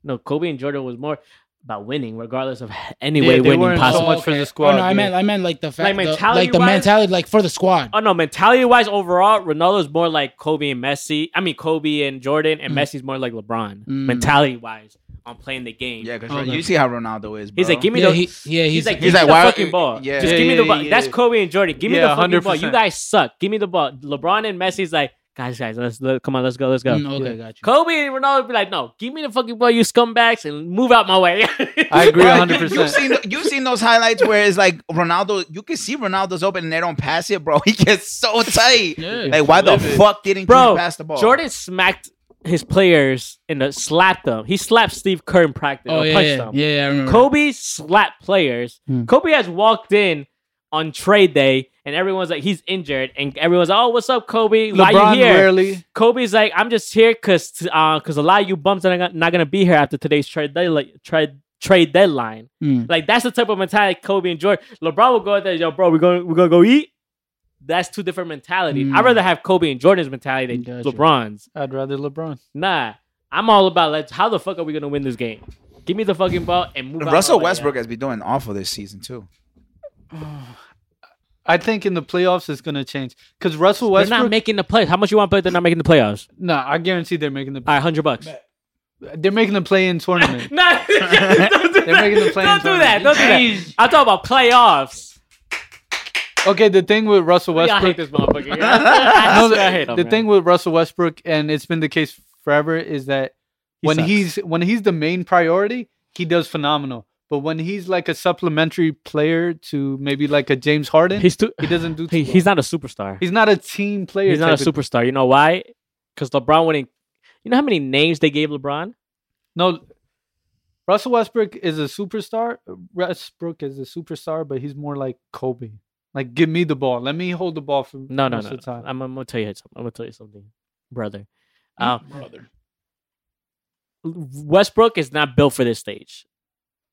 Speaker 4: No, Kobe and Jordan was more about winning, regardless of any way
Speaker 2: they
Speaker 4: winning
Speaker 2: weren't so
Speaker 4: possible.
Speaker 2: much for the squad.
Speaker 5: Oh, no, I
Speaker 2: yeah.
Speaker 5: meant I meant like the fact
Speaker 4: Like
Speaker 5: the-
Speaker 4: mentality
Speaker 5: like the
Speaker 4: wise?
Speaker 5: mentality like for the squad.
Speaker 4: Oh no, mentality wise overall, Ronaldo's more like Kobe and Messi. I mean Kobe and Jordan, and
Speaker 5: Mm.
Speaker 4: Messi's more like LeBron.
Speaker 5: Mm.
Speaker 4: Mentality wise, on playing the game.
Speaker 3: yeah, because
Speaker 5: Oh,
Speaker 3: you
Speaker 5: no.
Speaker 3: see how Ronaldo is. Bro.
Speaker 4: He's like, give me
Speaker 5: yeah,
Speaker 4: the.
Speaker 5: he,
Speaker 4: he's,
Speaker 5: yeah, he's,
Speaker 4: like,
Speaker 3: he's
Speaker 4: give
Speaker 3: like,
Speaker 4: me the
Speaker 3: why-
Speaker 4: fucking ball.
Speaker 3: yeah.
Speaker 4: Just
Speaker 2: Yeah,
Speaker 4: give me
Speaker 2: yeah,
Speaker 4: the ball.
Speaker 2: yeah,
Speaker 4: That's
Speaker 2: yeah.
Speaker 4: Kobe and Jordan. Give me
Speaker 2: Yeah,
Speaker 4: the fucking ball. You
Speaker 2: 100%.
Speaker 4: guys suck. Give me the ball. LeBron and Messi's like, guys, guys, let's let, come on, let's go, let's go.
Speaker 5: Mm, okay, got you.
Speaker 4: Kobe and Ronaldo would be like, no, give me the fucking ball, you scumbags, and move out my way.
Speaker 2: I agree
Speaker 3: Bro, you-
Speaker 2: 100.
Speaker 3: You've
Speaker 2: percent
Speaker 3: seen you've seen those highlights where it's like Ronaldo. You can see Ronaldo's open and they don't pass it, bro. He gets so tight.
Speaker 5: Yeah. Oh,
Speaker 3: Like, why the
Speaker 2: Livid.
Speaker 3: fuck didn't
Speaker 4: Bro,
Speaker 3: you pass the ball?
Speaker 4: Jordan smacked his players and uh, slapped them. He slapped Steve Kerr in practice.
Speaker 5: oh
Speaker 4: or
Speaker 5: yeah,
Speaker 4: punched
Speaker 5: yeah,
Speaker 4: them.
Speaker 5: yeah, yeah, I
Speaker 3: Mm.
Speaker 5: remember.
Speaker 4: Kobe slapped players.
Speaker 5: Hmm.
Speaker 4: Kobe has walked in on trade day and everyone's like, he's injured. And everyone's like, oh, what's up, Kobe? Why
Speaker 2: LeBron
Speaker 4: you here?
Speaker 2: rarely.
Speaker 4: Kobe's like, I'm just here because because a lot of you bums are not going to be here after today's trade, deadli- trade, trade deadline.
Speaker 5: Mm.
Speaker 4: Like that's the type of mentality Kobe and Jordan. LeBron will go out there, yo, bro, we're going we're gonna go eat. That's two different mentalities.
Speaker 5: Mm.
Speaker 4: I'd rather have Kobe and Jordan's mentality than
Speaker 5: Gotcha.
Speaker 4: LeBron's.
Speaker 2: I'd rather LeBron.
Speaker 4: Nah. I'm all about let's how the fuck are we gonna win this game? Give me the fucking ball and move. out
Speaker 3: Russell
Speaker 4: my way,
Speaker 3: Westbrook
Speaker 4: yeah.
Speaker 3: has been doing awful this season too.
Speaker 2: I think in the playoffs it's gonna change because Russell
Speaker 4: They're
Speaker 2: Westbrook.
Speaker 4: not making the playoffs. How much you want to play? They're not making the playoffs.
Speaker 2: no, I guarantee they're making the
Speaker 4: All right, hundred bucks.
Speaker 2: they're making the play-in tournament.
Speaker 4: No, don't do
Speaker 2: They're making the
Speaker 4: that.
Speaker 2: play-in
Speaker 4: Don't do that.
Speaker 2: tournament.
Speaker 4: Don't do that. I'm talking about playoffs.
Speaker 2: Okay, the thing with Russell
Speaker 4: Y'all hate
Speaker 2: Westbrook.
Speaker 4: this motherfucker. I
Speaker 2: No,
Speaker 4: swear I hate
Speaker 2: the
Speaker 4: him,
Speaker 2: the
Speaker 4: man.
Speaker 2: thing with Russell Westbrook, and it's been the case forever, is that
Speaker 4: He
Speaker 2: when
Speaker 4: sucks.
Speaker 2: he's when he's the main priority, he does phenomenal. But when he's like a supplementary player to maybe like a James Harden,
Speaker 4: he's too.
Speaker 2: he doesn't do. Too
Speaker 4: He,
Speaker 2: well.
Speaker 4: he's not a superstar.
Speaker 2: He's not a team player.
Speaker 4: He's not a
Speaker 2: type of-
Speaker 4: superstar. You know why? Because LeBron wouldn't. You know how many names they gave LeBron?
Speaker 2: No, Russell Westbrook is a superstar. Westbrook is a superstar, but he's more like Kobe. Like, give me the ball. Let me hold the ball for
Speaker 4: No, no,
Speaker 2: most
Speaker 4: no.
Speaker 2: of the time.
Speaker 4: I'm, I'm gonna tell you something. I'm gonna tell you something, brother.
Speaker 2: Hmm?
Speaker 4: Uh,
Speaker 5: Ah, brother.
Speaker 4: Westbrook is not built for this stage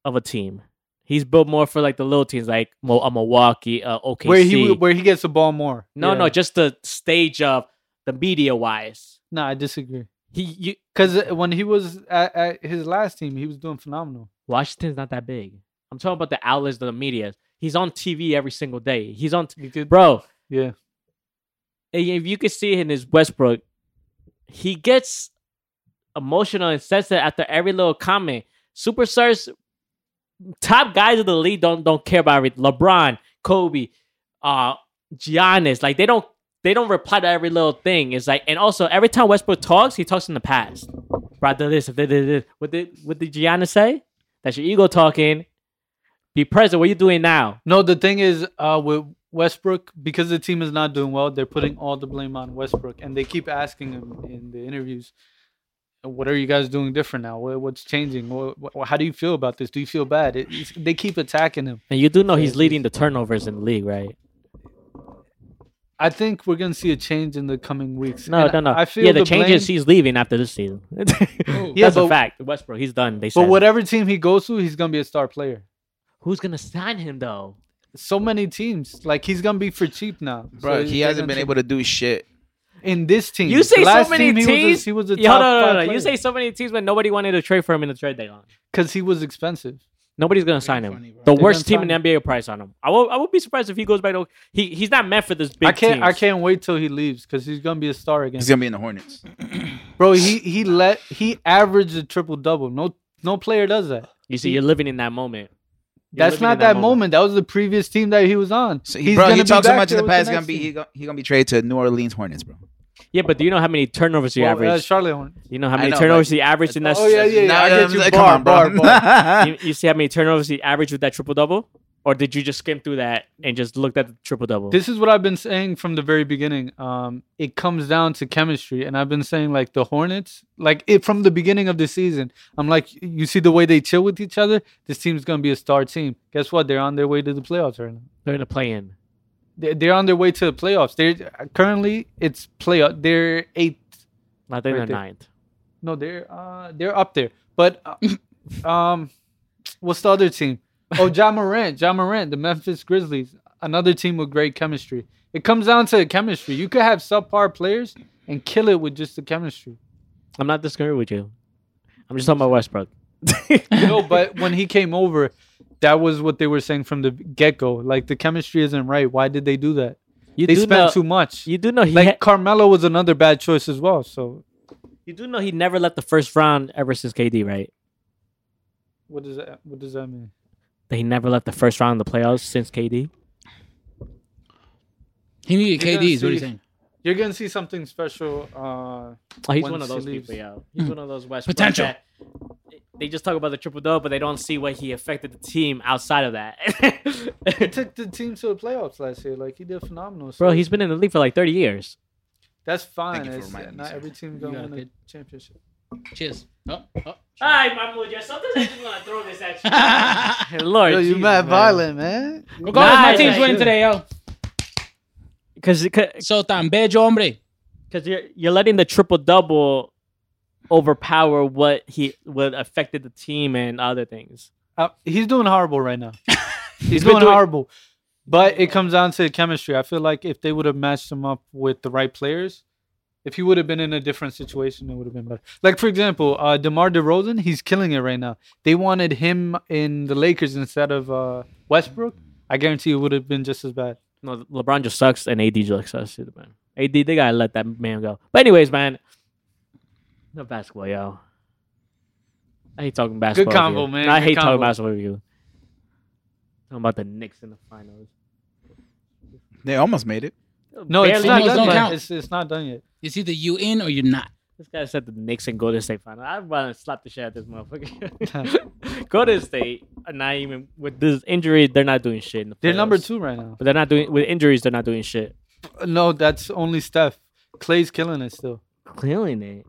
Speaker 4: of a team. He's built more for like the little teams, like Mo- a Milwaukee, uh, OKC.
Speaker 2: where he where he gets the ball more.
Speaker 4: no,
Speaker 2: Yeah.
Speaker 4: no, just the stage of the media wise.
Speaker 2: no, I disagree.
Speaker 4: He, you,
Speaker 2: Because uh, when he was at, at his last team, he was doing phenomenal.
Speaker 4: Washington's not that big. I'm talking about the outlets, the media. He's on TV every single day. He's on, t-
Speaker 2: He did,
Speaker 4: bro.
Speaker 2: yeah.
Speaker 4: and if you could see in his Westbrook, he gets emotional and sensitive after every little comment. Superstars top guys of the league don't don't care about everything. LeBron, Kobe, uh, Giannis, like they don't they don't reply to every little thing. It's like and also every time Westbrook talks, he talks in the past. Bro, I did this. If they did this, what did what did Giannis say? That's your ego talking. Be present. What you doing now?
Speaker 2: No, the thing is, uh, with Westbrook, because the team is not doing well, they're putting all the blame on Westbrook, and they keep asking him in the interviews, "What are you guys doing different now? What, what's changing? What, what, how do you feel about this? Do you feel bad?" It, it's- they keep attacking him.
Speaker 4: And you do know he's leading the turnovers in the league, right?
Speaker 2: I think we're gonna see a change in the coming weeks.
Speaker 4: No,
Speaker 2: And
Speaker 4: no, no.
Speaker 2: I feel
Speaker 4: yeah, the,
Speaker 2: the blame-
Speaker 4: changes.
Speaker 2: Oh.
Speaker 4: He's leaving after this season.
Speaker 2: Yeah,
Speaker 4: That's
Speaker 2: but-
Speaker 4: a fact. Westbrook, he's done. They said.
Speaker 2: But e whatever team he goes to, he's gonna be a star player.
Speaker 4: Who's gonna sign him though?
Speaker 2: So many teams, like he's gonna be for cheap now,
Speaker 3: Bro,
Speaker 2: So
Speaker 3: he
Speaker 2: they're
Speaker 3: hasn't
Speaker 2: gonna
Speaker 3: been
Speaker 2: take-
Speaker 3: able to do shit.
Speaker 2: in this team.
Speaker 4: You say
Speaker 2: the
Speaker 4: so
Speaker 2: Hmm. last
Speaker 4: many
Speaker 2: team, he was a-
Speaker 4: teams?
Speaker 2: He was a,
Speaker 4: Yo,
Speaker 2: top
Speaker 4: no, no, no, no. You say so many teams, but nobody wanted to trade for him in the trade deadline.
Speaker 2: because he was expensive.
Speaker 4: Nobody's gonna sign him.
Speaker 5: funny, bro.
Speaker 4: the
Speaker 2: They're
Speaker 4: worst
Speaker 2: gonna
Speaker 4: team in
Speaker 2: sign
Speaker 4: the
Speaker 2: him.
Speaker 4: NBA will price on him. I will. I would be surprised if he goes back. To, he he's not meant for this big
Speaker 2: I can't. I
Speaker 4: teams.
Speaker 2: can't wait till he leaves because he's gonna be a star again.
Speaker 3: He's gonna be in the Hornets.
Speaker 2: Bro, he he let he averaged a triple double. No no player does that.
Speaker 4: You see, you're living in that moment. You're
Speaker 2: That's
Speaker 4: living in
Speaker 2: not that, moment. That was the previous team that he was on.
Speaker 3: So he, bro, he
Speaker 2: gonna be
Speaker 3: talks so
Speaker 2: back
Speaker 3: much in
Speaker 2: there
Speaker 3: the
Speaker 2: with
Speaker 3: past. He's gonna
Speaker 2: next
Speaker 3: be he
Speaker 2: team.
Speaker 3: gonna, he gonna be traded to New Orleans Hornets, bro.
Speaker 4: Yeah, but do you know how many turnovers he
Speaker 2: Well, uh,
Speaker 4: averaged?
Speaker 2: Charlotte Hornets.
Speaker 4: you know how
Speaker 3: I
Speaker 4: many
Speaker 3: know,
Speaker 4: turnovers
Speaker 3: but-
Speaker 4: he averaged in that?
Speaker 2: Oh, yeah, yeah, yeah. I get you.
Speaker 3: like,
Speaker 2: Bar, bar,
Speaker 4: you, you see how many turnovers he averaged with that triple double, or did you just skim through that and just looked at the triple double?
Speaker 2: This is what I've been saying from the very beginning. Um, it comes down to chemistry, and I've been saying like the Hornets, like it from the beginning of the season. I'm like, you see the way they chill with each other. This team's gonna be a star team. Guess what? They're on their way to the playoffs right now.
Speaker 4: They're in a play-in.
Speaker 2: They- They're on their way to the playoffs. They're currently it's playoff. They're eighth
Speaker 4: I think
Speaker 2: Right there.
Speaker 4: they're ninth.
Speaker 2: No, they're uh they're up there. But uh, um what's the other team? Oh, John Morant, John Morant, the Memphis Grizzlies, another team with great chemistry. It comes down to chemistry. You could have subpar players and kill it with just the chemistry.
Speaker 4: I'm not disagreeing with you. I'm just talking about Westbrook.
Speaker 2: No, but when he came over, that was what they were saying from the get-go. Like the chemistry isn't right. Why did they do that?
Speaker 4: You
Speaker 2: they
Speaker 4: do
Speaker 2: spent
Speaker 4: know,
Speaker 2: too much.
Speaker 4: You do know he
Speaker 2: like
Speaker 4: ha-
Speaker 2: Carmelo was another bad choice as well. So
Speaker 4: you do know he never left the first round ever since KD, right?
Speaker 2: what does that what does that mean?
Speaker 4: That he never left the first round of the playoffs since KD.
Speaker 5: He needed
Speaker 2: You're gonna
Speaker 5: KDs. What are you
Speaker 2: see-
Speaker 5: saying?
Speaker 2: You're gonna see something special. Uh
Speaker 4: Oh, he's
Speaker 2: Once
Speaker 4: one of
Speaker 2: he
Speaker 4: those
Speaker 2: leaves.
Speaker 4: people, yo.
Speaker 2: Hmm.
Speaker 4: He's one of those West
Speaker 5: Potential.
Speaker 4: they just talk about the triple double, but they don't see what he affected the team outside of that.
Speaker 2: He took the team to the playoffs last year. Like he did phenomenal. So
Speaker 4: Bro, he's been in the league for like 30 years.
Speaker 2: that's fine.
Speaker 3: Thank you for
Speaker 2: It's-
Speaker 3: reminding me,
Speaker 2: not
Speaker 3: sir.
Speaker 2: every team
Speaker 5: You
Speaker 2: gonna
Speaker 5: got
Speaker 2: win
Speaker 5: it.
Speaker 2: a championship.
Speaker 5: Cheers. Oh, oh.
Speaker 4: All right, Mahmoud, yeah, sometimes I just want to throw this at
Speaker 5: Regardless,
Speaker 4: you. Lord, Jesus, man.
Speaker 2: man?
Speaker 5: my
Speaker 4: Nice.
Speaker 5: team's winning today, yo.
Speaker 4: Cause, cause
Speaker 5: So tan bello, hombre.
Speaker 4: because you're you're letting the triple double overpower what he what affected the team and other things.
Speaker 2: Uh, he's doing horrible right now. he's
Speaker 4: been
Speaker 2: doing
Speaker 4: doing-
Speaker 2: horrible. But it comes down to chemistry. I feel like if they would have matched him up with the right players, if he would have been in a different situation, it would have been better. Like for example, uh, DeMar DeRozan, he's killing it right now. They wanted him in the Lakers instead of uh, Westbrook. I guarantee it would have been just as bad.
Speaker 4: No, LeBron just sucks and AD just sucks too, man. AD, they gotta let that man go. But anyways, man, no basketball, yo. I hate talking basketball. with
Speaker 2: combo,
Speaker 4: you.
Speaker 2: man.
Speaker 4: I
Speaker 2: Good
Speaker 4: hate talking
Speaker 2: combo.
Speaker 4: basketball with you. Talking about the Knicks in the finals.
Speaker 3: They almost made it.
Speaker 2: No, it's
Speaker 4: Barely
Speaker 2: not done
Speaker 4: made
Speaker 5: Almost don't
Speaker 4: it.
Speaker 2: yet.
Speaker 5: count.
Speaker 2: It's, it's not done yet.
Speaker 5: It's either you in or you're not.
Speaker 4: This guy said the Knicks and Golden State final. I'd rather slap the shit out of this motherfucker. Golden State are not even with this injury. They're not doing shit. In the
Speaker 2: They're number
Speaker 4: playoffs.
Speaker 2: two right now.
Speaker 4: but they're not doing with injuries. They're not doing shit.
Speaker 2: No, that's only Steph. Clay's killing it still.
Speaker 4: Clearly, it.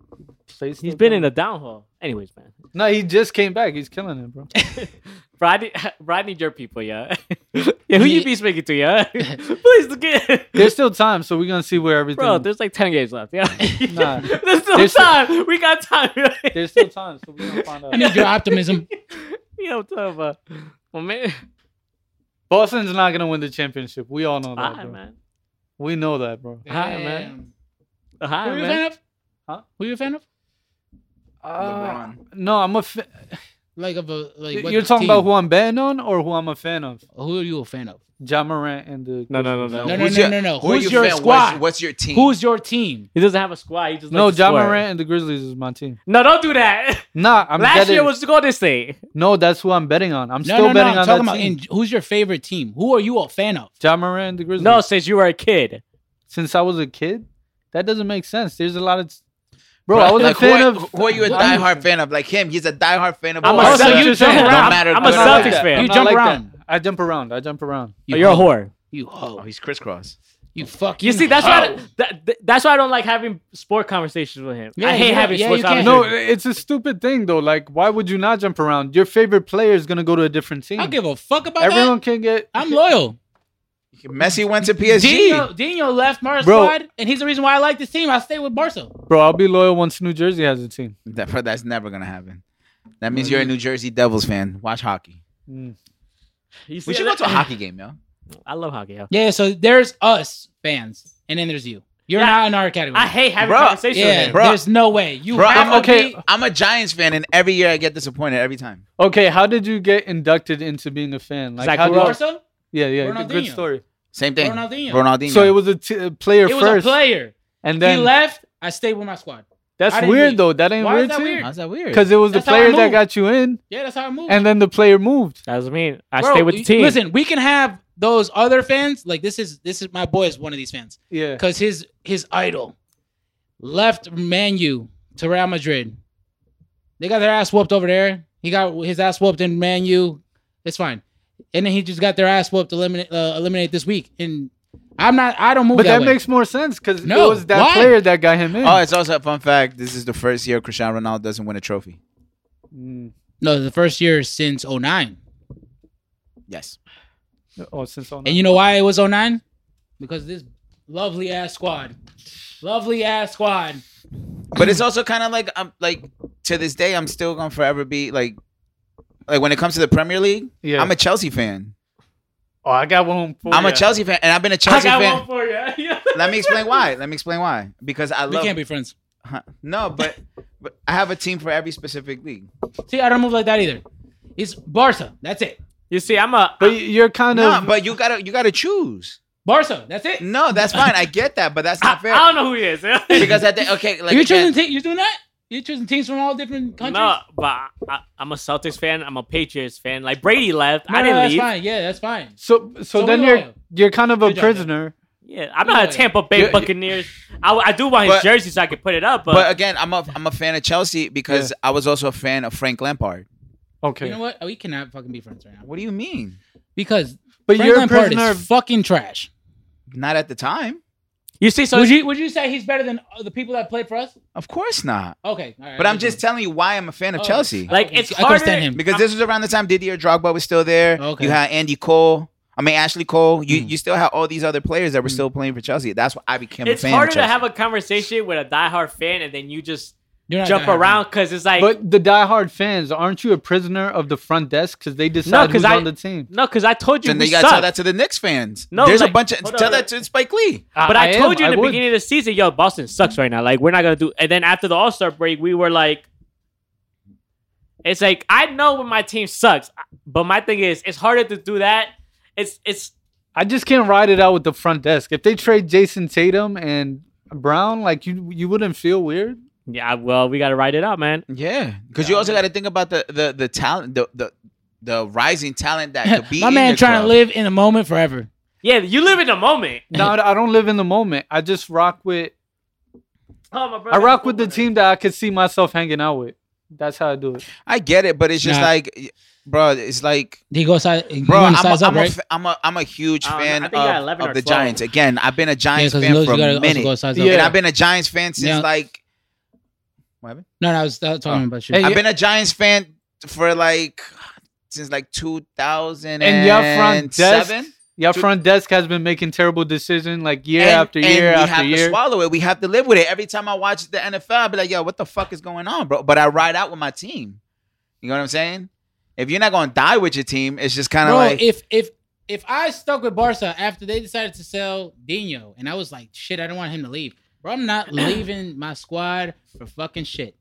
Speaker 2: Clay's
Speaker 4: He's
Speaker 2: still
Speaker 4: been
Speaker 2: killing
Speaker 4: in the downhole. Anyways, man.
Speaker 2: it. No, he just came back. He's killing it, bro.
Speaker 4: Bro, I need, bro, I need your people, yeah. yeah, who you be speaking to, yeah? Please, get.
Speaker 2: There's still time, so we're gonna see where everything.
Speaker 4: Bro, there's like 10 games left, yeah.
Speaker 2: Nah.
Speaker 4: there's still
Speaker 2: There's still-
Speaker 4: time. we got time.
Speaker 2: there's still time, so we're gonna find
Speaker 5: I
Speaker 2: out.
Speaker 5: need your optimism.
Speaker 4: you know what I'm talking about. Well, man.
Speaker 2: Boston's not gonna win the championship. We all know that,
Speaker 4: Hi,
Speaker 2: bro.
Speaker 4: man.
Speaker 2: We know that, bro.
Speaker 4: Hi, man.
Speaker 5: Damn.
Speaker 4: Hi,
Speaker 5: Who are you a
Speaker 4: man.
Speaker 5: fan of?
Speaker 2: Huh?
Speaker 5: Who are you a fan of?
Speaker 2: Uh, No, I'm a. Fa-
Speaker 5: Like of a like.
Speaker 2: Y-
Speaker 5: what
Speaker 2: You're talking about
Speaker 5: team?
Speaker 2: who I'm betting on or who I'm a fan of?
Speaker 5: Who are you a fan of?
Speaker 2: John Morant and the
Speaker 4: No, no, no, no.
Speaker 5: No, no,
Speaker 3: Who's
Speaker 5: no,
Speaker 3: your-
Speaker 5: no, no.
Speaker 3: Who are
Speaker 5: Who's
Speaker 3: you
Speaker 5: your
Speaker 3: fan-
Speaker 5: squad?
Speaker 3: What's, what's your team?
Speaker 5: Who's your team?
Speaker 4: He doesn't have a squad. He just
Speaker 2: No,
Speaker 4: likes to
Speaker 2: John
Speaker 4: score.
Speaker 2: Morant and the Grizzlies is my team.
Speaker 4: No, don't do that.
Speaker 2: Nah, I'm
Speaker 4: Last
Speaker 2: betting.
Speaker 4: year was Golden State.
Speaker 2: no, that's who I'm betting on. I'm
Speaker 5: No,
Speaker 2: still
Speaker 5: no, no.
Speaker 2: betting
Speaker 5: I'm
Speaker 2: on
Speaker 5: talking
Speaker 2: that
Speaker 5: about
Speaker 2: team.
Speaker 5: in, who's your favorite team? Who are you a fan of?
Speaker 2: John Morant and the Grizzlies.
Speaker 4: No, since you were a kid.
Speaker 2: since I was a kid, that doesn't make sense. There's a lot of, bro.
Speaker 3: Bro,
Speaker 2: I was
Speaker 3: like,
Speaker 2: a fan
Speaker 3: who,
Speaker 2: of.
Speaker 3: are- who are you a
Speaker 5: Who are you-
Speaker 3: diehard fan of? Like him, he's a diehard fan of.
Speaker 4: I'm
Speaker 2: Oh,
Speaker 4: a
Speaker 2: I
Speaker 3: Barca.
Speaker 2: see what
Speaker 4: Celtics.
Speaker 2: you're
Speaker 4: You
Speaker 2: saying.
Speaker 4: jump
Speaker 2: Don't
Speaker 4: around.
Speaker 3: matter.
Speaker 4: I'm a
Speaker 3: We're not like
Speaker 4: Celtics
Speaker 3: that.
Speaker 4: fan.
Speaker 5: You
Speaker 2: not
Speaker 5: jump
Speaker 2: like that.
Speaker 5: around.
Speaker 2: I jump around. I jump around.
Speaker 5: You
Speaker 4: You're a
Speaker 5: hoe.
Speaker 4: whore.
Speaker 5: You
Speaker 3: Oh,
Speaker 5: hoe.
Speaker 3: he's crisscross.
Speaker 5: You fucking.
Speaker 4: You see, that's why
Speaker 5: hoe.
Speaker 4: that, that- that's why I don't like having sport conversations with him.
Speaker 5: Yeah,
Speaker 4: I hate
Speaker 5: yeah,
Speaker 4: having
Speaker 5: yeah,
Speaker 4: sports
Speaker 5: you can't.
Speaker 2: No,
Speaker 4: conversations.
Speaker 2: it's a stupid thing though. Like, why would you not jump around? Your favorite player is gonna go to a different team.
Speaker 5: I don't give a fuck about
Speaker 2: Everyone
Speaker 5: that.
Speaker 2: can get.
Speaker 5: I'm loyal.
Speaker 3: Messi went to PSG.
Speaker 5: Dino, Dino left Mars
Speaker 2: Bro.
Speaker 5: squad, and he's the reason why I like this team. I stay with Barca.
Speaker 2: Bro, I'll be loyal once New Jersey has a team.
Speaker 3: That, bro, that's never gonna happen. That means you're a New Jersey Devils fan. Watch hockey.
Speaker 2: Mm.
Speaker 4: You see,
Speaker 3: We should go to a hockey game, yo.
Speaker 4: I love hockey. yo.
Speaker 5: Yeah, so there's us fans, and then there's you. You're
Speaker 4: Yeah.
Speaker 5: not in our category.
Speaker 4: I hate having
Speaker 3: Bruh,
Speaker 4: conversations
Speaker 5: yeah,
Speaker 4: with him.
Speaker 3: Bruh.
Speaker 5: there's no way. You
Speaker 3: Bro,
Speaker 5: have
Speaker 3: I'm
Speaker 5: to
Speaker 2: okay.
Speaker 5: be-
Speaker 3: I'm a Giants fan, and every year I get disappointed every time.
Speaker 2: Okay, how did you get inducted into being a fan? Like,
Speaker 4: Zach
Speaker 2: how did
Speaker 4: Wilson.
Speaker 5: Barca?
Speaker 2: yeah, yeah, good
Speaker 5: Ronaldinho.
Speaker 2: story.
Speaker 3: Same thing.
Speaker 5: Ronaldinho.
Speaker 3: Ronaldinho.
Speaker 2: So it was a t- a player
Speaker 5: It was
Speaker 2: first,
Speaker 5: a player.
Speaker 2: and then
Speaker 5: he left. I stayed with my squad. I
Speaker 2: that's
Speaker 5: didn't
Speaker 2: weird
Speaker 5: leave.
Speaker 2: though. That ain't
Speaker 5: Why
Speaker 2: weird
Speaker 5: is that
Speaker 2: too.
Speaker 5: weird?
Speaker 3: How's that weird?
Speaker 2: Because it was
Speaker 5: That's
Speaker 2: the
Speaker 5: how I
Speaker 2: player that
Speaker 5: moved.
Speaker 2: got you in,
Speaker 5: Yeah, that's how I moved.
Speaker 2: and then the player moved.
Speaker 4: That doesn't mean I
Speaker 5: Bro,
Speaker 4: stay with the
Speaker 5: you-
Speaker 4: team.
Speaker 5: Listen, we can have those other fans. Like this is this is my boy is one of these fans
Speaker 2: Yeah.
Speaker 5: because his his idol left Man U to Real Madrid. They got their ass whooped over there. He got his ass whooped in Man U. It's fine, and then he just got their ass whooped eliminate uh, eliminate this week. And I'm not. I don't move.
Speaker 2: But
Speaker 5: that,
Speaker 2: that,
Speaker 5: way.
Speaker 2: makes more sense because
Speaker 5: No,
Speaker 2: it was that
Speaker 5: why?
Speaker 2: player that got him in.
Speaker 3: Oh, it's also a fun fact. This is the first year Cristiano Ronaldo doesn't win a trophy.
Speaker 2: Mm.
Speaker 5: no the first year since 09.
Speaker 3: Yes.
Speaker 2: Oh, since all
Speaker 5: And you know why it was 09? Because this lovely ass squad, lovely ass squad.
Speaker 3: But it's also kind of like I'm like to this day I'm still gonna forever be like like when it comes to the Premier League,
Speaker 2: Yeah.
Speaker 3: I'm a Chelsea fan.
Speaker 2: oh, I got one. For
Speaker 3: I'm
Speaker 2: ya.
Speaker 3: a Chelsea fan, and I've been a
Speaker 4: I
Speaker 3: Chelsea
Speaker 4: got
Speaker 3: fan.
Speaker 4: one for you.
Speaker 3: Let me explain why. Let me explain why. Because I
Speaker 5: We
Speaker 3: love.
Speaker 5: can't be friends.
Speaker 3: Huh. No, but but I have a team for every specific league.
Speaker 5: See, I don't move like that either. It's Barca. That's it.
Speaker 4: You see, I'm a.
Speaker 2: But you're kind
Speaker 3: No,
Speaker 2: of.
Speaker 3: but you gotta you gotta choose.
Speaker 5: Barca. That's it.
Speaker 3: No, that's fine. I get that, but that's
Speaker 4: I,
Speaker 3: not fair.
Speaker 4: I don't know who he is.
Speaker 3: because at the okay, like
Speaker 5: you
Speaker 3: again,
Speaker 5: choosing te- you doing that? You choosing teams from all different countries?
Speaker 4: no, but I, I'm a Celtics fan. I'm a Patriots fan. Like Brady left.
Speaker 5: No,
Speaker 4: I
Speaker 5: no,
Speaker 4: didn't
Speaker 5: that's
Speaker 4: leave.
Speaker 5: fine. Yeah, that's fine.
Speaker 2: so so
Speaker 5: So
Speaker 2: then
Speaker 5: we
Speaker 2: you're
Speaker 5: loyal.
Speaker 2: you're kind of a
Speaker 5: Good job, man.
Speaker 2: prisoner.
Speaker 4: Yeah, I'm not a
Speaker 5: Yeah.
Speaker 4: Tampa Bay
Speaker 2: Yeah, yeah.
Speaker 4: Buccaneers. I, I do want his
Speaker 3: But-
Speaker 4: jersey so I can put it up. But,
Speaker 3: but again, I'm a I'm a fan of Chelsea because I was also a fan of Frank Lampard.
Speaker 2: Okay.
Speaker 5: You know what? We cannot fucking be friends right now
Speaker 3: What do you mean?
Speaker 5: because
Speaker 2: but
Speaker 5: Frank
Speaker 2: you're a
Speaker 5: Lampard
Speaker 2: prisoner.
Speaker 5: is fucking trash.
Speaker 3: Not at the time,
Speaker 4: you see, so
Speaker 5: would you would you say he's better than the people that played for us?
Speaker 3: of course not.
Speaker 5: Okay, all right,
Speaker 3: But I'm just telling you why I'm a fan of
Speaker 5: Oh.
Speaker 3: Chelsea
Speaker 4: like it's
Speaker 5: I couldn't
Speaker 4: harder.
Speaker 5: stand him.
Speaker 3: because this was around the time Didier Drogba was still there.
Speaker 5: Okay.
Speaker 3: You had Andy Cole. I mean Ashley Cole. You you still had all these other players that were still playing for Chelsea. That's why I became
Speaker 4: It's
Speaker 3: a fan. of
Speaker 4: harder to
Speaker 3: Chelsea.
Speaker 4: have a conversation with a diehard fan and then you just
Speaker 5: You're not
Speaker 4: jump
Speaker 5: that happy.
Speaker 4: around because it's like
Speaker 2: but the diehard fans, aren't you a prisoner of the front desk because they decide
Speaker 4: 'cause
Speaker 2: who's
Speaker 4: I-
Speaker 2: on the team?
Speaker 4: no, because I told you
Speaker 3: And then
Speaker 4: we
Speaker 3: you gotta
Speaker 4: suck.
Speaker 3: tell that to the Knicks fans.
Speaker 4: No,
Speaker 3: there's
Speaker 4: like-
Speaker 3: a bunch of
Speaker 4: hold
Speaker 3: tell
Speaker 4: on.
Speaker 3: that to Spike Lee.
Speaker 4: But I, told
Speaker 2: am,
Speaker 4: you in
Speaker 2: I
Speaker 4: the
Speaker 2: would.
Speaker 4: beginning of the season, yo, Boston sucks right now. Like we're not gonna do. And then after the All Star break, we were like, it's like I know when my team sucks, but my thing is it's harder to do that. It's it's
Speaker 2: I just can't ride it out with the front desk. If they trade Jason Tatum and Brown, like you, you wouldn't feel weird.
Speaker 4: yeah. Well, we gotta write it out, man.
Speaker 3: Yeah, because you also got to think about the the the talent, the the, the rising talent that could be.
Speaker 5: My
Speaker 3: in
Speaker 5: man
Speaker 3: the
Speaker 5: trying to
Speaker 3: club.
Speaker 5: live in the moment forever.
Speaker 4: Yeah, you live in the moment.
Speaker 2: No, I don't live in the moment. I just rock with
Speaker 4: Oh, my brother,
Speaker 2: I rock with the team that I could see myself hanging out with. That's how I do it.
Speaker 3: I get it, but it's just
Speaker 5: Nah.
Speaker 3: like, bro, it's like,
Speaker 5: He goes size. He
Speaker 3: bro, I'm
Speaker 5: went
Speaker 3: a,
Speaker 5: size up,
Speaker 3: I'm, a
Speaker 5: right?
Speaker 3: f- I'm a I'm a huge
Speaker 4: I don't know.
Speaker 3: fan
Speaker 4: I think I got
Speaker 3: of,
Speaker 4: 11
Speaker 3: of
Speaker 4: or
Speaker 3: the
Speaker 4: 12.
Speaker 3: Giants. Again, I've been a
Speaker 5: Yeah,
Speaker 3: Giants
Speaker 5: because
Speaker 3: fan
Speaker 5: you
Speaker 3: for
Speaker 5: gotta
Speaker 3: a
Speaker 5: also
Speaker 3: minute,
Speaker 5: go size
Speaker 2: Yeah.
Speaker 5: up.
Speaker 3: and I've been a Giants fan since
Speaker 5: Yeah.
Speaker 3: like. What happened?
Speaker 5: No, no, I was, I was talking
Speaker 3: Oh.
Speaker 5: about you.
Speaker 2: Hey,
Speaker 3: I've
Speaker 2: you-
Speaker 3: been a Giants fan for like since like 2000
Speaker 2: And your front desk,
Speaker 3: seven.
Speaker 2: your
Speaker 3: Two-
Speaker 2: front desk has been making terrible decisions like year
Speaker 3: and,
Speaker 2: after
Speaker 3: and
Speaker 2: year
Speaker 3: we
Speaker 2: after
Speaker 3: have to
Speaker 2: year.
Speaker 3: swallow it. We have to live with it. Every time I watch the NFL, I be like, yo, what the fuck is going on, bro? But I ride out with my team. You know what I'm saying? If you're not gonna die with your team, it's just kind of
Speaker 5: Bro,
Speaker 3: like
Speaker 5: if if if I stuck with Barca after they decided to sell Dino, and I was like, shit, I don't want him to leave. Bro, I'm not leaving my squad for fucking shit.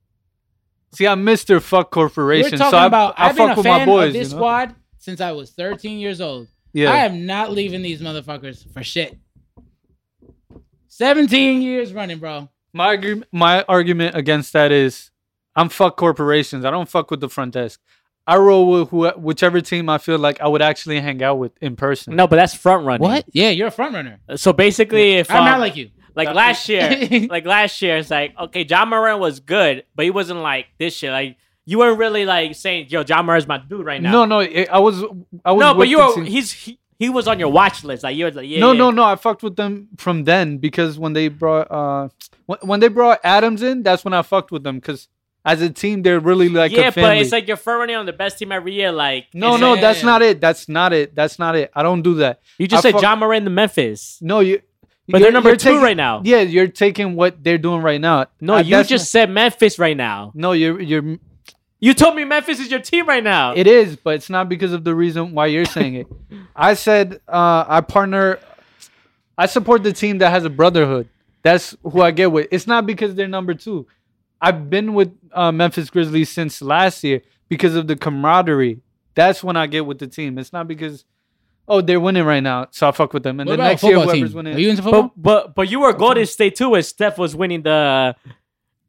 Speaker 2: See, I'm Mr. Fuck Corporation.
Speaker 5: We're talking
Speaker 2: so I,
Speaker 5: about
Speaker 2: I
Speaker 5: have been
Speaker 2: fuck
Speaker 5: a
Speaker 2: with my
Speaker 5: fan
Speaker 2: boys.
Speaker 5: of this
Speaker 2: you know?
Speaker 5: squad since I was 13 years old.
Speaker 2: Yeah.
Speaker 5: I am not leaving these motherfuckers for shit. 17 years running, bro.
Speaker 2: my argu- my argument against that is, I'm fuck corporations. I don't fuck with the front desk. I roll with who, whichever team I feel like I would actually hang out with in person.
Speaker 4: No, but that's front running.
Speaker 5: Yeah, you're a front runner.
Speaker 4: So basically, if
Speaker 5: I'm
Speaker 4: um,
Speaker 5: not like you.
Speaker 4: like
Speaker 2: That-
Speaker 4: last year, like last year, it's like okay, John Moran was good, but he wasn't like this shit. Like you weren't really like saying, "Yo, John Moran's my dude right now."
Speaker 2: no, no. It, I was, I was.
Speaker 4: no, but
Speaker 2: with
Speaker 4: you
Speaker 2: the
Speaker 4: were
Speaker 2: team-
Speaker 4: he's he, he was on your watch list. Like you were like, yeah,
Speaker 2: no,
Speaker 4: yeah.
Speaker 2: no, no. I fucked with them from then because when they brought uh when, when they brought Adams in, that's when I fucked with them because as a team they're really like
Speaker 4: yeah,
Speaker 2: a family.
Speaker 4: but it's like you're front running on the best team every year. Like
Speaker 2: no,
Speaker 4: it's
Speaker 2: no,
Speaker 4: like-
Speaker 5: Yeah,
Speaker 2: that's
Speaker 5: yeah,
Speaker 2: not it. That's not it. That's not it. I don't do that.
Speaker 4: you just
Speaker 2: I
Speaker 4: said
Speaker 2: fuck-
Speaker 4: John Moran to Memphis,
Speaker 2: No, you.
Speaker 4: but
Speaker 2: you're-
Speaker 4: they're number
Speaker 2: you're
Speaker 4: two
Speaker 2: taking-
Speaker 4: right now.
Speaker 2: Yeah, you're taking what they're doing right now.
Speaker 4: No,
Speaker 2: Uh,
Speaker 4: you
Speaker 2: that's
Speaker 4: just said Memphis right now.
Speaker 2: not- no, you're you're.
Speaker 4: You told me Memphis is your team right now.
Speaker 2: It is, but it's not because of the reason why you're saying it. I said uh, I partner. I support the team that has a brotherhood. That's who I get with. It's not because they're number two. I've been with uh, Memphis Grizzlies since last year because of the camaraderie. That's when I get with the team. It's not because oh they're winning right now, so I fuck with them. And
Speaker 5: What
Speaker 2: the
Speaker 5: about
Speaker 2: next
Speaker 5: a
Speaker 2: year,
Speaker 5: football
Speaker 2: whoever's
Speaker 5: team? Are
Speaker 2: winning
Speaker 5: you into football?
Speaker 4: but but but you were Golden State too when Steph was winning the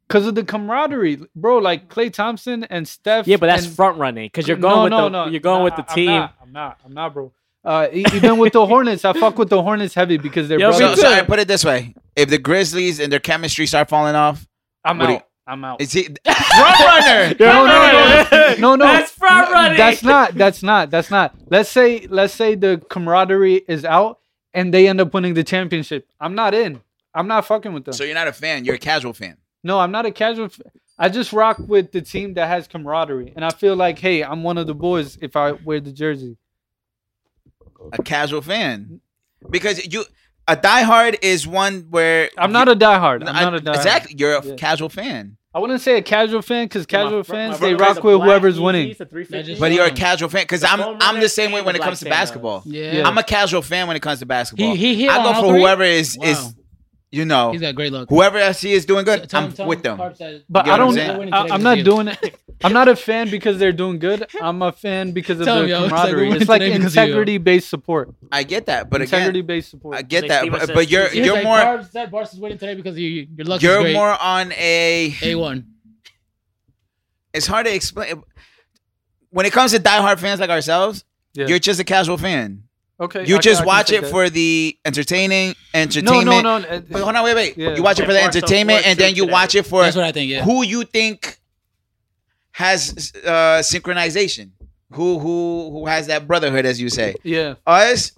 Speaker 2: because of the camaraderie, bro. Like Clay Thompson and Steph.
Speaker 4: yeah, but that's
Speaker 2: and-
Speaker 4: front running because you're going with the you're going
Speaker 2: Nah,
Speaker 4: with the
Speaker 2: I'm
Speaker 4: team.
Speaker 2: not. I'm not. I'm not, bro. Uh, e- even with the Hornets, I fuck with the Hornets heavy because they're
Speaker 4: Yo, me
Speaker 3: So,
Speaker 2: brothers.
Speaker 4: too.
Speaker 3: so I put it this way: if the Grizzlies and their chemistry start falling off,
Speaker 2: I'm
Speaker 3: What do you-
Speaker 2: out. I'm out.
Speaker 3: is he front runner?
Speaker 2: No, no, no,
Speaker 4: Front
Speaker 2: no, no.
Speaker 4: That's front running.
Speaker 2: That's not. That's not. That's not. Let's say. Let's say the camaraderie is out and they end up winning the championship. I'm not in. I'm not fucking with them.
Speaker 3: So you're not a fan; you're a casual fan.
Speaker 2: No, I'm not a casual. F- I just rock with the team that has camaraderie, and I feel like, hey, I'm one of the boys if I wear the jersey.
Speaker 3: A casual fan, because you a diehard is one where
Speaker 2: I'm not a diehard. I'm not a diehard.
Speaker 3: Exactly, you're a
Speaker 2: Yeah.
Speaker 3: casual fan,
Speaker 2: I wouldn't say a casual fan because
Speaker 4: So my
Speaker 2: casual
Speaker 4: fr- my
Speaker 2: fans
Speaker 4: front
Speaker 2: they
Speaker 4: runner is
Speaker 2: rock
Speaker 4: a
Speaker 2: with
Speaker 4: black
Speaker 2: whoever's
Speaker 4: Yeezy,
Speaker 2: winning.
Speaker 4: it's a 350.
Speaker 3: but you're a casual fan because
Speaker 4: The
Speaker 3: I'm
Speaker 4: home
Speaker 3: I'm
Speaker 4: runner
Speaker 3: the same way
Speaker 4: and
Speaker 3: when it
Speaker 4: the
Speaker 3: comes to
Speaker 4: black Thanos.
Speaker 3: basketball.
Speaker 5: yeah.
Speaker 2: Yeah.
Speaker 3: I'm a casual fan when it comes to basketball.
Speaker 5: He, he hit
Speaker 3: I
Speaker 5: on
Speaker 3: go
Speaker 5: all
Speaker 3: for
Speaker 5: three?
Speaker 3: whoever is
Speaker 5: Wow.
Speaker 3: is you know
Speaker 5: He's got great luck.
Speaker 3: whoever I see is doing good.
Speaker 5: Tell
Speaker 3: I'm
Speaker 5: him- tell
Speaker 3: with
Speaker 5: him
Speaker 3: them.
Speaker 5: Carp said-
Speaker 2: But
Speaker 3: You
Speaker 2: I
Speaker 3: get what
Speaker 2: don't.
Speaker 3: I'm
Speaker 5: They're winning
Speaker 2: I,
Speaker 5: today
Speaker 2: I'm
Speaker 5: because
Speaker 2: not
Speaker 5: of you.
Speaker 2: doing it. I'm not a fan because they're doing good. I'm a fan because of
Speaker 5: Tell
Speaker 2: their
Speaker 5: him, yo, it's like we
Speaker 2: camaraderie.
Speaker 5: win
Speaker 2: It's like
Speaker 5: today because of you.
Speaker 2: integrity based support.
Speaker 3: I get that, but
Speaker 2: Integrity
Speaker 3: again,
Speaker 2: based support.
Speaker 3: I get
Speaker 4: Like
Speaker 3: that,
Speaker 4: Steven
Speaker 3: but,
Speaker 4: says,
Speaker 3: but you're
Speaker 5: He's
Speaker 3: you're
Speaker 5: like,
Speaker 3: more
Speaker 5: Carp said Barca's winning today because of you. you- Your luck is
Speaker 3: you're
Speaker 5: great.
Speaker 3: more on a.
Speaker 5: A1.
Speaker 3: It's hard to explain when it comes to diehard fans like ourselves.
Speaker 2: Yeah.
Speaker 3: You're just a casual fan.
Speaker 2: okay.
Speaker 3: You
Speaker 2: I- I
Speaker 3: just
Speaker 2: can
Speaker 3: watch
Speaker 2: take
Speaker 3: it
Speaker 2: that.
Speaker 3: for the entertaining
Speaker 2: no,
Speaker 3: entertainment.
Speaker 2: no, no.
Speaker 3: Wait,
Speaker 2: uh,
Speaker 3: hold on, wait, wait.
Speaker 2: Yeah.
Speaker 3: You watch it for the
Speaker 4: Like Barstool
Speaker 3: entertainment,
Speaker 4: Sports
Speaker 3: and then
Speaker 4: too
Speaker 3: you
Speaker 4: today.
Speaker 3: watch it for
Speaker 5: That's what I think. Yeah.
Speaker 3: who you think has uh, synchronization. Who who who has that brotherhood, as you say.
Speaker 2: Yeah.
Speaker 3: us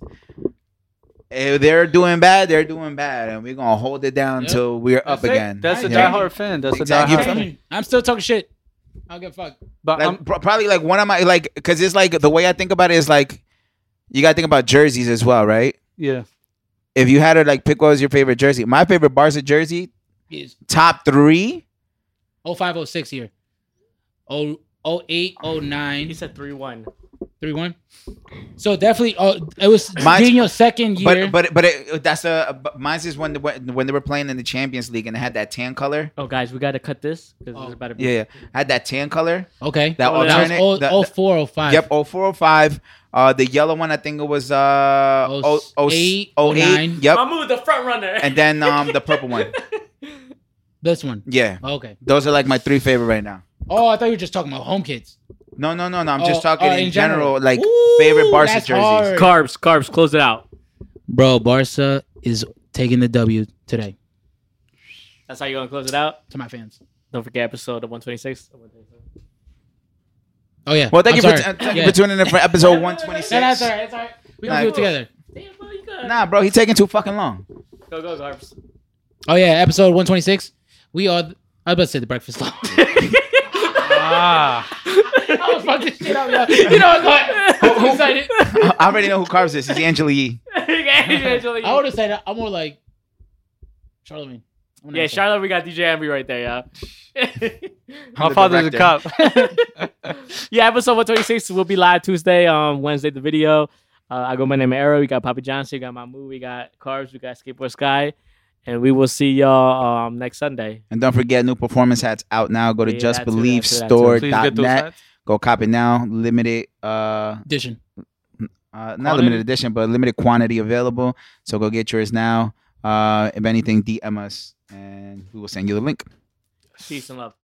Speaker 3: if they're doing bad they're doing bad and we're gonna hold it down
Speaker 5: Yep.
Speaker 3: till we're up
Speaker 2: That's it.
Speaker 3: again
Speaker 2: That's a
Speaker 5: Yeah.
Speaker 2: diehard fan. That's
Speaker 3: Exactly.
Speaker 2: a
Speaker 3: You
Speaker 2: diehard.
Speaker 3: feel
Speaker 2: Fan.
Speaker 3: me?
Speaker 5: I'm still talking shit. I don't give a fuck.
Speaker 2: But
Speaker 3: like,
Speaker 2: I'm,
Speaker 3: pro- probably like one of my like because it's like the way i think about it is like you gotta think about jerseys as well right
Speaker 2: yeah.
Speaker 3: if you had to like pick what was your favorite jersey my favorite barca jersey
Speaker 5: It's
Speaker 3: top three
Speaker 5: 0506 here. Oh, 08, 09,
Speaker 4: He said three one.
Speaker 5: 31. So definitely, oh, it was
Speaker 3: Mine-
Speaker 5: Dino's second year.
Speaker 3: but but but it, that's a but mine's is when they, went- when they were playing in the champions league and it had that tan coller
Speaker 4: Oh, guys, we got to cut this because
Speaker 5: Oh.
Speaker 4: it's about to be.
Speaker 3: yeah, yeah. had that tan color
Speaker 5: okay.
Speaker 3: that
Speaker 4: Oh, that
Speaker 5: That was
Speaker 3: alternate
Speaker 5: oh-
Speaker 3: that-
Speaker 5: oh four, oh five.
Speaker 3: Yep, 0405. Uh, the yellow one, I think it was uh,
Speaker 5: Oh,
Speaker 3: oh, oh,
Speaker 5: eight,
Speaker 3: eight,
Speaker 5: oh,
Speaker 3: oh,
Speaker 5: nine.
Speaker 3: eight. Yep.
Speaker 4: Mahmoud, the front runner.
Speaker 3: And then um, the purple one.
Speaker 5: This one.
Speaker 3: Yeah,
Speaker 5: Okay.
Speaker 3: those are like my three favorite right now.
Speaker 5: Oh, I thought you were just talking about home kids.
Speaker 3: No, no, no, no. I'm
Speaker 5: Oh,
Speaker 3: just talking
Speaker 5: oh,
Speaker 3: in,
Speaker 5: in general.
Speaker 3: general, like
Speaker 5: Ooh,
Speaker 3: favorite Barca
Speaker 5: that's
Speaker 3: jerseys.
Speaker 5: hard.
Speaker 4: carbs, carbs, close it out.
Speaker 5: Bro, Barca is taking the W today
Speaker 4: That's how you're gonna close it out.
Speaker 5: to my fans.
Speaker 4: Don't forget episode of 126.
Speaker 5: Oh yeah.
Speaker 3: Well, thank
Speaker 5: I'm
Speaker 3: you for
Speaker 5: sorry.
Speaker 3: uh, thank
Speaker 5: Yeah.
Speaker 3: you for tuning in for episode
Speaker 5: No, that's
Speaker 3: 126.
Speaker 5: all right. That's all right. We gonna
Speaker 3: Nah.
Speaker 5: do it together.
Speaker 3: Nah, bro, he taking too fucking long.
Speaker 4: Go go carbs.
Speaker 5: Oh yeah, episode 126. We are. th- I was about to say the Breakfast Club.
Speaker 2: Ah.
Speaker 5: I was fucking shit up. yo. You know what? I'm excited.
Speaker 3: I already know who carves this. It's Angela Yee.
Speaker 5: I would have said it. I'm more like Charlemagne. I'm an
Speaker 4: yeah,
Speaker 5: asshole.
Speaker 4: Charlotte, we got DJ Envy right there, yeah.
Speaker 2: My
Speaker 3: the
Speaker 2: father's a cop.
Speaker 3: director.
Speaker 4: yeah, episode 126 will be live Tuesday. Um, Wednesday the video. Uh, I go by name Arrow. We got Papa Johnson. We got Mamu. We got Carbs. We got Skateboard Sky. And we will see y'all um, next Sunday.
Speaker 3: And don't forget, new performance hats out now. Go to
Speaker 4: Yeah, that too, that too,
Speaker 2: Please get those
Speaker 3: justbelievestore.net.
Speaker 2: hats.
Speaker 3: Go cop it now. Limited, uh, uh,
Speaker 5: Edition.
Speaker 3: not limited edition, but limited quantity available. So go get yours now. Uh, if anything, DM us and we will send you the link.
Speaker 4: Peace and love.